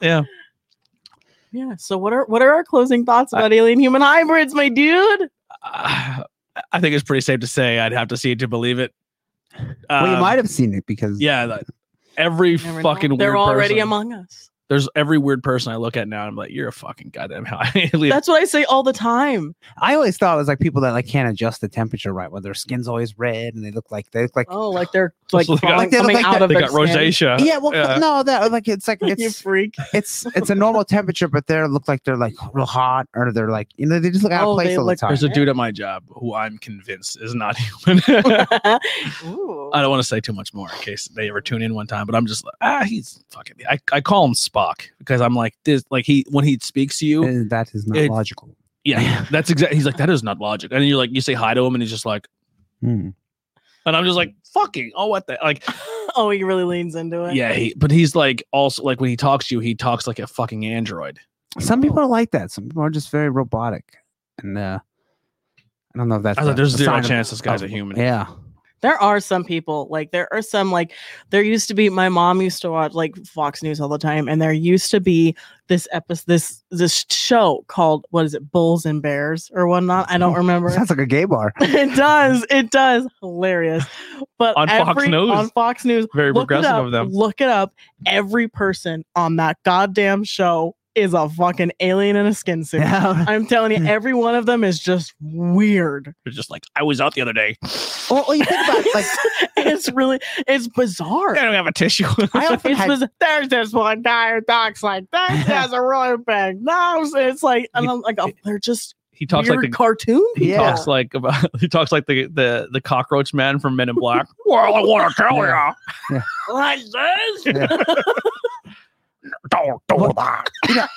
Speaker 2: Yeah.
Speaker 1: Yeah.
Speaker 3: Oh, Yeah. So what are what are our closing thoughts about alien human hybrids, my dude?
Speaker 1: uh, I think it's pretty safe to say I'd have to see it to believe it.
Speaker 2: well, you
Speaker 1: Um,
Speaker 2: might have seen it because
Speaker 1: Yeah, like, every
Speaker 3: Never know.
Speaker 1: fucking
Speaker 3: They're
Speaker 1: weird
Speaker 3: already
Speaker 1: person.
Speaker 3: among us.
Speaker 1: There's every weird person I look at now. I'm like, you're a fucking goddamn alien.
Speaker 3: That's what I say all the time.
Speaker 2: I always thought it was like people that like can't adjust the temperature right, where their skin's always red and they look like they look like
Speaker 3: Oh, like they're like,
Speaker 1: So they got-
Speaker 3: crawling-
Speaker 2: they look
Speaker 3: coming
Speaker 2: like
Speaker 3: out
Speaker 2: that-
Speaker 3: of
Speaker 1: they
Speaker 3: their
Speaker 1: got
Speaker 3: skin.
Speaker 1: rosacea.
Speaker 2: yeah, well,
Speaker 1: yeah.
Speaker 2: no, that like it's like
Speaker 3: you
Speaker 2: it's
Speaker 3: freak.
Speaker 2: it's it's a normal temperature, but they're look like they're like real hot or they're like you know they just look out
Speaker 3: Oh,
Speaker 2: of place
Speaker 3: they
Speaker 2: all the
Speaker 3: look-
Speaker 2: time.
Speaker 1: There's a dude at my job who I'm convinced is not human.
Speaker 3: Ooh.
Speaker 1: I don't want to say too much more in case they ever tune in one time, but I'm just like, ah, he's fucking. I, I call him Spock because I'm like this. Like he when he speaks to you,
Speaker 2: And that is not
Speaker 1: It's-
Speaker 2: logical.
Speaker 1: yeah, that's exactly. He's like that is not logic, and you're like you say hi to him, and he's just like,
Speaker 2: Hmm.
Speaker 1: and I'm just like fucking. Oh, what the like.
Speaker 3: oh, he really leans into it.
Speaker 1: Yeah, he, but he's like also like when he talks to you, he talks like a fucking android. Oh.
Speaker 2: Some people are like that. Some people are just very robotic, and uh, I don't know if that's.
Speaker 1: I was like,
Speaker 2: a-
Speaker 1: there's
Speaker 2: a
Speaker 1: zero
Speaker 2: sign of-
Speaker 1: chance this guy's a
Speaker 2: of-
Speaker 1: human.
Speaker 2: Yeah,
Speaker 3: There are some people like there are some like there used to be my mom used to watch like Fox News all the time and there used to be this episode this this show called what is it Bulls and Bears or whatnot I don't remember
Speaker 2: sounds like a gay bar.
Speaker 3: it does it does hilarious but
Speaker 1: On Fox
Speaker 3: every-
Speaker 1: News.
Speaker 3: on Fox News
Speaker 1: Very
Speaker 3: look it
Speaker 1: progressive
Speaker 3: up,
Speaker 1: of them.
Speaker 3: look it up every person on that goddamn show is a fucking alien in a skin suit
Speaker 2: Yeah.
Speaker 3: I'm telling you every one of them is just weird
Speaker 1: They're just like, I was out the other day.
Speaker 2: Well, well, you think about it, like
Speaker 3: it's really it's bizarre.
Speaker 1: I don't have a tissue.
Speaker 2: I often
Speaker 3: It's
Speaker 2: had
Speaker 3: biz- there's this one guy who talks like this. He has a really big nose. It's like and I'm like oh, they're just
Speaker 1: he talks
Speaker 3: weird
Speaker 1: like the
Speaker 3: cartoon.
Speaker 1: he
Speaker 2: Yeah.
Speaker 1: talks like about he talks like the the the cockroach man from Men in Black. well, I want to tell
Speaker 2: Yeah.
Speaker 1: ya,
Speaker 2: Yeah.
Speaker 1: like this.
Speaker 2: Yeah.
Speaker 5: don't do
Speaker 2: What?
Speaker 5: that.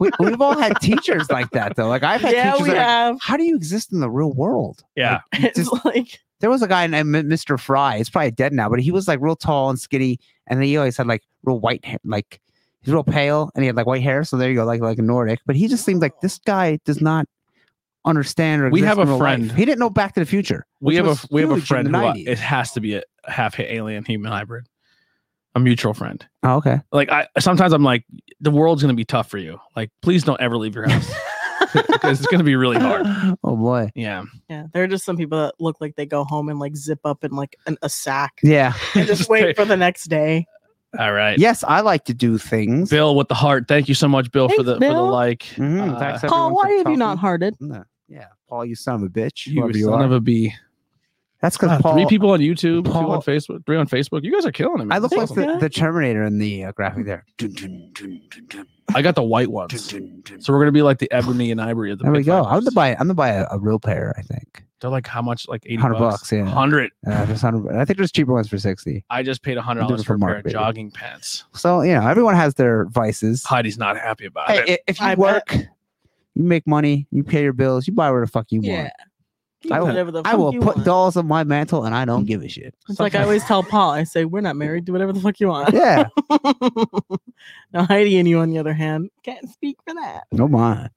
Speaker 2: we, we've all had teachers like that though. Like I've had
Speaker 3: yeah,
Speaker 2: teachers.
Speaker 3: we
Speaker 2: Like,
Speaker 3: have.
Speaker 2: How do you exist in the real world?
Speaker 1: Yeah.
Speaker 3: It's
Speaker 2: just-
Speaker 3: like
Speaker 2: There was a guy named M- Mr. Fry. He's probably dead now, but he was like real tall and skinny, and then he always had like real white hair. Like he's real pale, and he had like white hair. So there you go, like like a Nordic. But he just seemed like this guy does not understand or
Speaker 1: We have
Speaker 2: exist in
Speaker 1: a
Speaker 2: real life.
Speaker 1: friend-
Speaker 2: He didn't know Back to the Future.
Speaker 1: we
Speaker 2: which
Speaker 1: have a
Speaker 2: was
Speaker 1: we have a
Speaker 2: huge in
Speaker 1: friend
Speaker 2: the
Speaker 1: who uh,
Speaker 2: 90s.
Speaker 1: it has to be a half alien human hybrid, a mutual friend.
Speaker 2: Oh, okay.
Speaker 1: Like I sometimes I'm like, the world's gonna be tough for you. Like, please don't ever leave your house because it's gonna be really hard.
Speaker 2: Oh boy.
Speaker 1: Yeah,
Speaker 3: yeah, there are just some people that look like they go home and like zip up in like an, a sack
Speaker 2: Yeah.
Speaker 3: and just wait for the next day.
Speaker 1: All right,
Speaker 2: Yes, I like to do things.
Speaker 1: Bill with the heart. Thank you so much, Bill, for
Speaker 3: Thanks,
Speaker 1: the for the
Speaker 3: Bill.
Speaker 1: like.
Speaker 2: Mhm,
Speaker 1: Uh,
Speaker 2: thanks,
Speaker 3: Paul,
Speaker 2: everyone,
Speaker 3: why
Speaker 2: for
Speaker 3: have you not
Speaker 2: talking.
Speaker 3: hearted?
Speaker 2: No. Yeah, Paul, you son of a bitch.
Speaker 1: You
Speaker 2: whoever you
Speaker 1: son
Speaker 2: are.
Speaker 1: of a bee.
Speaker 2: That's because
Speaker 1: Wow,
Speaker 2: Paul.
Speaker 1: three people on YouTube, two
Speaker 2: Paul-
Speaker 1: on Facebook, three on Facebook. You guys are killing it. man.
Speaker 2: I look
Speaker 1: That's
Speaker 2: like
Speaker 1: awesome.
Speaker 2: the,
Speaker 3: Yeah.
Speaker 2: the Terminator in the uh, graphic there. Dun, dun, dun, dun, dun,
Speaker 1: I got the white
Speaker 2: dun,
Speaker 1: ones.
Speaker 2: dun, dun.
Speaker 1: So we're gonna be like the ebony and ivory of the.
Speaker 2: There we
Speaker 1: pit
Speaker 2: go.
Speaker 1: fighters.
Speaker 2: I'm gonna buy. I'm gonna buy a, a real pair. I think.
Speaker 1: They're like how much? Like eighty
Speaker 2: 100
Speaker 1: bucks.
Speaker 2: bucks, yeah.
Speaker 1: Hundred.
Speaker 2: Uh, there's 100 I think there's cheaper ones for sixty.
Speaker 1: I just paid hundred
Speaker 2: I'll do
Speaker 1: dollars
Speaker 2: it
Speaker 1: for a
Speaker 2: for
Speaker 1: pair
Speaker 2: Mark,
Speaker 1: of
Speaker 2: baby.
Speaker 1: jogging pants.
Speaker 2: So you know, everyone has their vices.
Speaker 1: Heidi's not happy about
Speaker 2: Hey,
Speaker 1: it.
Speaker 2: i- if you
Speaker 3: I bet.
Speaker 2: work, you make money, you pay your bills, you buy where the fuck you want. I
Speaker 3: You do
Speaker 2: will-
Speaker 3: whatever the
Speaker 2: I
Speaker 3: fuck
Speaker 2: will
Speaker 3: you
Speaker 2: put
Speaker 3: want.
Speaker 2: dolls on my mantle, and I don't give a shit.
Speaker 3: It's like I always tell Paul, I say, we're not married. Do whatever the fuck you want.
Speaker 2: Yeah,
Speaker 3: now, Heidi and you, on the other hand, can't speak for that.
Speaker 2: no mind.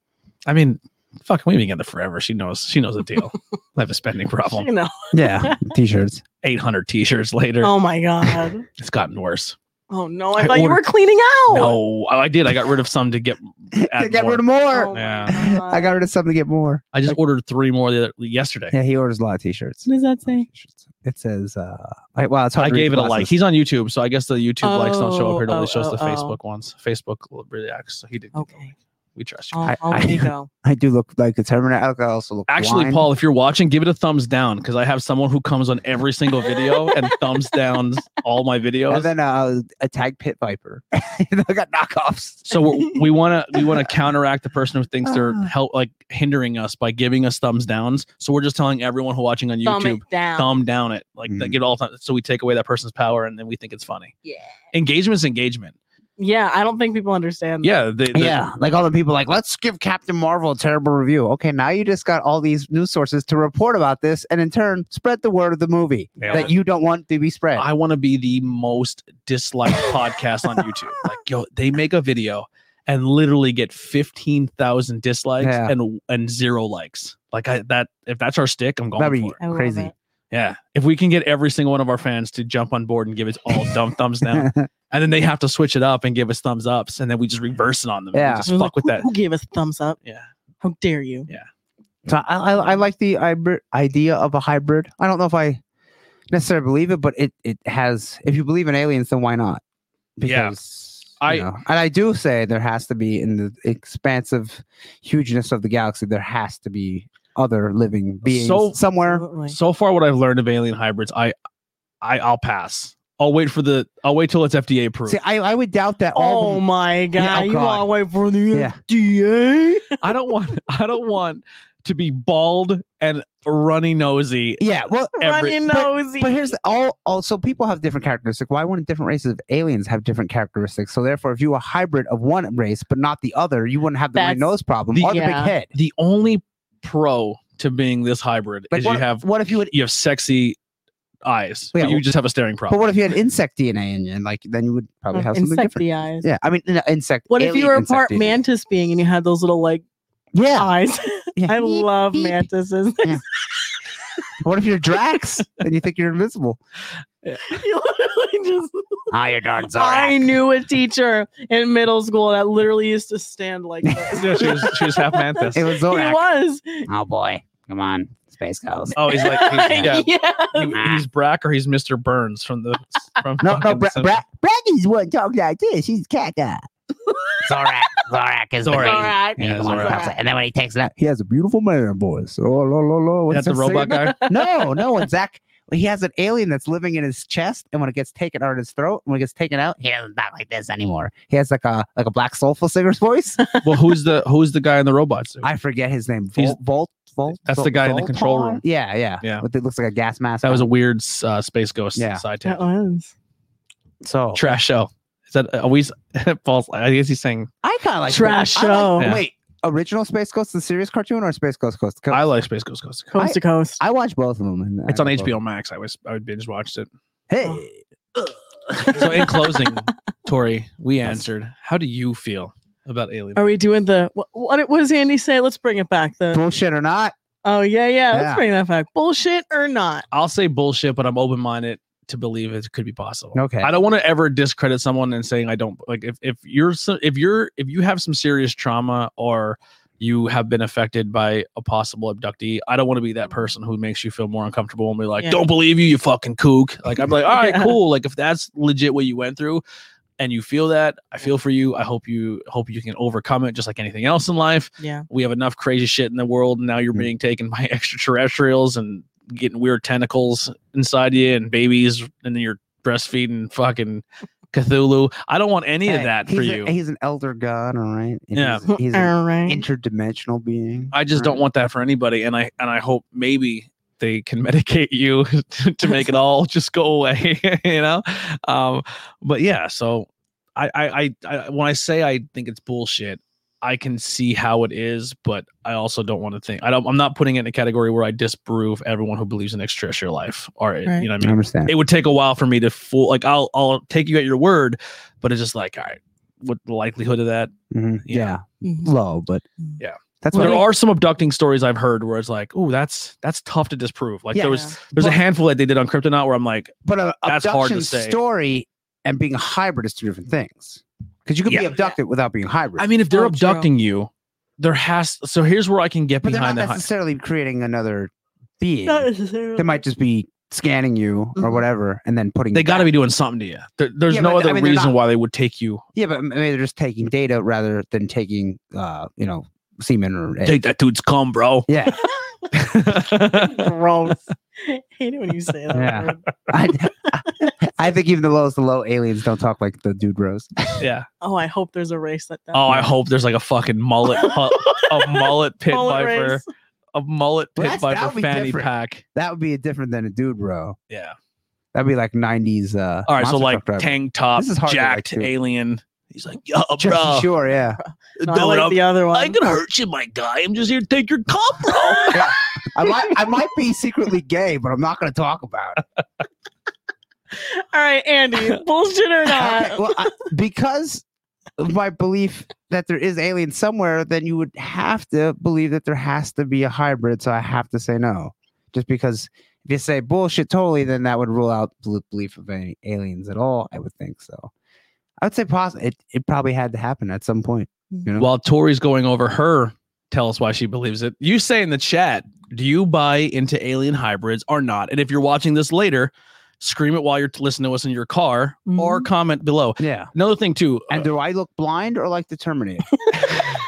Speaker 1: I mean, fuck, we've been together forever. She knows. She knows the deal. I have a spending
Speaker 2: Oh,
Speaker 3: You
Speaker 1: problem.
Speaker 3: know.
Speaker 2: Yeah, t-shirts.
Speaker 1: Eight hundred t-shirts later,
Speaker 3: Oh my God.
Speaker 1: it's gotten worse.
Speaker 3: Oh no, I,
Speaker 1: I
Speaker 3: thought you were
Speaker 1: ordered-
Speaker 3: cleaning out.
Speaker 1: No, I did. I got rid of some to get.
Speaker 2: to
Speaker 1: add
Speaker 2: get
Speaker 1: more.
Speaker 2: rid of more.
Speaker 3: Oh my
Speaker 1: Yeah.
Speaker 3: God.
Speaker 2: I got rid of something to get more.
Speaker 1: I just ordered three more the other, yesterday.
Speaker 2: Yeah, he orders a lot of t-shirts.
Speaker 3: What does that say?
Speaker 2: It says, uh, I, wow, it's hard
Speaker 1: I
Speaker 2: to read
Speaker 1: gave it a
Speaker 2: glasses.
Speaker 1: like. He's on YouTube, so I guess the YouTube likes don't show up here. It
Speaker 3: Oh,
Speaker 1: only
Speaker 3: oh,
Speaker 1: shows the
Speaker 3: oh, oh.
Speaker 1: Facebook ones. Facebook reacts. So he did. get the
Speaker 3: Okay.
Speaker 1: link. We trust you.
Speaker 3: Oh,
Speaker 2: I-
Speaker 3: oh,
Speaker 2: I-
Speaker 3: there you go.
Speaker 2: I do look like a Terminator. I look- I also look
Speaker 1: Actually,
Speaker 2: blind.
Speaker 1: Paul, if you're watching, give it a thumbs down because I have someone who comes on every single video and thumbs downs all my videos.
Speaker 2: And then uh, a tag pit viper. I got knockoffs.
Speaker 1: so we're- we want to we want to counteract the person who thinks
Speaker 3: Uh-huh.
Speaker 1: they're
Speaker 2: Ah.
Speaker 1: help like hindering us by giving us thumbs downs. So we're just telling everyone who watching on
Speaker 3: Thumb
Speaker 1: YouTube
Speaker 3: it down.
Speaker 1: thumb down it like they
Speaker 2: Mhm.
Speaker 1: get all th- so we take away that person's power and then we think it's funny.
Speaker 3: Yeah.
Speaker 1: Engagement's engagement.
Speaker 3: Yeah, I don't think people understand. that.
Speaker 1: Yeah, they, they-
Speaker 2: Yeah, like all the people, like let's give Captain Marvel a terrible review. Okay, now you just got all these news sources to report about this, and in turn, spread the word of the movie
Speaker 1: Nailed
Speaker 2: that
Speaker 1: it.
Speaker 2: you don't want to be spread.
Speaker 1: I want to be the most disliked podcast on YouTube. Like, yo, they make a video and literally get 15,000 dislikes
Speaker 2: Yeah.
Speaker 1: and and zero likes. Like I that if that's our stick, I'm going
Speaker 2: That'd be
Speaker 1: for it.
Speaker 3: I love
Speaker 2: crazy.
Speaker 3: it.
Speaker 1: Yeah. If we can get every single one of our fans to jump on board and give us all dumb thumbs down, and then they have to switch it up and give us thumbs ups, and then we just reverse it on them.
Speaker 2: Yeah.
Speaker 1: We just
Speaker 3: I was
Speaker 1: fuck
Speaker 3: like,
Speaker 1: with
Speaker 3: who-
Speaker 1: that.
Speaker 3: Who gave us thumbs up?
Speaker 1: Yeah.
Speaker 3: How dare you?
Speaker 2: So I, I, I like the hybrid idea of a hybrid. I don't know if I necessarily believe it, but it, it has. If you believe in aliens, then why not?
Speaker 1: Yeah.
Speaker 2: Because
Speaker 1: I-
Speaker 2: I and I do say there has to be in the expansive hugeness of the galaxy. There has to be other living beings
Speaker 1: So-
Speaker 2: somewhere.
Speaker 3: Absolutely.
Speaker 1: So far, what I've learned of alien hybrids, I I I'll pass. I'll wait for the I'll wait till it's FDA approved.
Speaker 2: See, I, I would doubt that. All
Speaker 3: Oh
Speaker 2: of them-
Speaker 3: my God.
Speaker 2: Yeah, oh
Speaker 3: you
Speaker 2: God.
Speaker 3: want to wait for the
Speaker 2: Yeah.
Speaker 3: FDA?
Speaker 1: I don't want I don't want to be bald and runny nosy.
Speaker 2: yeah. Well,
Speaker 1: Every-
Speaker 3: Runny nosy.
Speaker 2: but here's the, all. Also, people have different characteristics. Why wouldn't different races of aliens have different characteristics? So therefore, if you were a hybrid of one race but not the other, you wouldn't have the runny
Speaker 3: That's-
Speaker 2: nose problem
Speaker 1: The-
Speaker 2: or the
Speaker 3: Yeah.
Speaker 2: big head.
Speaker 1: The only pro to being this hybrid
Speaker 2: But
Speaker 1: is
Speaker 2: what,
Speaker 1: you have
Speaker 2: what if you had
Speaker 1: you have sexy eyes,
Speaker 2: Yeah,
Speaker 1: but you
Speaker 2: well-
Speaker 1: just have a staring
Speaker 2: but
Speaker 1: problem.
Speaker 2: what if you had insect DNA in you and like then you would probably have something
Speaker 3: Uh, Insect
Speaker 2: different.
Speaker 3: the eyes.
Speaker 2: Yeah, I mean no, insect.
Speaker 3: What if
Speaker 2: alien
Speaker 3: you were a
Speaker 2: insect
Speaker 3: part
Speaker 2: DNA.
Speaker 3: mantis being and you had those little like
Speaker 2: Yeah.
Speaker 3: eyes?
Speaker 2: yeah.
Speaker 3: I love
Speaker 2: beep.
Speaker 3: mantises.
Speaker 2: what if you're Drax and you think you're invincible?
Speaker 3: you literally just
Speaker 2: Ah, you're darn
Speaker 3: I knew a teacher in middle school that literally used to stand like this.
Speaker 1: Yeah, she was she was half mantis.
Speaker 2: It was
Speaker 3: he
Speaker 2: Zorak.
Speaker 3: was.
Speaker 2: Oh boy, come on, space ghost.
Speaker 1: Oh, he's like he's, yeah,
Speaker 3: yeah.
Speaker 1: he- he's Brack or he's Mr. Burns from the from
Speaker 2: No, no,
Speaker 1: fucking
Speaker 2: Bra-
Speaker 1: Sim-
Speaker 2: Bra- Braggy's wouldn't talk like this. She's caca.
Speaker 6: Zorak. Zorak is
Speaker 1: Zorak.
Speaker 6: the
Speaker 1: All
Speaker 6: main.
Speaker 3: right.
Speaker 1: Yeah,
Speaker 6: main
Speaker 1: it's
Speaker 6: one.
Speaker 1: all right.
Speaker 6: And then when he takes it out,
Speaker 2: He has a beautiful man voice. Oh, lo, lo, lo.
Speaker 1: Is
Speaker 2: What's
Speaker 1: that the
Speaker 2: that saying?
Speaker 1: robot guy?
Speaker 2: No, no, it's Zach. He has an alien that's living in his chest, and when it gets taken out of his throat, when it gets taken out,
Speaker 6: he doesn't talk like this anymore.
Speaker 2: he has like a like a black soulful singer's voice.
Speaker 1: Well, who's the who's the guy in the robot suit?
Speaker 2: I forget his name.
Speaker 1: He's-
Speaker 2: Volt, Volt, Volt.
Speaker 1: That's the guy in the control room.
Speaker 2: Yeah, yeah,
Speaker 1: Yeah.
Speaker 2: With it looks like a gas mask.
Speaker 1: that was a
Speaker 2: on.
Speaker 1: weird uh, space ghost
Speaker 2: Yeah.
Speaker 1: side tangent.
Speaker 3: That was.
Speaker 2: so
Speaker 1: trash show. It's Said Always false. I guess he's saying
Speaker 2: I kind of like
Speaker 3: Trash
Speaker 2: I like-
Speaker 3: show.
Speaker 1: Yeah.
Speaker 2: Wait, original Space Ghost, the serious cartoon, or Space Ghost Coast? to Coast?
Speaker 1: I like Space Ghost Ghost.
Speaker 3: Coast to coast.
Speaker 2: I watch both of them. and uh, I
Speaker 1: It's on
Speaker 2: like both.
Speaker 1: HBO Max. I was I would binge watched it.
Speaker 2: Hey,
Speaker 1: So in closing, Tori, we answered. How do you feel about Alien?
Speaker 3: Are we doing the what? What what does Andy say? Let's bring it back. The
Speaker 2: bullshit or not?
Speaker 3: oh yeah, yeah.
Speaker 2: Yeah.
Speaker 3: Let's bring that back. Bullshit or not?
Speaker 1: I'll say bullshit, but I'm open minded to believe it could be possible.
Speaker 2: Okay.
Speaker 1: I don't want to ever discredit someone and saying I don't like if if you're so- if you're if you have some serious trauma or you have been affected by a possible abductee. I don't want to be that person who makes you feel more uncomfortable and be like,
Speaker 3: Yeah.
Speaker 1: "Don't believe you, you fucking kook." Like I'm like, "All right,
Speaker 3: Yeah.
Speaker 1: cool. Like if that's legit what you went through and you feel that, I feel for you. I hope you hope you can overcome it just like anything else in life.
Speaker 3: Yeah.
Speaker 1: We have enough crazy shit in the world. and Now you're
Speaker 2: Mhm.
Speaker 1: being taken by extraterrestrials and getting weird tentacles inside you and babies and then you're breastfeeding fucking Cthulhu. I don't want any of
Speaker 2: Hey,
Speaker 1: that
Speaker 2: he's
Speaker 1: for
Speaker 2: a-
Speaker 1: you.
Speaker 2: He's an elder god, all right. And
Speaker 1: Yeah.
Speaker 2: he's, he's an
Speaker 3: All right.
Speaker 2: interdimensional being.
Speaker 1: I just don't want that for anybody. And I and I hope maybe they can medicate you to, to make it all just go away. you know, um, but yeah. So I, I I I when I say I think it's bullshit, I can see how it is, but I also don't want to think. I don't. I'm not putting it in a category where I disprove everyone who believes in extraterrestrial life. Or
Speaker 3: Right.
Speaker 1: you know what I
Speaker 2: I
Speaker 1: mean.
Speaker 2: understand.
Speaker 1: it would take a while for me to fool like I'll I'll take you at your word, but it's just like all right, what the likelihood of that?
Speaker 2: Mhm.
Speaker 1: yeah.
Speaker 2: Yeah.
Speaker 3: Mhm.
Speaker 2: low, but
Speaker 1: Yeah.
Speaker 2: that's
Speaker 1: Mm. there
Speaker 2: what.
Speaker 1: are some abducting stories I've heard where it's like, oh, that's that's tough to disprove. Like
Speaker 2: Yeah.
Speaker 1: there was there's a
Speaker 2: But-
Speaker 1: handful that they did on Kryptonaut where I'm like,
Speaker 2: But an
Speaker 1: that's hard to
Speaker 2: abduction
Speaker 1: say.
Speaker 2: story and being a hybrid is two different things. Because you could be
Speaker 1: Yeah.
Speaker 2: abducted without being hybrid.
Speaker 1: I mean, if they're
Speaker 3: Oh, true.
Speaker 1: abducting you, there has so here's where I can get
Speaker 2: but they're not
Speaker 1: behind the hype.
Speaker 2: necessarily creating another being.
Speaker 3: Not
Speaker 2: They
Speaker 3: necessarily.
Speaker 2: might just be scanning you or
Speaker 3: Mhm.
Speaker 2: whatever, and then putting.
Speaker 1: Mm-hmm. They
Speaker 2: you
Speaker 1: got to
Speaker 2: back.
Speaker 1: be doing something to you. There- there's
Speaker 2: Yeah,
Speaker 1: no
Speaker 2: but
Speaker 1: other
Speaker 2: I mean, they're
Speaker 1: reason
Speaker 2: not-
Speaker 1: why they would take you.
Speaker 2: Yeah, but maybe they're just taking data rather than taking, uh, you know, semen or. egg.
Speaker 1: Take that dude's cum, bro.
Speaker 2: yeah,
Speaker 3: gross. I hate it when you say that.
Speaker 2: Yeah.
Speaker 3: word.
Speaker 2: I, I think even the lowest of low aliens don't talk like the dude Rose.
Speaker 1: yeah.
Speaker 3: Oh, I hope there's a race that. does
Speaker 1: Oh, I
Speaker 3: that.
Speaker 1: hope there's like a fucking mullet, pu- a mullet pit
Speaker 3: Mullet
Speaker 1: viper,
Speaker 3: race.
Speaker 1: a mullet
Speaker 2: Well,
Speaker 1: pit
Speaker 2: that's-
Speaker 1: viper
Speaker 2: that would be
Speaker 1: fanny
Speaker 2: different.
Speaker 1: pack.
Speaker 2: That would be different than a dude bro.
Speaker 1: Yeah.
Speaker 2: That'd be like '90s. Uh,
Speaker 1: All right. So
Speaker 2: monster
Speaker 1: like
Speaker 2: truck driver.
Speaker 1: tank top,
Speaker 2: This is hard to, like,
Speaker 1: jacked
Speaker 2: do.
Speaker 1: alien. He's like, yeah,
Speaker 2: Jersey
Speaker 1: bro.
Speaker 2: Shore, yeah.
Speaker 3: No,
Speaker 1: dude,
Speaker 3: I like
Speaker 1: I'm-
Speaker 3: the other one.
Speaker 1: can hurt you, my guy. I'm just here to take your cup, bro.
Speaker 2: I might, I might be secretly gay, but I'm not going to talk about it.
Speaker 3: All right, Andy, bullshit or not?
Speaker 2: Okay, well, I, because of my belief that there is aliens somewhere, then you would have to believe that there has to be a hybrid. So I have to say no, just because if you say bullshit totally, then that would rule out the belief of any aliens at all. I would think so. I would say possible. It, it probably had to happen at some point. You know?
Speaker 1: While Tori's going over her, tell us why she believes it. You say in the chat, do you buy into alien hybrids or not? And if you're watching this later, scream it while you're t- listening to us in your car or
Speaker 3: Mhm.
Speaker 1: comment below.
Speaker 2: yeah.
Speaker 1: Another thing, too. uh,
Speaker 2: And do I look blind or like the Terminator?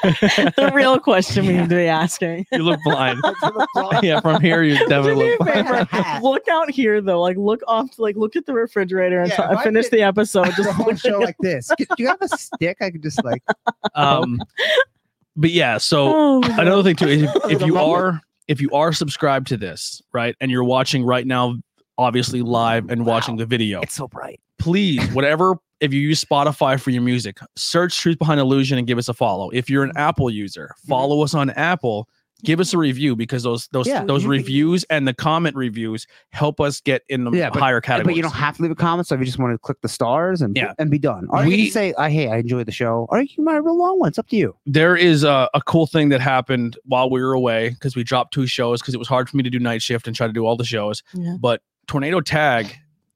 Speaker 3: the real question we need to be asking.
Speaker 1: you look blind. yeah, from here, you
Speaker 3: Do
Speaker 1: definitely
Speaker 3: me
Speaker 1: look
Speaker 3: a
Speaker 1: blind.
Speaker 3: favor. Look out here, though. Like, look off. Like, look at the refrigerator and
Speaker 2: Yeah, if I
Speaker 3: finish
Speaker 2: did-
Speaker 3: the episode.
Speaker 2: the
Speaker 3: Just
Speaker 2: whole
Speaker 3: look
Speaker 2: show
Speaker 3: at-
Speaker 2: like this. Do you have a stick I could just like?
Speaker 1: Um, but yeah, so.
Speaker 3: Oh,
Speaker 1: another thing too is if, if
Speaker 3: The
Speaker 1: you
Speaker 3: moment.
Speaker 1: are if you are subscribed to this right and you're watching right now obviously live and watching the video
Speaker 2: It's so bright.
Speaker 1: please whatever if you use spotify for your music search truth behind illusion and give us a follow if you're an
Speaker 2: Mm-hmm.
Speaker 1: apple user follow us on apple give us a review because those those
Speaker 2: Yeah.
Speaker 1: those
Speaker 2: You can-
Speaker 1: reviews and the comment reviews help us get in the
Speaker 2: Yeah,
Speaker 1: higher
Speaker 2: But
Speaker 1: categories
Speaker 2: you don't have to leave a comment. So if you just want to click the stars and
Speaker 1: Yeah.
Speaker 2: and be done, or you
Speaker 1: We-
Speaker 2: can say, I "Hey, I enjoy the show," or you can write a real long one. It's up to you.
Speaker 1: there is a, a cool thing that happened while we were away because we dropped two shows because it was hard for me to do night shift and try to do all the shows.
Speaker 3: Yeah.
Speaker 1: But Tornado Tag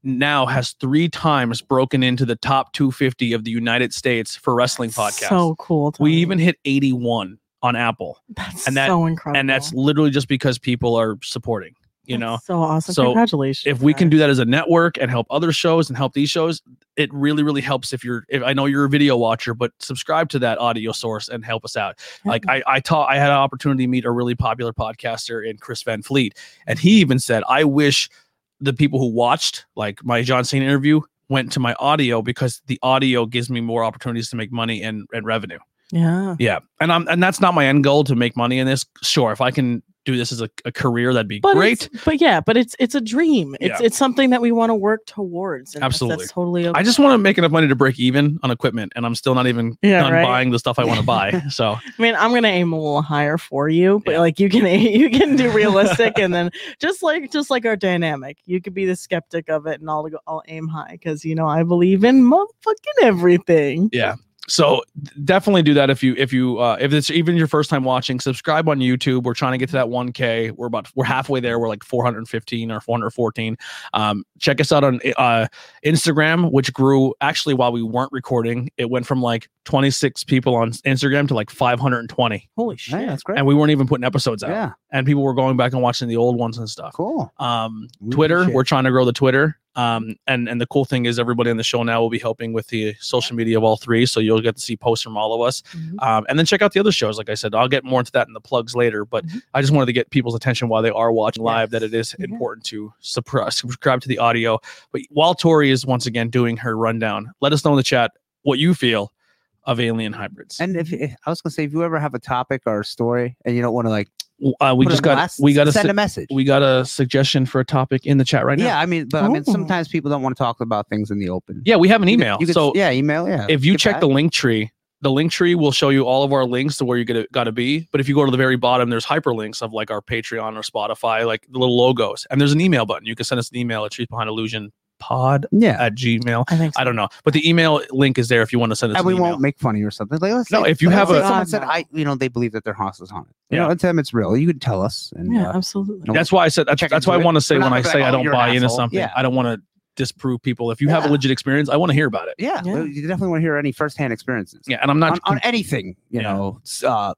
Speaker 1: now has three times broken into the top 250 of the United States for wrestling podcasts.
Speaker 3: So cool.
Speaker 1: we
Speaker 3: Tony.
Speaker 1: even hit 81 on Apple,
Speaker 3: that's
Speaker 1: and that-
Speaker 3: so incredible.
Speaker 1: and that's literally just because people are supporting. You
Speaker 3: That's
Speaker 1: know,
Speaker 3: so awesome.
Speaker 1: so
Speaker 3: Congratulations.
Speaker 1: if we
Speaker 3: guys.
Speaker 1: can do that as a network and help other shows and help these shows it really really helps if you're if i know you're a video watcher but subscribe to that audio source and help us out like i i taught i had an opportunity to meet a really popular podcaster in chris van fleet and he even said i wish the people who watched like my john cena interview went to my audio because the audio gives me more opportunities to make money and, and revenue
Speaker 3: yeah,
Speaker 1: yeah and i'm and that's not my end goal to make money in this sure if i can do this as a, a career, that'd be
Speaker 3: but
Speaker 1: great.
Speaker 3: it's- but yeah, but it's it's a dream. It's it's something that we want to work towards. and that's-
Speaker 1: Absolutely.
Speaker 3: that's totally. Okay.
Speaker 1: I just want to make enough money to break even on equipment, and I'm still not even
Speaker 3: Yeah,
Speaker 1: done
Speaker 3: right?
Speaker 1: buying the stuff I want to buy. So
Speaker 3: I mean, I'm gonna aim a little higher for you, but
Speaker 1: Yeah.
Speaker 3: like you can you can do realistic, and then just like just like our dynamic, you could be the skeptic of it, and I'll go, I'll aim high because you know I believe in motherfucking everything.
Speaker 1: so definitely do that if you if you uh, if it's even your first time watching subscribe on youtube we're trying to get to that 1k we're about we're halfway there we're like 415 or 414 um, check us out on uh, instagram which grew actually while we weren't recording it went from like 26 people on instagram to like 520
Speaker 3: Holy shit!
Speaker 2: Hey, that's great.
Speaker 1: and we weren't even putting episodes out
Speaker 2: yeah,
Speaker 1: and people were going back and watching the old ones and stuff
Speaker 2: cool.
Speaker 1: um
Speaker 2: Ooh,
Speaker 1: twitter
Speaker 2: shit.
Speaker 1: we're trying to grow the twitter um and and the cool thing is everybody on the show now will be helping with the social media of all three so you'll get to see posts from all of us
Speaker 2: Mm-hmm.
Speaker 3: Mhm.
Speaker 1: um and then check out the other shows like i said i'll get more into that in the plugs later but
Speaker 2: Mm-hmm.
Speaker 3: Mhm.
Speaker 1: i just wanted to get people's attention while they are watching live that it is
Speaker 3: Yeah.
Speaker 1: important to supr- subscribe to the audio but while tori is once again doing her rundown let us know in the chat what you feel of alien hybrids
Speaker 2: And if, if- I was gonna say, if you ever have a topic or a story and you don't want to like,
Speaker 1: uh, we
Speaker 2: put it
Speaker 1: just got
Speaker 2: on blast,
Speaker 1: we got a
Speaker 2: send
Speaker 1: su-
Speaker 2: a message.
Speaker 1: we got a suggestion for a topic in the chat right now
Speaker 2: yeah, I mean, but I mean,
Speaker 3: Oh.
Speaker 2: sometimes people don't want to talk about things in the open.
Speaker 1: yeah we have an
Speaker 2: You could-
Speaker 1: email
Speaker 2: you could-
Speaker 1: so
Speaker 2: yeah, email. Yeah,
Speaker 1: if you
Speaker 2: Get
Speaker 1: check
Speaker 2: back.
Speaker 1: the link tree, the link tree will show you all of our links to where you get got to be. But if you go to the very bottom, there's hyperlinks of like our Patreon or Spotify, like the little logos, and there's an email button. You can send us an email at truthbehindillusionpod pod
Speaker 2: yeah,
Speaker 1: at gmail.
Speaker 3: I think so.
Speaker 1: I don't know, but the email link is there if you want to send us.
Speaker 2: and
Speaker 1: an
Speaker 2: we
Speaker 1: email.
Speaker 2: won't make fun of you or something. Like, let's
Speaker 1: No,
Speaker 2: say-
Speaker 1: if you
Speaker 2: let's
Speaker 1: have
Speaker 2: say
Speaker 1: a-
Speaker 2: someone said,
Speaker 3: God, no.
Speaker 2: I, you know, they believe that their house is haunted. You
Speaker 1: Yeah.
Speaker 2: know, and tell them it's real. You could tell us, and
Speaker 3: Yeah,
Speaker 2: uh,
Speaker 3: absolutely.
Speaker 2: no-
Speaker 1: That's why I said that's,
Speaker 2: Check
Speaker 1: that's why I
Speaker 2: into it.
Speaker 1: want to say
Speaker 2: We're
Speaker 1: when
Speaker 2: not
Speaker 1: I
Speaker 2: gonna be
Speaker 1: say
Speaker 2: like,
Speaker 1: I
Speaker 2: "Oh,
Speaker 1: don't
Speaker 2: you're an
Speaker 1: buy into
Speaker 2: asshole."
Speaker 1: something,
Speaker 2: Yeah.
Speaker 1: I don't want to disprove people. If you have a
Speaker 2: Yeah.
Speaker 1: legit experience, I want to hear about it.
Speaker 2: yeah,
Speaker 3: Yeah.
Speaker 2: you definitely want to hear any firsthand experiences.
Speaker 1: Yeah, and I'm not
Speaker 2: on, on anything, you
Speaker 1: Yeah.
Speaker 2: know, s- uh,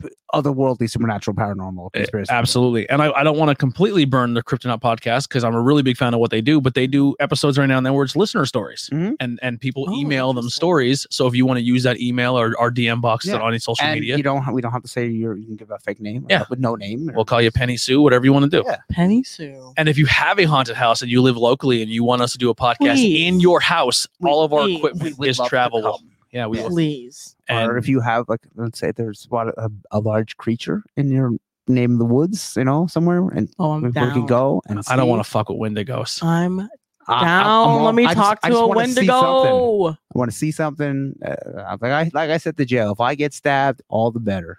Speaker 2: p- otherworldly, supernatural, paranormal,
Speaker 1: Eh,
Speaker 2: conspiracy.
Speaker 1: Absolutely. And I, I don't want to completely burn the Kryptonaut podcast because I'm a really big fan of what they do, but they do episodes right now and then where it's listener stories.
Speaker 2: Mhm.
Speaker 1: And and people
Speaker 3: Oh,
Speaker 1: email them
Speaker 3: interesting.
Speaker 1: stories. So if you want to use that email or our DM box
Speaker 2: Yeah.
Speaker 1: on any social
Speaker 2: And
Speaker 1: media,
Speaker 2: you don't. ha- We don't have to say you're, you can give a fake name. or
Speaker 1: Yeah.
Speaker 2: with no name. or-
Speaker 1: we'll call you Penny Sue, whatever you want to do.
Speaker 2: Yeah.
Speaker 3: Penny Sue.
Speaker 1: And if you have a haunted house and you live locally and you want us to do a podcast
Speaker 3: Please.
Speaker 1: in your house,
Speaker 3: We-
Speaker 1: all of our
Speaker 3: please.
Speaker 2: We
Speaker 1: equipment
Speaker 2: would
Speaker 1: is
Speaker 2: love to
Speaker 1: travelable.
Speaker 2: come.
Speaker 1: Yeah, we
Speaker 2: Yeah.
Speaker 1: will.
Speaker 3: Please.
Speaker 2: or
Speaker 1: And
Speaker 2: if you have like let's say there's what a, a large creature in your name of the woods you know somewhere and
Speaker 3: Oh,
Speaker 2: we
Speaker 3: I'm
Speaker 2: we
Speaker 3: down.
Speaker 2: can go and
Speaker 1: I don't want to fuck with Wendigos.
Speaker 3: I'm
Speaker 2: I,
Speaker 3: down. Let me talk to a
Speaker 2: i
Speaker 3: Wendigo.
Speaker 2: want to see something uh, like i like i said to jail if i get stabbed all the better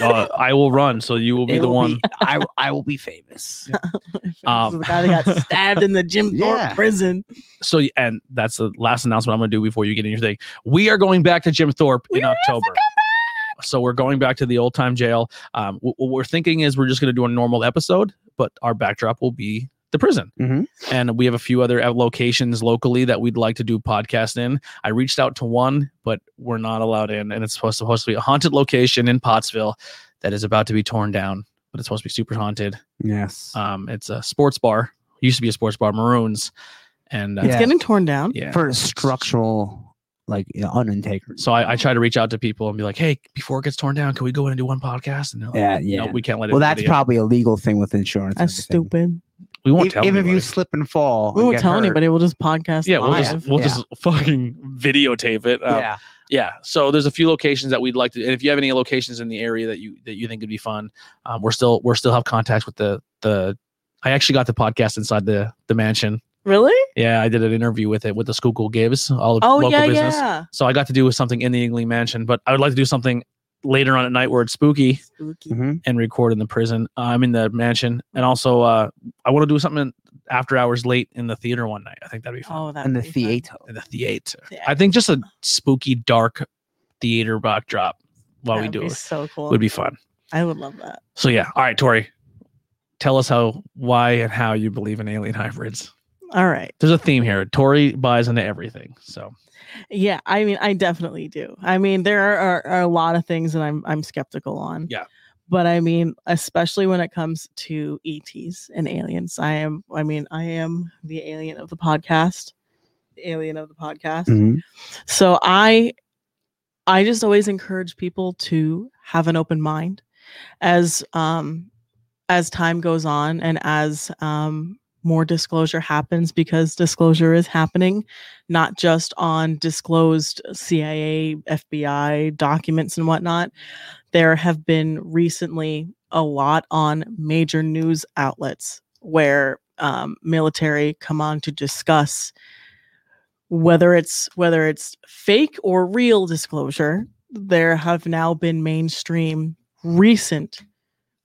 Speaker 1: Uh, I will run, so you will be
Speaker 2: It
Speaker 1: the
Speaker 2: will
Speaker 1: one.
Speaker 2: i i will be famous
Speaker 3: This is
Speaker 1: Um,
Speaker 3: the guy that got stabbed in the Jim
Speaker 2: Yeah.
Speaker 3: Thorpe prison.
Speaker 1: so and that's the last announcement I'm going to do before you get in your thing. We are going back to Jim Thorpe in October. So we're going back to the old time jail. Um, wh- what we're thinking is we're just going to do a normal episode, but our backdrop will be the prison.
Speaker 2: Mhm.
Speaker 1: And we have a few other uh, locations locally that we'd like to do podcast in. I reached out to one, but we're not allowed in, and it's supposed supposed to be a haunted location in Pottsville that is about to be torn down, but it's supposed to be super haunted.
Speaker 2: yes
Speaker 1: Um, it's a sports bar. Used to be a sports bar, Maroons, and uh,
Speaker 2: Yeah.
Speaker 3: It's getting torn down.
Speaker 1: yeah.
Speaker 2: for structural like you know, unintegrity
Speaker 1: So I, I try to reach out to people and be like, hey, before it gets torn down, can we go in and do one podcast? And they're like,
Speaker 2: yeah
Speaker 1: "No,
Speaker 2: yeah
Speaker 1: we can't let it.
Speaker 2: well
Speaker 1: be
Speaker 2: that's
Speaker 1: video."
Speaker 2: probably a legal thing with insurance and
Speaker 3: That's
Speaker 2: everything.
Speaker 3: stupid.
Speaker 1: we won't
Speaker 2: If-
Speaker 1: tell
Speaker 2: even if you
Speaker 1: anybody.
Speaker 2: slip and fall
Speaker 3: We
Speaker 2: and
Speaker 3: won't
Speaker 2: get
Speaker 3: tell
Speaker 2: hurt,
Speaker 3: anybody. We'll just podcast.
Speaker 1: Yeah, we'll
Speaker 2: Live.
Speaker 1: just we'll
Speaker 2: Yeah.
Speaker 1: just fucking videotape it. Um, yeah.
Speaker 2: yeah
Speaker 1: So there's a few locations that we'd like to, and if you have any locations in the area that you that you think would be fun, um, we're still we're still have contacts with the the. I actually got the podcast inside the the mansion.
Speaker 3: really?
Speaker 1: Yeah, I did an interview with it with the Schuylkill Gibbs, all of
Speaker 3: Oh
Speaker 1: local
Speaker 3: yeah,
Speaker 1: business.
Speaker 3: yeah.
Speaker 1: So I got to do something in the Ingling Mansion, but I would like to do something later on at night where it's spooky.
Speaker 3: Spooky.
Speaker 2: Mhm.
Speaker 1: and record in the prison. Uh, I'm in the mansion, and also uh, I want to do something after hours late in the theater one night. I think that'd be fun.
Speaker 3: Oh, that
Speaker 2: and the
Speaker 3: would be fun.
Speaker 2: theater
Speaker 1: In the theater,
Speaker 3: Yeah.
Speaker 1: I think just a spooky, dark theater backdrop while
Speaker 3: That
Speaker 1: we
Speaker 3: would
Speaker 1: do
Speaker 3: be
Speaker 1: it
Speaker 3: so cool.
Speaker 1: would be fun.
Speaker 3: I would love that.
Speaker 1: So yeah, all right, Tori, tell us how, why, and how you believe in alien hybrids.
Speaker 3: All right.
Speaker 1: There's a theme here. Tori buys into everything, so
Speaker 3: Yeah, I mean, I definitely do. I mean, there are, are, a lot of things that I'm I'm skeptical on.
Speaker 1: Yeah.
Speaker 3: But I mean, especially when it comes to ETs and aliens, I am. I mean, I am the alien of the podcast, the alien of the podcast.
Speaker 1: mm-hmm.
Speaker 2: Mhm.
Speaker 3: So I I just always encourage people to have an open mind as um as time goes on and as um more disclosure happens because disclosure is happening not just on disclosed CIA, FBI documents and whatnot. There have been recently a lot on major news outlets where um, military come on to discuss whether it's whether it's fake or real disclosure. There have now been mainstream recent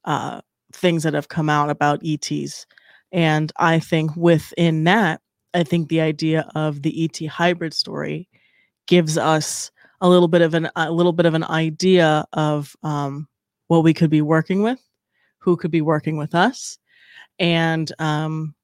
Speaker 3: uh, things that have come out about ETs, and I think within that, I think the idea of the ET hybrid story gives us a little bit of an a little bit of an idea of um, what we could be working with, who could be working with us, and um,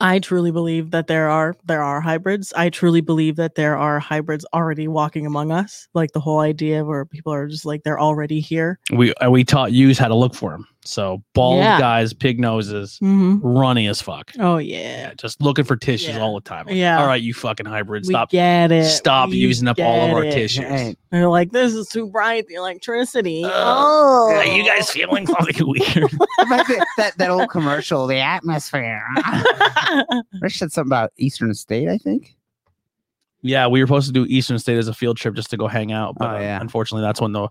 Speaker 3: I truly believe that there are there are hybrids. I truly believe that there are hybrids already walking among us. Like the whole idea where people are just like they're already here.
Speaker 1: We uh, we taught yous how to look for him. So bald
Speaker 3: Yeah.
Speaker 1: guys, pig noses,
Speaker 3: Mm-hmm.
Speaker 1: runny as fuck.
Speaker 3: Oh yeah,
Speaker 1: Yeah, just looking for tissues
Speaker 3: Yeah.
Speaker 1: all the time. Like,
Speaker 3: Yeah.
Speaker 1: All right, you fucking hybrid. Stop.
Speaker 3: we get it.
Speaker 1: Stop
Speaker 3: We
Speaker 1: using up all of
Speaker 3: get
Speaker 1: our
Speaker 3: it.
Speaker 1: tissues.
Speaker 2: Hey,
Speaker 3: And They're like, this is too bright. The electricity.
Speaker 1: Ugh.
Speaker 3: oh,
Speaker 6: Are you guys feeling like weird?
Speaker 2: like that, that, that old
Speaker 6: Commercial, the atmosphere.
Speaker 2: Rich said something about Eastern State, I think.
Speaker 1: Yeah, we were supposed to do Eastern State as a field trip just to go hang out, but
Speaker 2: Oh,
Speaker 1: uh,
Speaker 2: yeah.
Speaker 1: unfortunately, that's when the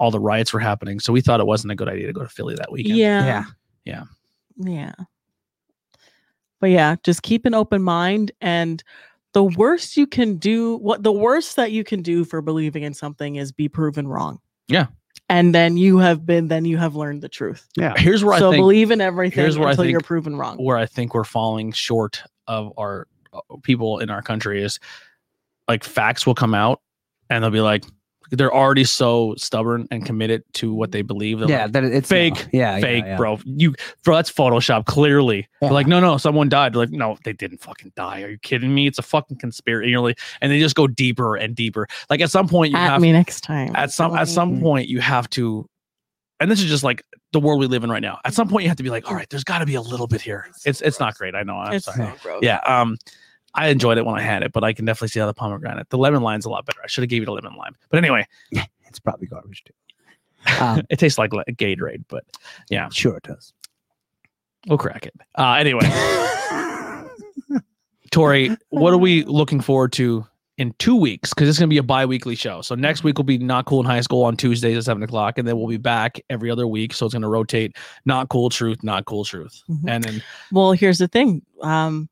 Speaker 1: all the riots were happening. So we thought it wasn't a good idea to go to Philly that weekend.
Speaker 3: yeah.
Speaker 2: Yeah.
Speaker 3: Yeah. But yeah, just keep an open mind and the worst you can do what the worst that you can do for believing in something is be proven wrong.
Speaker 1: Yeah.
Speaker 3: And then you have been then you have learned the truth.
Speaker 1: Here's where
Speaker 3: so
Speaker 1: I think
Speaker 3: believe in everything
Speaker 1: here's
Speaker 3: until
Speaker 1: where I
Speaker 3: you're
Speaker 1: think-
Speaker 3: proven wrong.
Speaker 1: where I think we're falling short of our uh, people in our country is like facts will come out and they'll be like they're already so stubborn and committed to what they believe. They're
Speaker 2: Yeah,
Speaker 1: like,
Speaker 2: that it's
Speaker 1: Fake,
Speaker 2: no. Yeah, yeah,
Speaker 1: fake,
Speaker 2: yeah.
Speaker 1: bro. You bro, that's Photoshop. Clearly, They're
Speaker 2: Yeah.
Speaker 1: like no, no, someone died. They're like no, they didn't fucking die. Are you kidding me? It's a fucking conspiracy. You're like, and they just go deeper and deeper. Like at some point you
Speaker 3: At
Speaker 1: have
Speaker 3: me next time.
Speaker 1: at some at some
Speaker 2: Mhm.
Speaker 1: point you have to and this is just like the world we live in right now at some point you have to be like all right there's got to be a little bit here it's it's not great i know i'm
Speaker 3: it's
Speaker 1: sorry
Speaker 3: so gross.
Speaker 1: yeah um i enjoyed it when i had it but i can definitely see how the pomegranate the lemon lime's a lot better i should have gave you the lemon lime but anyway
Speaker 2: It's probably garbage too. Um,
Speaker 1: it tastes like le- gatorade but yeah
Speaker 2: sure it does.
Speaker 1: we'll crack it uh anyway
Speaker 2: Hmm.
Speaker 1: tori what are we looking forward to in two weeks because it's going to be a bi-weekly show so next week will be not cool in high school on tuesdays at seven o'clock and then we'll be back every other week so it's going to rotate not cool truth not cool truth
Speaker 3: Mhm.
Speaker 1: and then
Speaker 3: Well, here's the thing. Um,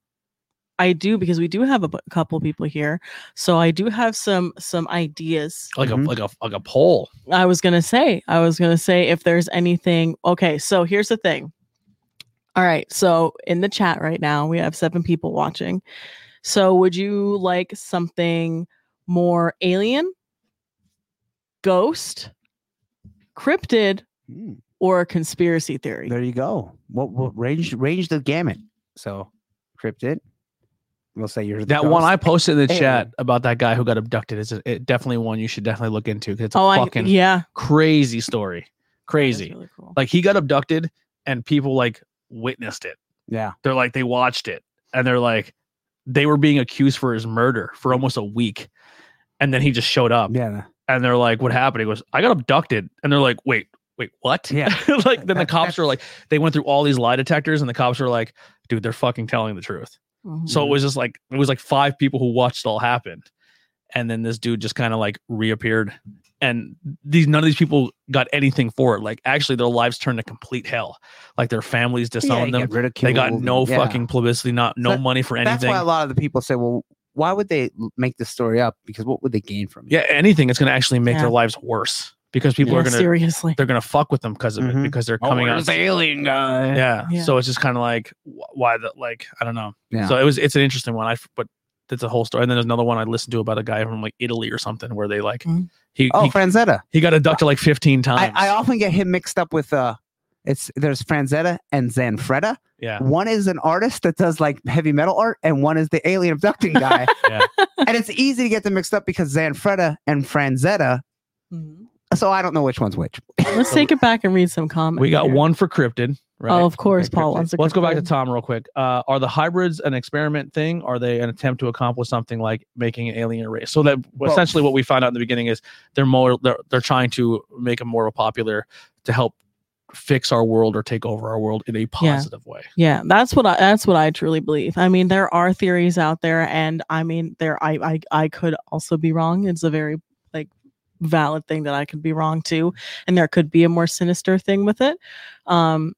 Speaker 3: I do because we do have a bu- couple people here, so I do have some some ideas.
Speaker 1: like
Speaker 2: Mhm.
Speaker 1: a like a like a poll.
Speaker 3: I was gonna say, I was gonna say if there's anything. Okay, so here's the thing. All right, so in the chat right now, we have seven people watching. So would you like something more alien, ghost, cryptid,
Speaker 2: Mm,
Speaker 3: or conspiracy theory?
Speaker 2: there you go. What,
Speaker 1: Mm.
Speaker 2: what range range the gamut? So cryptid. We'll say you're the
Speaker 1: That one
Speaker 2: ghost.
Speaker 1: I posted in the
Speaker 2: Hey.
Speaker 1: chat about that guy who got abducted is a- it definitely one you should definitely look into because it's a
Speaker 3: oh, I
Speaker 1: fucking
Speaker 3: yeah,
Speaker 1: crazy story.
Speaker 3: that's
Speaker 1: Crazy.
Speaker 3: really cool.
Speaker 1: Like he got abducted and people like witnessed it.
Speaker 2: Yeah.
Speaker 1: They're like they watched it and they're like they were being accused for his murder for almost a week. And then he just showed up
Speaker 2: Yeah.
Speaker 1: and they're like, What happened? He goes, I got abducted. And they're like, Wait, wait, what?
Speaker 2: Yeah.
Speaker 1: like then the
Speaker 2: That-
Speaker 1: cops
Speaker 2: that's-
Speaker 1: were like, they went through all these lie detectors and the cops were like, dude, they're fucking telling the truth.
Speaker 3: Mhm.
Speaker 2: Mm-hmm.
Speaker 1: So it was just like it was like five people who watched it all happen, and then this dude just kind of like reappeared, and these none of these people got anything for it. Like actually, their lives turned to complete hell. Like their families disowned them. They got no fucking publicity, not no
Speaker 2: That-
Speaker 1: money for
Speaker 2: That's
Speaker 1: anything.
Speaker 2: why a lot of the people say, well, why would they l- make this story up? Because what would they gain from it?
Speaker 1: yeah, anything that's gonna actually make
Speaker 3: Yeah.
Speaker 1: their lives worse because people
Speaker 3: Yeah,
Speaker 1: are gonna
Speaker 3: seriously.
Speaker 1: they're gonna fuck with them because of it
Speaker 2: Mhm.
Speaker 1: because they're
Speaker 4: Oh,
Speaker 1: coming out.
Speaker 6: alien guy.
Speaker 1: Yeah.
Speaker 3: Yeah.
Speaker 1: So it's just kind of like wh- why the like I don't know.
Speaker 2: Yeah.
Speaker 1: So it was it's an interesting one. I f- but it's a whole story. And then there's another one I listened to about a guy from like Italy or something where they like
Speaker 3: Mhm.
Speaker 1: he Uh,
Speaker 2: Oh,
Speaker 1: he,
Speaker 2: Franzetta.
Speaker 1: he got abducted like 15
Speaker 2: I,
Speaker 1: times.
Speaker 2: I often get him mixed up with uh it's there's Franzetta and Zanfretta.
Speaker 1: yeah.
Speaker 2: One is an artist that does like heavy metal art, and one is the alien abducting guy.
Speaker 1: Yeah.
Speaker 2: And it's easy to get them mixed up because Zanfretta and Franzetta.
Speaker 3: Mhm.
Speaker 2: So I don't know which one's which.
Speaker 3: Let's take it back and read some comments.
Speaker 1: We got
Speaker 3: here.
Speaker 1: one for cryptid, right?
Speaker 3: Oh, of course,
Speaker 2: Okay,
Speaker 3: Paul
Speaker 2: cryptid.
Speaker 3: wants to.
Speaker 1: Let's go back to
Speaker 3: cryptid.
Speaker 1: Tom real quick. Uh, are the hybrids an experiment thing? Are they an attempt to accomplish something like making an alien race? So that essentially what we found out in the beginning is they're more they're, they're trying to make them more popular to help fix our world or take over our world in a positive way.
Speaker 3: Yeah, that's what I that's what I truly believe. I mean, there are theories out there, and I mean, there I I I could also be wrong. It's a very like valid thing that I could be wrong too, and there could be a more sinister thing with it. Um,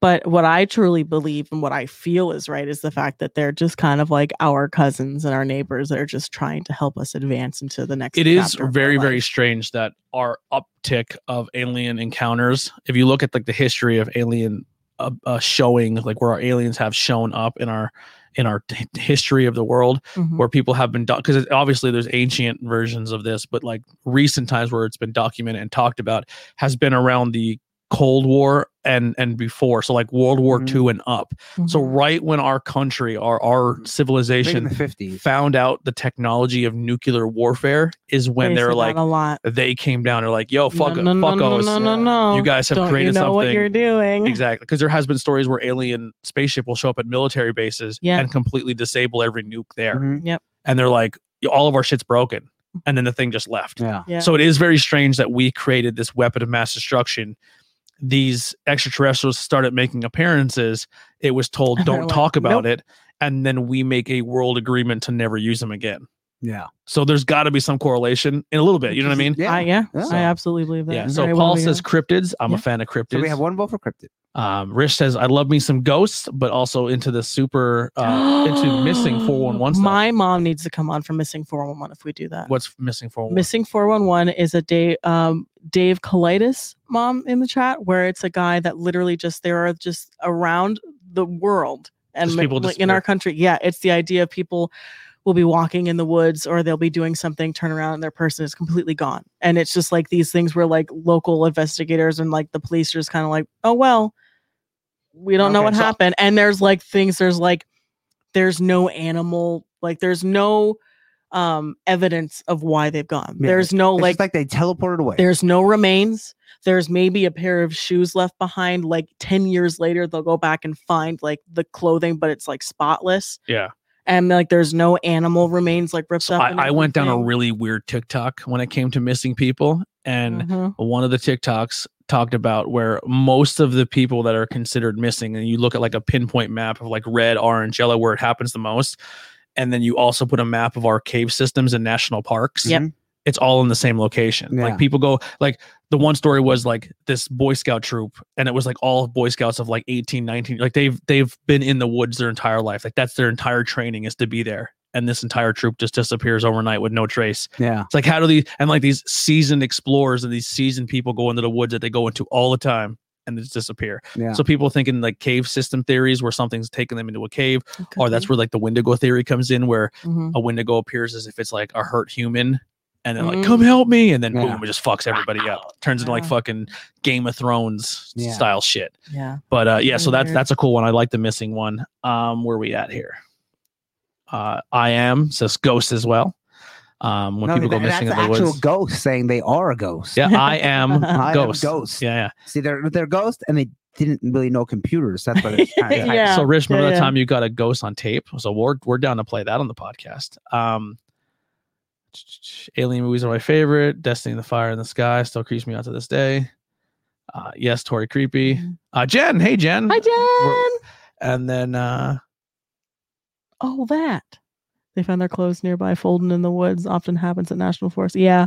Speaker 3: but what I truly believe and what I feel is right is the fact that they're just kind of like our cousins and our neighbors that are just trying to help us advance into the next.
Speaker 1: It is
Speaker 3: chapter of our
Speaker 1: very, very
Speaker 3: life.
Speaker 1: strange that our uptick of alien encounters, if you look at like the history of alien uh, uh, showing, like where our aliens have shown up in our in our t- history of the world,
Speaker 3: Mhm.
Speaker 1: where people have been because obviously there's ancient versions of this, but like recent times where it's been documented and talked about has been around the Cold War and and before, so like World War
Speaker 3: Mm-hmm.
Speaker 2: Mhm.
Speaker 1: II and up. So
Speaker 3: Mhm.
Speaker 1: right when our country or our
Speaker 3: Mm-hmm.
Speaker 2: Back in
Speaker 1: civilization
Speaker 2: the fifties.
Speaker 1: found out the technology of nuclear warfare is when
Speaker 3: Basically
Speaker 1: they're
Speaker 3: not
Speaker 1: like
Speaker 3: a lot.
Speaker 1: they came down and like yo fuck uh,
Speaker 3: no, no,
Speaker 1: fuck
Speaker 3: no,
Speaker 1: us
Speaker 3: No, no, no.
Speaker 1: you guys have
Speaker 3: Don't
Speaker 1: created
Speaker 3: you know
Speaker 1: something
Speaker 3: what you're doing.
Speaker 1: exactly because there has been stories where alien spaceship will show up at military bases
Speaker 3: Yeah.
Speaker 1: and completely disable every nuke there
Speaker 3: Mm-hmm.
Speaker 2: Mhm.
Speaker 1: and they're like all of our shit's broken and then the thing just left
Speaker 2: Yeah.
Speaker 3: Yeah.
Speaker 1: so it is very strange that we created this weapon of mass destruction. These extraterrestrials started making appearances. It was told,
Speaker 3: And they're
Speaker 1: don't
Speaker 3: like,
Speaker 1: talk about it. And then we make a world agreement to never use them again.
Speaker 2: Yeah.
Speaker 1: So there's got to be some correlation in a little bit. You know what I mean?
Speaker 2: Yeah.
Speaker 3: I, yeah,
Speaker 2: Yeah.
Speaker 3: I absolutely believe that.
Speaker 1: Yeah.
Speaker 3: It
Speaker 1: So
Speaker 3: very well
Speaker 1: Paul
Speaker 3: may
Speaker 1: says
Speaker 3: be.
Speaker 1: cryptids. I'm
Speaker 3: Yeah.
Speaker 1: a fan of cryptids.
Speaker 2: So we have one vote for cryptid.
Speaker 1: um, Rish says, I love me some ghosts, but also into the super, uh, into missing 411 stuff.
Speaker 3: My mom needs to come on for missing 411 if we do that.
Speaker 1: What's missing 411?
Speaker 3: Missing 411 is a Dave, um, Dave Colitis mom in the chat where it's a guy that literally just there are just around the world and
Speaker 1: Just
Speaker 3: ma-
Speaker 1: people
Speaker 3: like in our
Speaker 1: disappear.
Speaker 3: country. Yeah, it's the idea of people will be walking in the woods or they'll be doing something, turn around and their person is completely gone. And it's just like these things where like local investigators and like the police are just kind of like, oh well, we don't know
Speaker 2: Okay,
Speaker 3: what
Speaker 2: so-
Speaker 3: happened. And there's like things, there's like there's no animal, like there's no um evidence of why they've gone.
Speaker 2: Yeah,
Speaker 3: there's no
Speaker 2: It's
Speaker 3: like
Speaker 2: like, like they teleported away.
Speaker 3: there's no remains. There's maybe a pair of shoes left behind. Like 10 years later, they'll go back and find like the clothing, but it's like spotless.
Speaker 1: Yeah.
Speaker 3: And like there's no animal remains like ripped
Speaker 1: So
Speaker 3: up.
Speaker 1: I,
Speaker 3: and
Speaker 1: I went down a
Speaker 3: everything.
Speaker 1: really weird TikTok when it came to missing people. And
Speaker 3: Mhm.
Speaker 1: one of the TikToks talked about where most of the people that are considered missing, and you look at like a pinpoint map of like red, orange, yellow, where it happens the most. And then you also put a map of our cave systems and national parks.
Speaker 3: Yep.
Speaker 1: It's all in the same location.
Speaker 2: Yeah.
Speaker 1: Like people go, like the one story was like this Boy Scout troop, and it was like all Boy Scouts of like 18, 19. Like they've they've been in the woods their entire life. Like that's their entire training is to be there. And this entire troop just disappears overnight with no trace.
Speaker 2: yeah.
Speaker 1: It's like how do these and like these seasoned explorers and these seasoned people go into the woods that they go into all the time and just disappear.
Speaker 2: Yeah.
Speaker 1: So people thinking like cave system theories where something's taking them into a cave,
Speaker 3: It could
Speaker 1: or Oh, that's
Speaker 2: Mm-hmm.
Speaker 3: be.
Speaker 1: where like the Wendigo theory comes in, where
Speaker 3: Mhm.
Speaker 1: a Wendigo appears as if it's like a hurt human, and then like
Speaker 3: Mm.
Speaker 1: come help me, and then
Speaker 2: Yeah.
Speaker 1: boom, it just fucks everybody up, turns into like
Speaker 3: Yeah.
Speaker 1: fucking Game of Thrones
Speaker 2: Yeah.
Speaker 1: style shit.
Speaker 3: Yeah.
Speaker 1: But uh, yeah, so
Speaker 3: Very
Speaker 1: that's
Speaker 3: weird.
Speaker 1: that's a cool one. I like the missing one. Um, where we at here? Uh, I am says ghost as well. Um, when
Speaker 2: No,
Speaker 1: people go
Speaker 2: that-
Speaker 1: missing in
Speaker 2: that's
Speaker 1: the
Speaker 2: actual
Speaker 1: woods,
Speaker 2: ghosts saying they are a ghost.
Speaker 1: yeah, I am
Speaker 3: I
Speaker 2: I am
Speaker 1: ghost.
Speaker 2: ghost.
Speaker 1: Yeah, yeah.
Speaker 2: See, they're they're ghosts, and they didn't really know computers. That's what it's kind of
Speaker 3: Yeah,
Speaker 1: So Rich, remember
Speaker 3: yeah,
Speaker 1: that
Speaker 3: yeah.
Speaker 1: time you got a ghost on tape? So we're we're down to play that on the podcast. Um Alien movies are my favorite. Destiny and the Fire in the Sky still creeps me out to this day. Uh yes, Tori creepy.
Speaker 3: Mhm.
Speaker 1: Uh Jen, hey Jen.
Speaker 3: Hi,
Speaker 1: We're-
Speaker 3: Jen.
Speaker 1: And then uh
Speaker 3: Oh, that. They found their clothes nearby, folding in the woods. Often happens at National Forest. Yeah.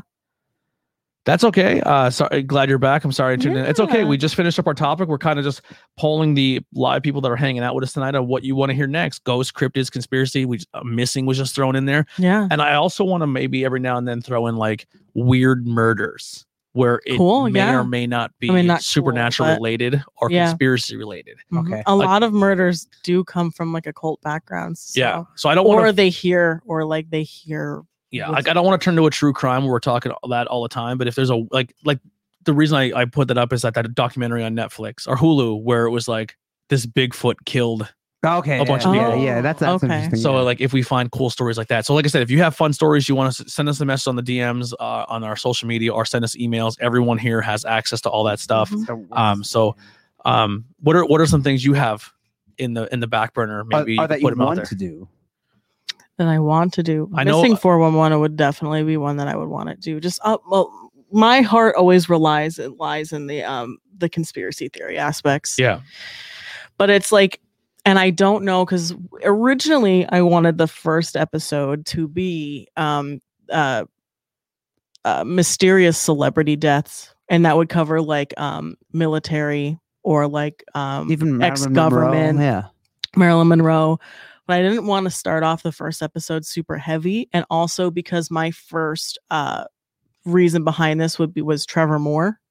Speaker 1: That's okay. Uh, sorry, glad you're back. I'm sorry I tuned in. It's okay.
Speaker 3: Yeah.
Speaker 1: We just finished up our topic. We're kind of just polling the live people that are hanging out with us tonight on what you want to hear next. Ghost, cryptids, conspiracy. We uh, missing was just thrown in there.
Speaker 3: Yeah.
Speaker 1: And I also want to maybe every now and then throw in like weird murders where it
Speaker 3: Cool,
Speaker 1: may
Speaker 3: yeah.
Speaker 1: or may not be
Speaker 3: I mean, not cool,
Speaker 1: supernatural
Speaker 3: but-
Speaker 1: related or
Speaker 3: Yeah.
Speaker 1: conspiracy related.
Speaker 3: Mhm.
Speaker 2: Okay.
Speaker 3: A
Speaker 1: Like-
Speaker 3: lot of murders do come from like occult backgrounds. So.
Speaker 1: Yeah. So I don't
Speaker 3: Or
Speaker 1: want to.
Speaker 3: they hear, or like they hear
Speaker 1: Yeah.
Speaker 3: with-
Speaker 1: Like I don't want to turn to a true crime where we're talking all that all the time. But if there's a like like the reason I, I put that up is that that documentary on Netflix or Hulu where it was like this Bigfoot killed.
Speaker 2: Okay.
Speaker 1: A bunch
Speaker 2: yeah,
Speaker 1: of
Speaker 2: yeah,
Speaker 3: people.
Speaker 2: yeah, that's, that's
Speaker 3: Okay.
Speaker 2: interesting.
Speaker 1: So
Speaker 2: yeah.
Speaker 1: like if we find cool stories like that. So like I said, if you have fun stories, you want to send us a message on the DMs uh, on our social media or send us emails. Everyone here has access to all that stuff.
Speaker 3: Mhm.
Speaker 1: um, so um what are what are some things you have in the in the back burner
Speaker 2: Are-
Speaker 1: maybe
Speaker 2: are,
Speaker 1: you
Speaker 2: that
Speaker 1: can
Speaker 2: you
Speaker 1: put them out
Speaker 2: want
Speaker 1: there
Speaker 2: to do?
Speaker 3: that I want to do.
Speaker 1: I know- uh,
Speaker 3: Missing 411 would definitely be one that I would want to do. Just uh, well, my heart always relies it lies in the um the conspiracy theory aspects.
Speaker 1: yeah
Speaker 3: But it's like and I don't know cuz originally I wanted the first episode to be um uh uh, mysterious celebrity deaths, and that would cover like um, military or like um,
Speaker 2: Even Marilyn Monroe,
Speaker 3: ex-government.
Speaker 2: Yeah.
Speaker 3: Marilyn Monroe. But I didn't want to start off the first episode super heavy, and also because my first uh, reason behind this would be was Trevor Moore.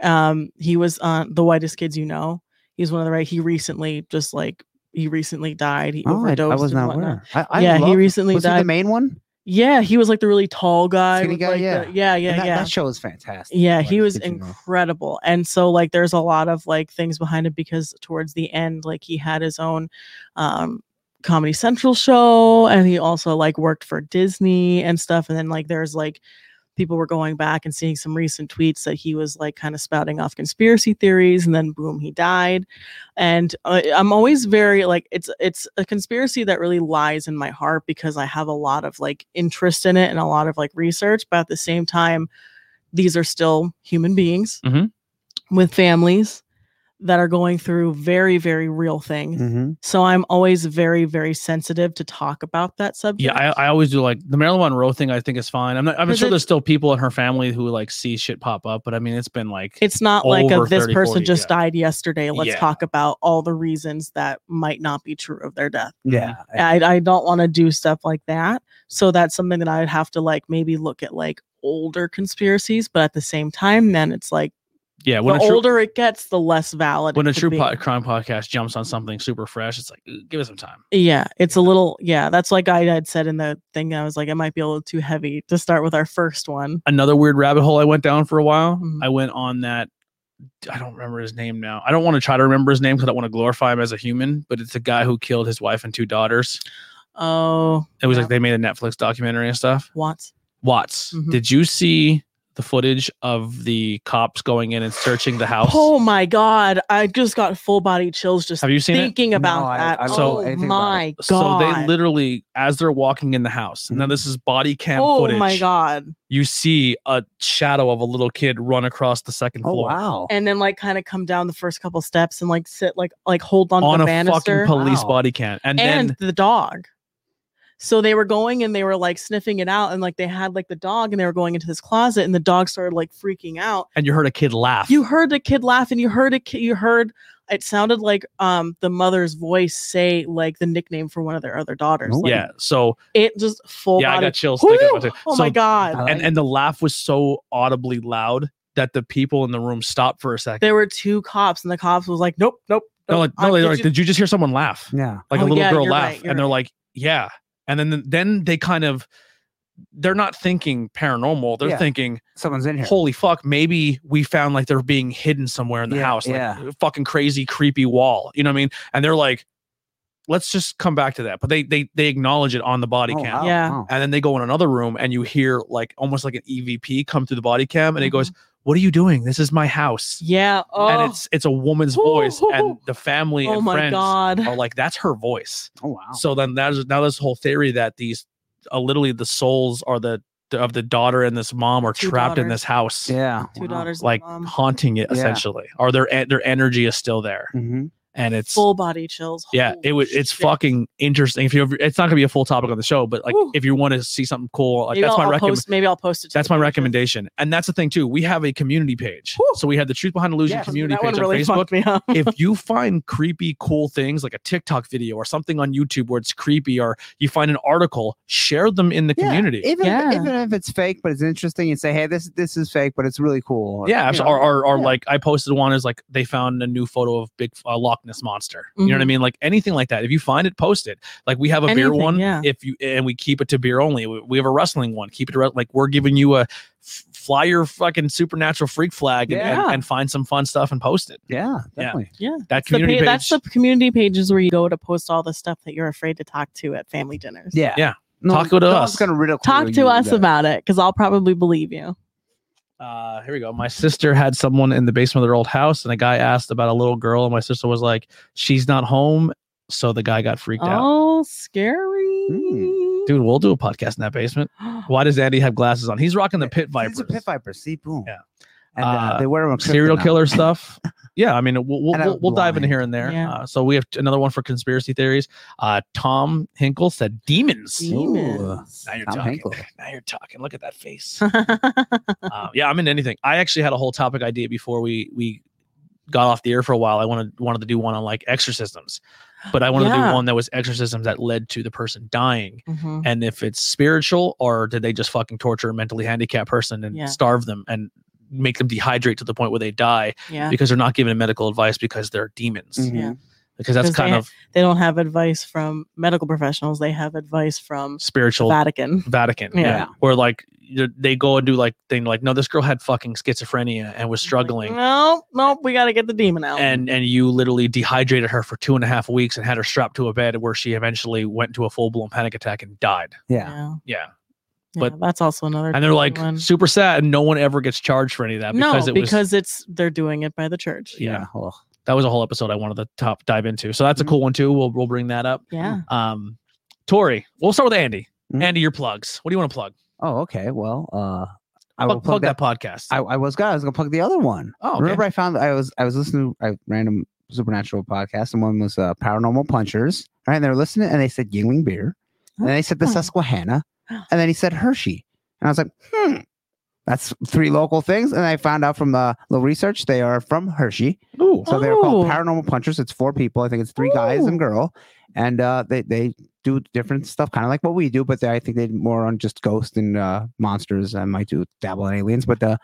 Speaker 3: Um, he was on The Whitest Kids You Know. He's one of the right. He recently just like he recently died. He
Speaker 2: Oh, I,
Speaker 3: overdosed.
Speaker 2: I was
Speaker 3: and
Speaker 2: not
Speaker 3: whatnot.
Speaker 2: aware. I, I
Speaker 3: yeah,
Speaker 2: love,
Speaker 3: he recently
Speaker 2: was he
Speaker 3: died.
Speaker 2: the main one.
Speaker 3: yeah, he was like the really tall guy.
Speaker 2: Skinny
Speaker 3: with,
Speaker 2: guy,
Speaker 3: like, the-
Speaker 2: yeah.
Speaker 3: yeah, yeah,
Speaker 2: that,
Speaker 3: yeah.
Speaker 2: that show is fantastic.
Speaker 3: Yeah,
Speaker 2: Like,
Speaker 3: he was
Speaker 2: did you know?
Speaker 3: incredible. And so like there's a lot of like things behind it because towards the end like he had his own um Comedy Central show and he also like worked for Disney and stuff and then like there's like people were going back and seeing some recent tweets that he was like kind of spouting off conspiracy theories and then boom he died and uh, i'm always very like it's it's a conspiracy that really lies in my heart because i have a lot of like interest in it and a lot of like research but at the same time these are still human beings
Speaker 1: Mhm.
Speaker 3: with families that are going through very very real things
Speaker 1: Mm-hmm.
Speaker 2: Mhm.
Speaker 3: so i'm always very very sensitive to talk about that subject
Speaker 1: Yeah, I, I always do like the Marilyn Monroe thing. I think is fine. I'm not. I'm
Speaker 3: But
Speaker 1: sure
Speaker 3: it-
Speaker 1: there's still people in her family who like see shit pop up, but I mean, it's been like
Speaker 3: it's not like a,
Speaker 1: Over
Speaker 3: this
Speaker 1: 30,
Speaker 3: person
Speaker 1: 40,
Speaker 3: just
Speaker 1: yeah.
Speaker 3: died yesterday. Let's
Speaker 1: Yeah.
Speaker 3: talk about all the reasons that might not be true of their death.
Speaker 2: Yeah,
Speaker 3: I, I don't want to do stuff like that. So that's something that I'd have to like maybe look at like older conspiracies, but at the same time, then it's like
Speaker 1: yeah. Uh, When a
Speaker 3: the
Speaker 1: true,
Speaker 3: older it gets, the less valid.
Speaker 1: when
Speaker 3: it
Speaker 1: a
Speaker 3: could
Speaker 1: true
Speaker 3: be.
Speaker 1: po- crime podcast jumps on something super fresh, it's like "Ooh, give it some time.
Speaker 3: Yeah, it's a little yeah. That's like I had said in the thing. I was like, it might be a little too heavy to start with our first one.
Speaker 1: Another weird rabbit hole I went down for a while.
Speaker 3: Mhm.
Speaker 1: I went on that. I don't remember his name now. I don't want to try to remember his name because I don't want to glorify him as a human. But it's a guy who killed his wife and two daughters.
Speaker 3: Oh,
Speaker 1: It was
Speaker 3: Yeah.
Speaker 1: like they made a Netflix documentary and stuff.
Speaker 3: Watts.
Speaker 1: Watts,
Speaker 3: Mhm.
Speaker 1: did you see the footage of the cops going in and searching the house?
Speaker 3: Oh my God! I just got full body chills just
Speaker 1: Have you seen it?
Speaker 3: thinking
Speaker 2: No,
Speaker 3: about
Speaker 2: I-
Speaker 3: that.
Speaker 2: I
Speaker 1: don't know
Speaker 3: oh
Speaker 2: anything about
Speaker 3: my god!
Speaker 1: So they literally, as they're walking in the house, now
Speaker 2: Mhm.
Speaker 1: this is body cam
Speaker 3: oh
Speaker 1: footage.
Speaker 3: my god!
Speaker 1: You see a shadow of a little kid run across the second
Speaker 2: Oh
Speaker 1: floor
Speaker 2: wow.
Speaker 3: And then like kind of come down the first couple steps and like sit like like hold on,
Speaker 1: on
Speaker 3: to
Speaker 1: a
Speaker 3: the
Speaker 1: fucking
Speaker 3: banister
Speaker 1: police
Speaker 2: Wow.
Speaker 1: body cam, and,
Speaker 3: and
Speaker 1: then
Speaker 3: the dog. So they were going and they were like sniffing it out and like they had like the dog and they were going into this closet and the dog started like freaking out.
Speaker 1: and you heard a kid laugh.
Speaker 3: You heard the kid laugh and you heard a kid. You heard it sounded like um the mother's voice say like the nickname for one of their other daughters.
Speaker 2: Ooh.
Speaker 3: Like,
Speaker 1: yeah. So
Speaker 3: it just full
Speaker 1: yeah, I
Speaker 3: body.
Speaker 1: got chills. thinking about
Speaker 3: Whew!
Speaker 1: it.
Speaker 3: Oh
Speaker 1: So
Speaker 3: my god!
Speaker 2: I like
Speaker 1: and and the laugh was so audibly loud that the people in the room stopped for a second.
Speaker 3: there were two cops and the cops was like nope nope
Speaker 1: They're like, no,
Speaker 3: I'm-
Speaker 1: they're
Speaker 3: did
Speaker 1: like,
Speaker 3: you-"
Speaker 1: did you just hear someone laugh?
Speaker 2: yeah.
Speaker 1: like a
Speaker 3: Oh,
Speaker 1: little
Speaker 3: yeah,
Speaker 1: girl
Speaker 3: you're
Speaker 1: laugh
Speaker 3: right,
Speaker 1: and
Speaker 3: you're
Speaker 1: they're
Speaker 3: right.
Speaker 1: like yeah and then then they kind of they're not thinking paranormal they're
Speaker 2: Yeah.
Speaker 1: thinking
Speaker 2: Someone's in here.
Speaker 1: holy fuck maybe we found like they're being hidden somewhere in the
Speaker 2: Yeah,
Speaker 1: house like
Speaker 2: yeah.
Speaker 1: a fucking crazy creepy wall you know what i mean and they're like let's just come back to that but they they they acknowledge it on the body
Speaker 2: Oh,
Speaker 1: cam
Speaker 2: wow,
Speaker 3: Yeah.
Speaker 2: wow.
Speaker 1: and then they go in another room and you hear like almost like an evp come through the body cam and it goes what are you doing this is my house
Speaker 3: yeah Mm-hmm. oh,
Speaker 1: and it's it's a woman's voice and the family
Speaker 3: oh
Speaker 1: and
Speaker 3: my
Speaker 1: friends
Speaker 3: god
Speaker 1: are like that's her voice
Speaker 2: Oh wow.
Speaker 1: so then that is now this whole theory that these uh, literally the souls are the of the daughter and this mom are
Speaker 3: Two
Speaker 1: trapped in
Speaker 3: daughters.
Speaker 1: this house,
Speaker 2: Yeah.
Speaker 3: two daughters and a
Speaker 1: like
Speaker 3: mom.
Speaker 1: haunting it
Speaker 2: Yeah.
Speaker 1: essentially. Or their en- their energy is still there,
Speaker 2: hmm
Speaker 1: and it's
Speaker 3: full body chills
Speaker 1: yeah, it
Speaker 3: Holy
Speaker 1: was it's
Speaker 3: shit.
Speaker 1: fucking interesting. If you ever, it's not gonna be a full topic on the show, but like
Speaker 3: Whew.
Speaker 1: if you want to see something cool, like
Speaker 3: maybe
Speaker 1: that's
Speaker 3: I'll,
Speaker 1: my
Speaker 3: I'll
Speaker 1: recommendation.
Speaker 3: post, maybe i'll post it to
Speaker 1: That's
Speaker 3: the
Speaker 1: my
Speaker 3: pages.
Speaker 1: recommendation, and that's the thing too. We have a community page,
Speaker 3: Whew.
Speaker 1: so we have the Truth Behind Illusion
Speaker 2: Yes,
Speaker 1: community
Speaker 3: that
Speaker 1: page
Speaker 3: one really
Speaker 1: on Facebook
Speaker 3: fucked me up
Speaker 1: if you find creepy, cool things like a TikTok video or something on YouTube where it's creepy, or you find an article, share them in the
Speaker 2: Yeah,
Speaker 1: community.
Speaker 2: Even
Speaker 3: Yeah.
Speaker 2: even if it's fake, but it's interesting, and say, hey, this this is fake, but it's really cool. Or,
Speaker 1: yeah,
Speaker 2: you
Speaker 1: or,
Speaker 2: know,
Speaker 1: or, or
Speaker 2: yeah.
Speaker 1: like I posted one is like they found a new photo of Big uh, Loch Ness monster. You know what I
Speaker 3: Mhm.
Speaker 1: mean? Like anything like that. If you find it, post it. Like we have a beer
Speaker 3: Anything,
Speaker 1: one.
Speaker 3: yeah.
Speaker 1: If you and we keep it to beer only. We, we have a wrestling one. Keep it to re- like we're giving you a f- fly your fucking supernatural freak flag and, and-
Speaker 3: Yeah.
Speaker 1: and, find some fun stuff and post it.
Speaker 2: yeah, definitely.
Speaker 1: That
Speaker 3: It's the
Speaker 1: community
Speaker 3: pa-
Speaker 1: page.
Speaker 3: that's the community pages where you go to post all the stuff that you're afraid to talk to at family dinners
Speaker 2: Yeah.
Speaker 1: Yeah.
Speaker 2: No,
Speaker 1: Talk to
Speaker 2: no
Speaker 1: us.
Speaker 2: one's gonna ridicule
Speaker 3: talk
Speaker 2: you
Speaker 3: to us
Speaker 2: that-
Speaker 3: about it because i'll probably believe you
Speaker 1: uh here we go my sister had someone in the basement of their old house and a guy asked about a little girl and my sister was like she's not home so the guy got freaked out Mm.
Speaker 3: oh scary Oh.
Speaker 1: dude we'll do a podcast in that basement why does andy have glasses on he's rocking the pit
Speaker 2: Viper.
Speaker 1: vipers
Speaker 2: It's a pit viper. See, boom.
Speaker 1: Yeah.
Speaker 2: and uh,
Speaker 1: Uh,
Speaker 2: they wear them on
Speaker 1: serial
Speaker 2: kryptonite.
Speaker 1: killer stuff. Yeah, I mean, we'll we'll,
Speaker 2: And I
Speaker 1: we'll, we'll dive into
Speaker 2: blind.
Speaker 1: here and there.
Speaker 3: Yeah.
Speaker 1: Uh, so we have t- another one for conspiracy theories. Uh, Tom Hinkle said demons.
Speaker 3: Demons.
Speaker 1: Now you're
Speaker 2: Tom
Speaker 1: talking.
Speaker 2: Hinkle.
Speaker 1: Now you're talking. Look at that face. um, yeah, I'm into anything. I actually had a whole topic idea before we we got off the air for a while. I wanted wanted to do one on like exorcisms, but I wanted to
Speaker 3: Yeah.
Speaker 1: do one that was exorcisms that led to the person dying,
Speaker 3: Mhm.
Speaker 1: and if it's spiritual or did they just fucking torture a mentally handicapped person and
Speaker 3: Yeah.
Speaker 1: starve them and make them dehydrate to the point where they die
Speaker 3: Yeah.
Speaker 1: because they're not given medical advice because they're demons.
Speaker 2: Mhm.
Speaker 1: Because that's
Speaker 3: 'Cause they
Speaker 1: kind
Speaker 3: ha-
Speaker 1: of
Speaker 3: They don't have advice from medical professionals. They have advice from
Speaker 1: spiritual
Speaker 3: Vatican.
Speaker 1: Vatican.
Speaker 3: Yeah.
Speaker 1: Where like you- they go and do like thing like no, this girl had fucking schizophrenia and was struggling.
Speaker 3: No, no, we got to get the demon out.
Speaker 1: and and you literally dehydrated her for two and a half weeks and had her strapped to a bed where she eventually went to a full blown panic attack and died.
Speaker 2: Yeah.
Speaker 3: yeah.
Speaker 1: Yeah,
Speaker 3: but
Speaker 1: But-
Speaker 3: that's also another.
Speaker 1: and they're like
Speaker 3: one.
Speaker 1: super sad, and no one ever gets charged for any of that because
Speaker 3: no,
Speaker 1: it was.
Speaker 3: because it's they're doing it by the church.
Speaker 1: Yeah.
Speaker 2: Oh,
Speaker 1: That was a whole episode I wanted to top dive into, so that's a
Speaker 3: Mm-hmm.
Speaker 1: cool one too. We'll we'll bring that up.
Speaker 3: Yeah.
Speaker 1: Um, Tori, we'll start with Andy.
Speaker 2: Mhm.
Speaker 1: Andy, your plugs. What do you want to plug?
Speaker 2: oh, okay. Well, uh, I will
Speaker 1: Plug,
Speaker 2: plug,
Speaker 1: plug that,
Speaker 2: that.
Speaker 1: podcast.
Speaker 2: I, I was gonna. I was gonna plug the other one.
Speaker 1: oh, okay.
Speaker 2: Remember, I found I was I was listening to a random supernatural podcast, and one was uh, Paranormal Punchers. Right, and they were listening, and they said Yingling beer, and then they said the
Speaker 3: Oh.
Speaker 2: Susquehanna, and then he said Hershey, and I was like, hmm, that's three local things. And I found out from uh, little research they are from Hershey,
Speaker 1: Ooh.
Speaker 2: so they're called
Speaker 3: Oh.
Speaker 2: Paranormal Punchers. It's four people. I think it's three guys and
Speaker 3: Ooh.
Speaker 2: girl, and uh, they they do different stuff, kind of like what we do, but they, I think they more on just ghosts and uh, monsters. I might do dabble in aliens, but uh,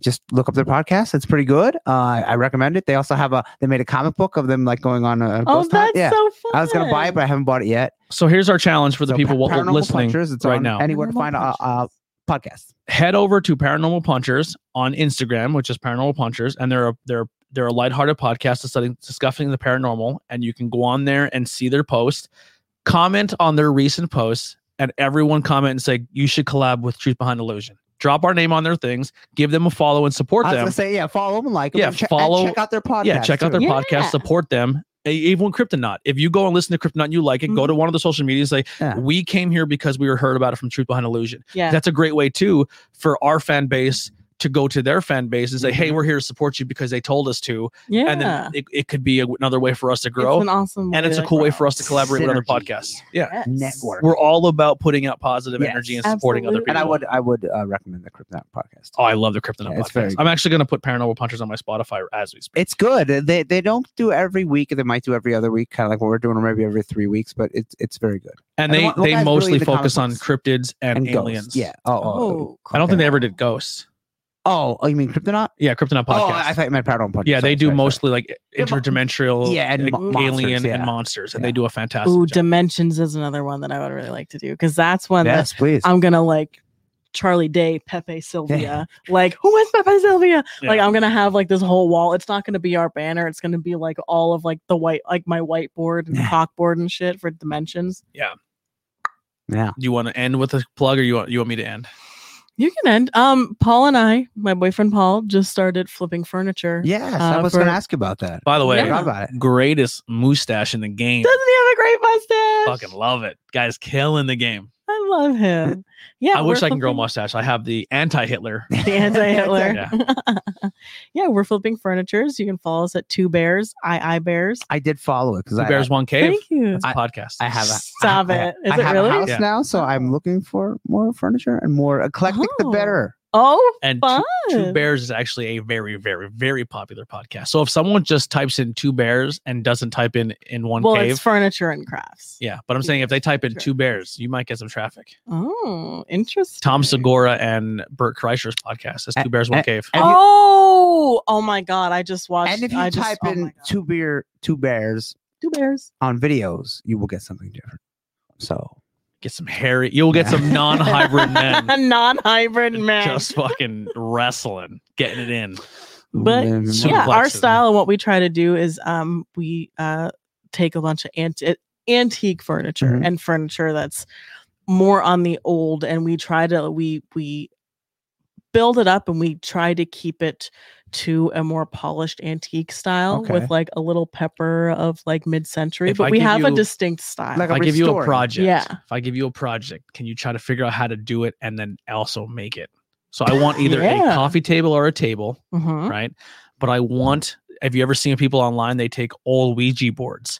Speaker 2: just look up their podcast. It's pretty good. Uh, I I recommend it. They also have a they made a comic book of them like going on a, a
Speaker 3: Oh,
Speaker 2: ghost hunt.
Speaker 3: that's
Speaker 2: Yeah,
Speaker 3: so fun.
Speaker 2: I was gonna buy it, but I haven't bought it yet.
Speaker 1: So here's our challenge for the
Speaker 2: So,
Speaker 1: people
Speaker 2: Pa-
Speaker 1: wa-
Speaker 2: Paranormal
Speaker 1: listening.
Speaker 2: Punchers, it's
Speaker 1: right
Speaker 2: on
Speaker 1: now.
Speaker 2: anywhere to
Speaker 3: Paranormal
Speaker 2: find a, a, a
Speaker 3: Punchers.
Speaker 2: podcast.
Speaker 1: head over to Paranormal Punchers on Instagram, which is Paranormal Punchers, and they're a, they're they're a lighthearted podcast discussing discussing the paranormal, and you can go on there and see their post, comment on their recent posts, and everyone comment and say you should collab with Truth Behind Illusion. Drop our name on their things, give them a follow and support
Speaker 2: I was
Speaker 1: them.
Speaker 2: gonna say yeah, follow them, like 'em,
Speaker 1: Yeah,
Speaker 2: and che- and
Speaker 1: follow-
Speaker 2: check out their podcast.
Speaker 1: Yeah, check out their
Speaker 2: too.
Speaker 3: Yeah.
Speaker 1: podcast, support them. E- Even when Kryptonaut, if you go and listen to Kryptonaut and you like it, go to one of the social media and say,
Speaker 2: Yeah.
Speaker 1: We came here because we were heard about it from Truth Behind Illusion
Speaker 3: Yeah.
Speaker 1: that's a great way too for our fan base to go to their fan base and say, "Hey,
Speaker 2: Mhm.
Speaker 1: we're here to support you because they told us to,"
Speaker 3: Mm-hmm. yeah.
Speaker 1: and then it, it could be a, another way for us to grow,
Speaker 3: It's an awesome.
Speaker 1: and it's a cool way for us to collaborate with other
Speaker 2: Synergy.
Speaker 1: podcasts. Yeah,
Speaker 3: Yes.
Speaker 2: network.
Speaker 1: we're all about putting out positive
Speaker 2: Yes.
Speaker 1: energy and supporting other people.
Speaker 3: Absolutely.
Speaker 2: And I would I would uh, recommend the Kryptonite podcast.
Speaker 1: Oh, I love the Kryptonite
Speaker 2: Yeah, it's very
Speaker 1: podcast. I'm actually going to put Paranormal Punchers on my Spotify as we speak.
Speaker 2: It's good. They they don't do every week. They might do every other week, kind of like what we're doing, or maybe every three weeks. But it's it's very good.
Speaker 1: And
Speaker 2: and
Speaker 1: they
Speaker 2: one- one
Speaker 1: they
Speaker 2: guy's really
Speaker 1: mostly
Speaker 2: into comic
Speaker 1: focus on
Speaker 2: books.
Speaker 1: cryptids and,
Speaker 2: And, ghosts.
Speaker 1: aliens.
Speaker 2: Yeah. Oh, oh,
Speaker 3: Oh,
Speaker 1: I don't think
Speaker 2: okay.
Speaker 1: they ever did ghosts.
Speaker 2: oh. oh, you mean Kryptonite?
Speaker 1: Yeah, Kryptonite podcast.
Speaker 2: Oh, I thought you meant Paranormal Podcast.
Speaker 1: yeah, they
Speaker 2: Sorry,
Speaker 1: do
Speaker 2: sorry, sorry.
Speaker 1: mostly like
Speaker 2: Yeah, mo-
Speaker 1: interdimensional,
Speaker 2: yeah, and
Speaker 1: like,
Speaker 2: mo-
Speaker 1: alien
Speaker 2: monsters,
Speaker 1: and
Speaker 2: yeah.
Speaker 1: monsters, and
Speaker 2: Yeah.
Speaker 1: they do a fantastic
Speaker 3: Ooh,
Speaker 1: job.
Speaker 3: dimensions is another one that I would really like to do because that's one that
Speaker 2: Yes, please.
Speaker 3: I'm gonna like Charlie Day, Pepe Sylvia. Like, who is Pepe Sylvia? Like,
Speaker 1: Yeah.
Speaker 3: I'm gonna have like this whole wall. It's not gonna be our banner. It's gonna be like all of like the white, like my whiteboard and
Speaker 2: Yeah.
Speaker 3: chalkboard and shit for dimensions.
Speaker 2: yeah.
Speaker 1: Do you want to end with a plug, or you want you want me to end?
Speaker 3: You can end. Um, Paul and I, my boyfriend Paul, just started flipping furniture.
Speaker 2: Yes,
Speaker 3: Uh,
Speaker 2: I was
Speaker 3: for-
Speaker 2: going to ask you about that.
Speaker 1: By the way,
Speaker 2: I forgot about it.
Speaker 1: greatest mustache in the game.
Speaker 3: Doesn't he have a great mustache?
Speaker 1: Fucking love it, guys! Killing the game.
Speaker 3: I love him. Yeah,
Speaker 1: I wish
Speaker 3: we're
Speaker 1: I can grow a
Speaker 3: flipping-
Speaker 1: mustache. I have the anti-Hitler.
Speaker 3: the anti-Hitler. yeah. we're flipping furnitures. You can follow us at Two Bears, I I Bears.
Speaker 2: I did follow it because
Speaker 1: Two
Speaker 2: I
Speaker 1: bears, one cave.
Speaker 3: Thank you.
Speaker 1: It's a podcast.
Speaker 2: I have a I
Speaker 3: Stop
Speaker 2: ha- I-
Speaker 3: it. Is
Speaker 2: I
Speaker 3: it
Speaker 2: have
Speaker 3: really?
Speaker 2: a house
Speaker 1: Yeah.
Speaker 2: now, so I'm looking for more furniture and more eclectic
Speaker 3: Oh.
Speaker 2: the better.
Speaker 3: Oh,
Speaker 1: and
Speaker 3: fun.
Speaker 1: two, two bears is actually a very, very, very popular podcast. So if someone just types in two bears and doesn't type in in one
Speaker 3: well,
Speaker 1: cave,
Speaker 3: it's furniture and crafts.
Speaker 1: yeah. But I'm saying if they type in
Speaker 3: Sure.
Speaker 1: two bears, you might get some traffic.
Speaker 3: Oh, interesting.
Speaker 1: Tom Segura and Bert Kreischer's podcast is
Speaker 2: A-
Speaker 1: Two Bears One
Speaker 2: a-
Speaker 1: Cave.
Speaker 2: and you-
Speaker 3: oh, oh my God! I just watched.
Speaker 2: And if you
Speaker 3: I just-
Speaker 2: type
Speaker 3: oh my
Speaker 2: in
Speaker 3: God.
Speaker 2: two beer two bears
Speaker 3: two bears,
Speaker 2: on videos, you will get something different. So
Speaker 1: Get some hairy. You'll get some
Speaker 2: Yeah.
Speaker 1: non-hybrid men.
Speaker 3: non-hybrid man.
Speaker 1: just fucking wrestling, getting it in.
Speaker 3: But,
Speaker 2: Mm,
Speaker 1: Super
Speaker 3: yeah, our
Speaker 1: Suplexes.
Speaker 3: style and what we try to do is um we uh take a bunch of anti- antique furniture
Speaker 1: Mm-hmm.
Speaker 2: Mhm.
Speaker 3: and furniture that's more on the old and we try to we we build it up and we try to keep it to a more polished antique style
Speaker 2: Okay.
Speaker 3: with like a little pepper of like mid-century
Speaker 1: If
Speaker 3: but
Speaker 1: I
Speaker 3: we
Speaker 1: give
Speaker 3: have a
Speaker 1: you-
Speaker 3: distinct style
Speaker 2: Like
Speaker 1: If I give you a
Speaker 2: restoring.
Speaker 1: project,
Speaker 3: Yeah.
Speaker 1: if I give you a project, can you try to figure out how to do it and then also make it? So I want either
Speaker 3: Yeah.
Speaker 1: a coffee table or a table,
Speaker 3: Mhm.
Speaker 1: right? But I want. Have you ever seen people online? They take old Ouija boards,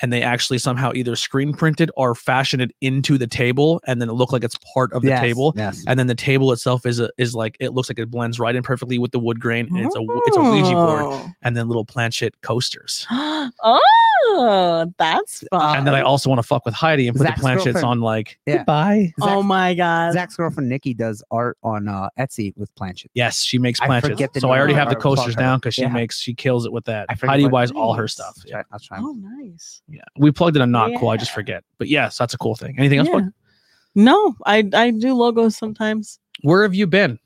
Speaker 1: and they actually somehow either screen printed or fashion it into the table, and then it look like it's part of the
Speaker 2: Yes,
Speaker 1: table.
Speaker 2: Yes.
Speaker 1: And then the table itself is a, is like it looks like it blends right in perfectly with the wood grain, and it's a it's a Ouija
Speaker 2: Oh.
Speaker 1: board, and then little planchette coasters.
Speaker 3: Oh. oh, that's fun.
Speaker 1: And then I also want to fuck with Heidi and put
Speaker 2: Uh, Zach's
Speaker 1: the planchettes
Speaker 2: girlfriend.
Speaker 1: on like
Speaker 2: Yeah.
Speaker 1: goodbye.
Speaker 3: oh
Speaker 2: Zach's-
Speaker 3: my god.
Speaker 2: Zach's girlfriend Nikki does art on uh, Etsy with planchets.
Speaker 1: Yes, she makes
Speaker 2: I
Speaker 1: planchets.
Speaker 2: forget the
Speaker 1: So I
Speaker 2: name
Speaker 1: already
Speaker 3: of
Speaker 1: have the
Speaker 2: her. Fuck
Speaker 1: coasters
Speaker 2: her.
Speaker 1: down because she
Speaker 2: Yeah.
Speaker 1: makes she kills it with that.
Speaker 2: I forget
Speaker 1: Heidi
Speaker 2: what-
Speaker 1: buys all her stuff.
Speaker 2: I'll
Speaker 1: Yeah.
Speaker 2: try- I'll try.
Speaker 3: oh, nice.
Speaker 1: Yeah. We plugged in a not cool. I just
Speaker 3: Yeah.
Speaker 1: forget. But yes, that's a cool thing. Anything else?
Speaker 3: Yeah.
Speaker 1: Buck?
Speaker 3: No, I I do logos sometimes.
Speaker 1: Where have you been?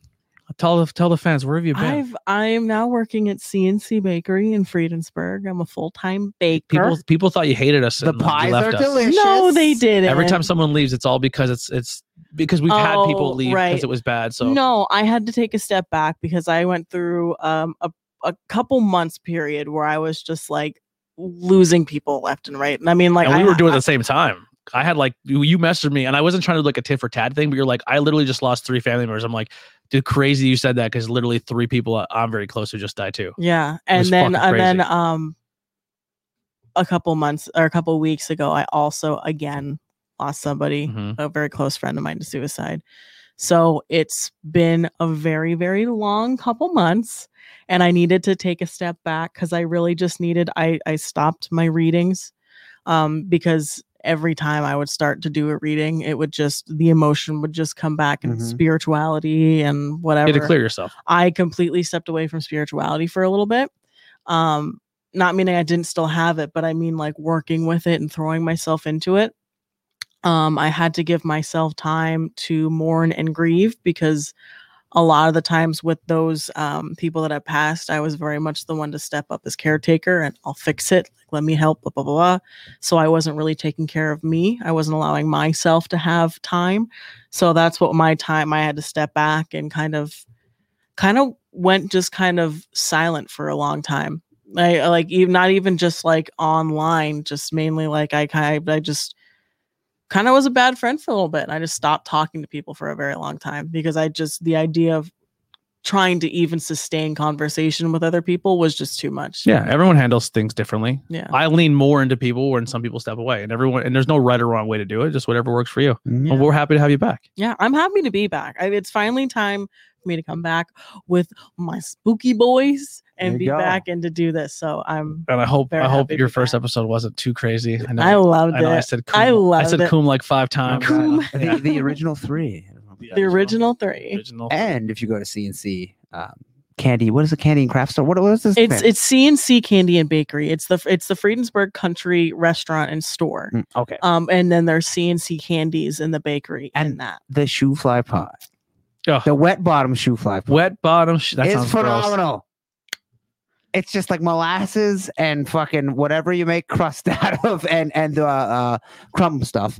Speaker 1: Tell the tell the fans where have you been?
Speaker 3: I've I am now working at CNC Bakery in Friedensburg. I'm a full time baker.
Speaker 1: people people thought you hated us.
Speaker 2: The
Speaker 1: and, like, you
Speaker 2: pies
Speaker 1: left
Speaker 2: are
Speaker 1: us.
Speaker 2: delicious.
Speaker 3: no, they didn't.
Speaker 1: Every time someone leaves, it's all because it's it's because we've had people
Speaker 3: Oh,
Speaker 1: leave because
Speaker 3: right.
Speaker 1: it was bad. So
Speaker 3: No, I had to take a step back because I went through um, a a couple months period where I was just like losing people left and right. And I mean, like
Speaker 1: and
Speaker 3: I,
Speaker 1: we were doing it at
Speaker 3: I-
Speaker 1: the same time. I had like you you messaged me, and I wasn't trying to do like a tit for tat thing, but you're like, I literally just lost three family members. I'm like, dude, crazy you said that because literally three people I- I'm very close to just died too.
Speaker 3: Yeah, and
Speaker 1: was
Speaker 3: then
Speaker 1: fucking
Speaker 3: and then
Speaker 1: crazy.
Speaker 3: um, a couple months or a couple weeks ago, I also again lost somebody,
Speaker 1: Mhm.
Speaker 3: a very close friend of mine, to suicide. So it's been a very very long couple months, and I needed to take a step back because I really just needed. I I stopped my readings, um, because every time I would start to do a reading, it would just the emotion would just come back and
Speaker 2: Mhm.
Speaker 3: spirituality and whatever.
Speaker 1: You had to clear yourself.
Speaker 3: I completely stepped away from spirituality for a little bit. Um, not meaning I didn't still have it, but I mean like working with it and throwing myself into it. Um, I had to give myself time to mourn and grieve because a lot of the times with those um, people that have passed, I was very much the one to step up as caretaker and I'll fix it. Like, let me help, blah, blah, blah, blah. So I wasn't really taking care of me. I wasn't allowing myself to have time. So that's what my time, I had to step back and kind of kind of went just kind of silent for a long time. I I, like even not even just like online, just mainly like I kind I just kind of was a bad friend for a little bit. And I just stopped talking to people for a very long time because I just the idea of trying to even sustain conversation with other people was just too much.
Speaker 1: Yeah, everyone handles things differently.
Speaker 3: Yeah.
Speaker 1: I lean more into people when some people step away, and everyone and there's no right or wrong way to do it. Just whatever works for you.
Speaker 2: Mhm.
Speaker 1: And we're happy to have you back.
Speaker 3: Yeah, I'm happy to be back. I, it's finally time for me to come back with my spooky boys and
Speaker 2: There
Speaker 3: be
Speaker 2: you go.
Speaker 3: back and to do this. So I'm
Speaker 1: And I hope
Speaker 3: Very
Speaker 1: I hope
Speaker 3: happy to
Speaker 1: your
Speaker 3: be
Speaker 1: first
Speaker 3: back.
Speaker 1: episode wasn't too crazy. I know.
Speaker 3: I loved
Speaker 1: I know I
Speaker 3: it.
Speaker 1: said
Speaker 3: I
Speaker 1: coom- I
Speaker 3: loved
Speaker 1: said
Speaker 3: it.
Speaker 1: coom like five times.
Speaker 3: Coom.
Speaker 1: Yeah.
Speaker 2: The, the original three.
Speaker 3: The original three.
Speaker 1: Original.
Speaker 2: And if you go to CNC um, candy, what is a candy and craft store? What, what is this?
Speaker 3: It's
Speaker 2: thing?
Speaker 3: it's CNC Candy and Bakery. It's the it's the Friedensburg Country Restaurant and Store.
Speaker 2: Mm, okay.
Speaker 3: Um, and then there's CNC Candies in the bakery and,
Speaker 2: And-
Speaker 3: that.
Speaker 2: The shoe fly pie.
Speaker 1: Ugh.
Speaker 2: The wet bottom shoe fly pie.
Speaker 1: Wet bottom. sh- That
Speaker 2: it's
Speaker 1: sounds gross.
Speaker 2: phenomenal. It's just like molasses and fucking whatever you make crust out of and and uh, uh crumb stuff.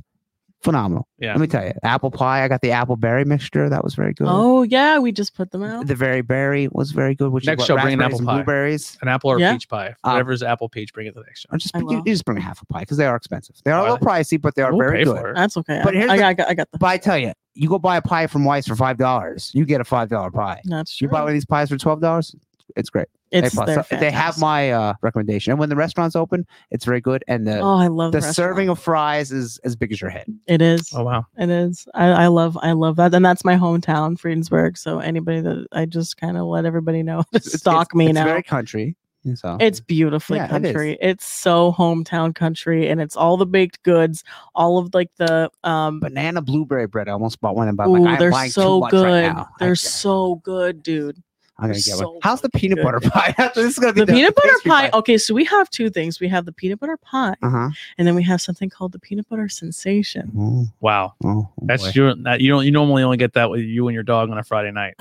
Speaker 2: Phenomenal.
Speaker 1: Yeah.
Speaker 2: Let me tell you, apple pie. I got the apple berry mixture. That was very good.
Speaker 3: Oh yeah, we just put them out.
Speaker 2: The very berry was very good. Which
Speaker 1: Next
Speaker 2: is
Speaker 1: show,
Speaker 2: what,
Speaker 1: bring an
Speaker 2: raspberries
Speaker 1: apple
Speaker 2: and
Speaker 1: pie.
Speaker 2: Blueberries.
Speaker 1: An apple or
Speaker 3: Yeah. Ah.
Speaker 1: peach pie.
Speaker 2: Um,
Speaker 1: Whatever's apple peach, bring it to the next show.
Speaker 2: Or just
Speaker 3: I
Speaker 2: you, you
Speaker 3: will.
Speaker 2: just bring half a pie because they are expensive. They are a
Speaker 1: Oh,
Speaker 2: little pricey, but they are
Speaker 1: We'll
Speaker 2: very
Speaker 1: pay
Speaker 2: good.
Speaker 1: for it.
Speaker 3: That's okay.
Speaker 2: But
Speaker 3: I,
Speaker 2: here's
Speaker 3: I
Speaker 2: the-
Speaker 3: got, I got I got the
Speaker 2: But I tell you, you go buy a pie from Weiss for five dollars, you get a five dollar pie.
Speaker 3: that's
Speaker 2: You buy one
Speaker 3: true.
Speaker 2: of these pies for twelve dollars, it's great. A
Speaker 3: It's
Speaker 2: plus.
Speaker 3: they're
Speaker 2: So they have
Speaker 3: fantastic.
Speaker 2: my uh, recommendation. And when the restaurant's open, it's very good. And the
Speaker 3: Oh, I love
Speaker 2: the
Speaker 3: restaurant.
Speaker 2: serving of fries is as big as your head.
Speaker 3: it is.
Speaker 1: Oh wow.
Speaker 3: It is. I, I love I love that. And that's my hometown, Friedensburg. So anybody that I just kind of let everybody know to
Speaker 2: It's-
Speaker 3: stalk
Speaker 2: it's,
Speaker 3: me
Speaker 2: it's
Speaker 3: now.
Speaker 2: very country. So
Speaker 3: It's beautifully
Speaker 2: Yeah, it is.
Speaker 3: country. it's so hometown country, and it's all the baked goods, all of like the um.
Speaker 2: banana blueberry bread. I almost bought one, but I'm
Speaker 3: Ooh,
Speaker 2: like, I'm
Speaker 3: they're
Speaker 2: buying
Speaker 3: so
Speaker 2: too much
Speaker 3: good.
Speaker 2: right now. I-
Speaker 3: They're so good, dude.
Speaker 2: I'm gonna
Speaker 3: they're
Speaker 2: get
Speaker 3: so
Speaker 2: one. How's the peanut
Speaker 3: good.
Speaker 2: butter pie? this is gonna be
Speaker 3: The peanut butter
Speaker 2: pastry
Speaker 3: pie. oh. Okay, so we have two things. We have the peanut butter pie,
Speaker 2: Uh-huh.
Speaker 3: and then we have something called the peanut butter sensation.
Speaker 2: Oh,
Speaker 1: Wow.
Speaker 2: oh,
Speaker 1: That's
Speaker 2: boy.
Speaker 1: your that you don't you normally only get that with you and your dog on a Friday night.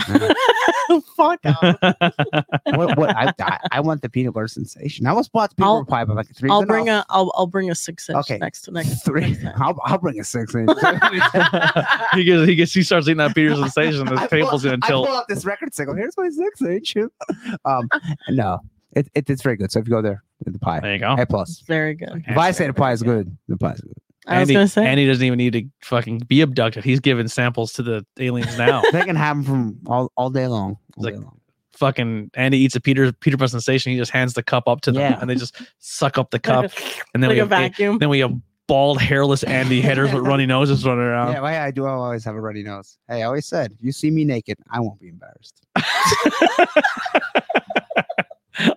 Speaker 3: Oh, Fuck. off.
Speaker 2: what, what I, I I want the peanut butter sensation. I almost bought the peanut
Speaker 3: I'll-
Speaker 2: butter pie, but like three.
Speaker 3: I'll
Speaker 2: no,
Speaker 3: bring
Speaker 2: no,
Speaker 3: a. I'll, I'll bring a six inch
Speaker 2: Okay.
Speaker 3: next to next.
Speaker 2: three.
Speaker 3: next time.
Speaker 2: I'll, I'll bring a six inch.
Speaker 1: he gets he gets he starts eating that Peter's sensation. This
Speaker 2: I pull-
Speaker 1: table's gonna
Speaker 2: I pull
Speaker 1: tilt.
Speaker 2: out this record single. Here's my six inch. um, no, it, it, it's very good. So if you go there, the pie,
Speaker 1: There you go.
Speaker 2: A
Speaker 3: It's
Speaker 2: plus.
Speaker 3: very good.
Speaker 2: If I say the pie is good, the pie is good.
Speaker 3: I was
Speaker 1: Andy-
Speaker 3: gonna say.
Speaker 1: Andy doesn't even need to fucking be abducted. He's giving samples to the aliens now.
Speaker 2: They can have them from all, all day long. all
Speaker 1: Like,
Speaker 2: day long.
Speaker 1: fucking Andy eats a Peter Peter Pan sensation. He just hands the cup up to them,
Speaker 2: Yeah.
Speaker 1: and they just suck up the cup. And then
Speaker 3: like
Speaker 1: we
Speaker 3: a
Speaker 1: have a-
Speaker 3: vacuum.
Speaker 1: then we have bald, hairless Andy headers with runny noses running around.
Speaker 2: yeah, why I do always have a runny nose. Hey, I always said, you see me naked, I won't be embarrassed.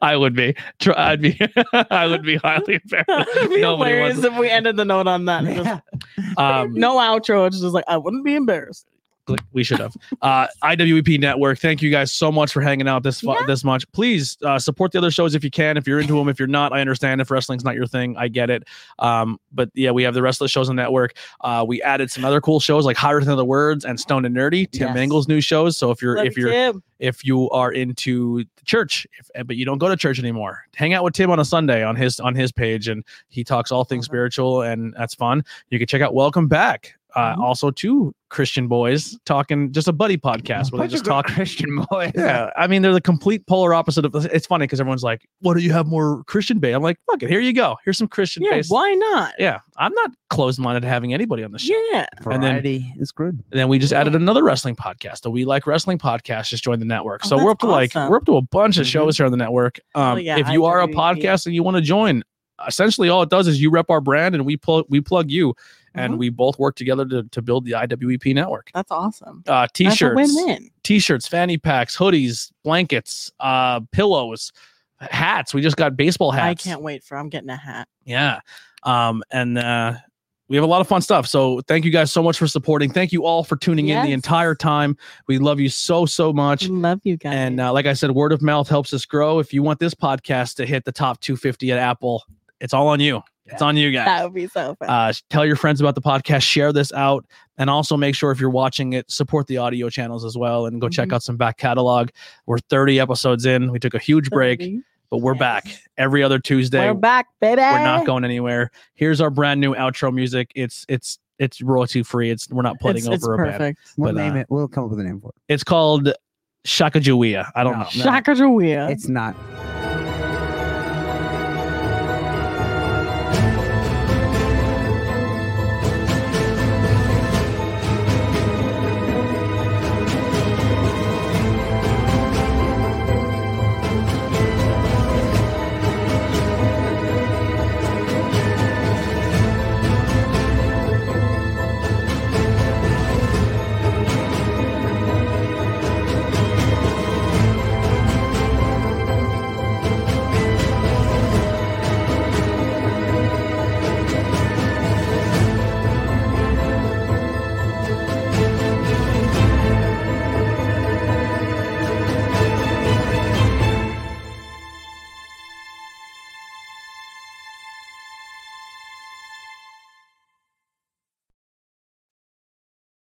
Speaker 1: I would be. Try, I'd be. I would be highly
Speaker 3: That
Speaker 1: embarrassed.
Speaker 3: would be
Speaker 1: Nobody
Speaker 3: hilarious
Speaker 1: wants-
Speaker 3: if we ended the note on that. It was-
Speaker 1: Um,
Speaker 3: no outro. It's just like I wouldn't be embarrassed.
Speaker 1: click- we should have. Uh, IWEP Network. Thank you guys so much for hanging out this fu- this much. Please uh, support the other shows if you can. If you're into them, if you're not, I understand. If wrestling's not your thing, I get it. Um, but yeah, we have the rest of the shows on the network. Uh, we added some other cool shows like Higher Than Other Words and Stone and Nerdy, Tim
Speaker 2: Yes.
Speaker 1: Engel's new shows. So if you're
Speaker 3: Love
Speaker 1: if
Speaker 3: you,
Speaker 1: you're
Speaker 3: Tim.
Speaker 1: if you are into the church if, eh, but you don't go to church anymore hang out with tim on a sunday on his on his page and he talks all things spiritual and that's fun you can check out welcome back uh, also two christian boys talking just a buddy podcast where they just talk
Speaker 2: Christian boy.
Speaker 1: yeah i mean they're the complete polar opposite of it's funny because everyone's like what do you have more christian bait i'm like fuck it here you go here's some christian
Speaker 3: yeah,
Speaker 1: based
Speaker 3: why not?
Speaker 1: yeah i'm not closed-minded to having anybody on the show
Speaker 3: Yeah,
Speaker 1: And then-
Speaker 2: Variety is good.
Speaker 1: and then we just added another wrestling podcast, the We Like Wrestling podcast. Just joined the network,
Speaker 3: Oh,
Speaker 1: so we're
Speaker 3: that's
Speaker 1: up to like
Speaker 3: awesome. Mm-hmm. Oh,
Speaker 1: we're up to a bunch of
Speaker 2: Mhm.
Speaker 1: shows here on the network. Um,
Speaker 3: yeah,
Speaker 1: if you are a
Speaker 3: IWGP.
Speaker 1: podcast and you want to join, essentially all it does is you rep our brand and we plug we plug you,
Speaker 3: Mhm.
Speaker 1: and we both work together to, to build the IWEP network.
Speaker 3: that's awesome.
Speaker 1: Uh,
Speaker 3: That's a
Speaker 1: t-shirts,
Speaker 3: win-win.
Speaker 1: t-shirts, fanny packs, hoodies, blankets, uh, pillows, hats. We just got baseball hats.
Speaker 3: I can't wait for. I'm getting a hat.
Speaker 1: Yeah. Um, and uh, we have a lot of fun stuff. So thank you guys so much for supporting. Thank you all for tuning in the
Speaker 3: Yes.
Speaker 1: entire time. We love you so, so much.
Speaker 3: Love you guys.
Speaker 1: And uh, like I said, word of mouth helps us grow. If you want this podcast to hit the top 250 at Apple, it's all on you. It's on you guys
Speaker 3: that would be so fun.
Speaker 1: uh, tell your friends about the podcast share this out and also make sure if you're watching it support the audio channels as well and go check
Speaker 3: Mhm.
Speaker 1: out some back catalog we're 30 episodes in we took a huge break
Speaker 3: Baby.
Speaker 1: but we're
Speaker 3: Yes.
Speaker 1: back every other tuesday
Speaker 3: We're back, baby.
Speaker 1: we're not going anywhere here's our brand new outro music it's it's it's royalty free it's we're not putting
Speaker 3: It's,
Speaker 1: over
Speaker 3: it's
Speaker 1: a band
Speaker 3: perfect.
Speaker 2: We'll
Speaker 1: But,
Speaker 2: name
Speaker 1: uh,
Speaker 2: it. We'll come up with a name for
Speaker 1: it's called shakajuia i don't
Speaker 2: No.
Speaker 1: know
Speaker 3: Shaka
Speaker 2: it. It's not.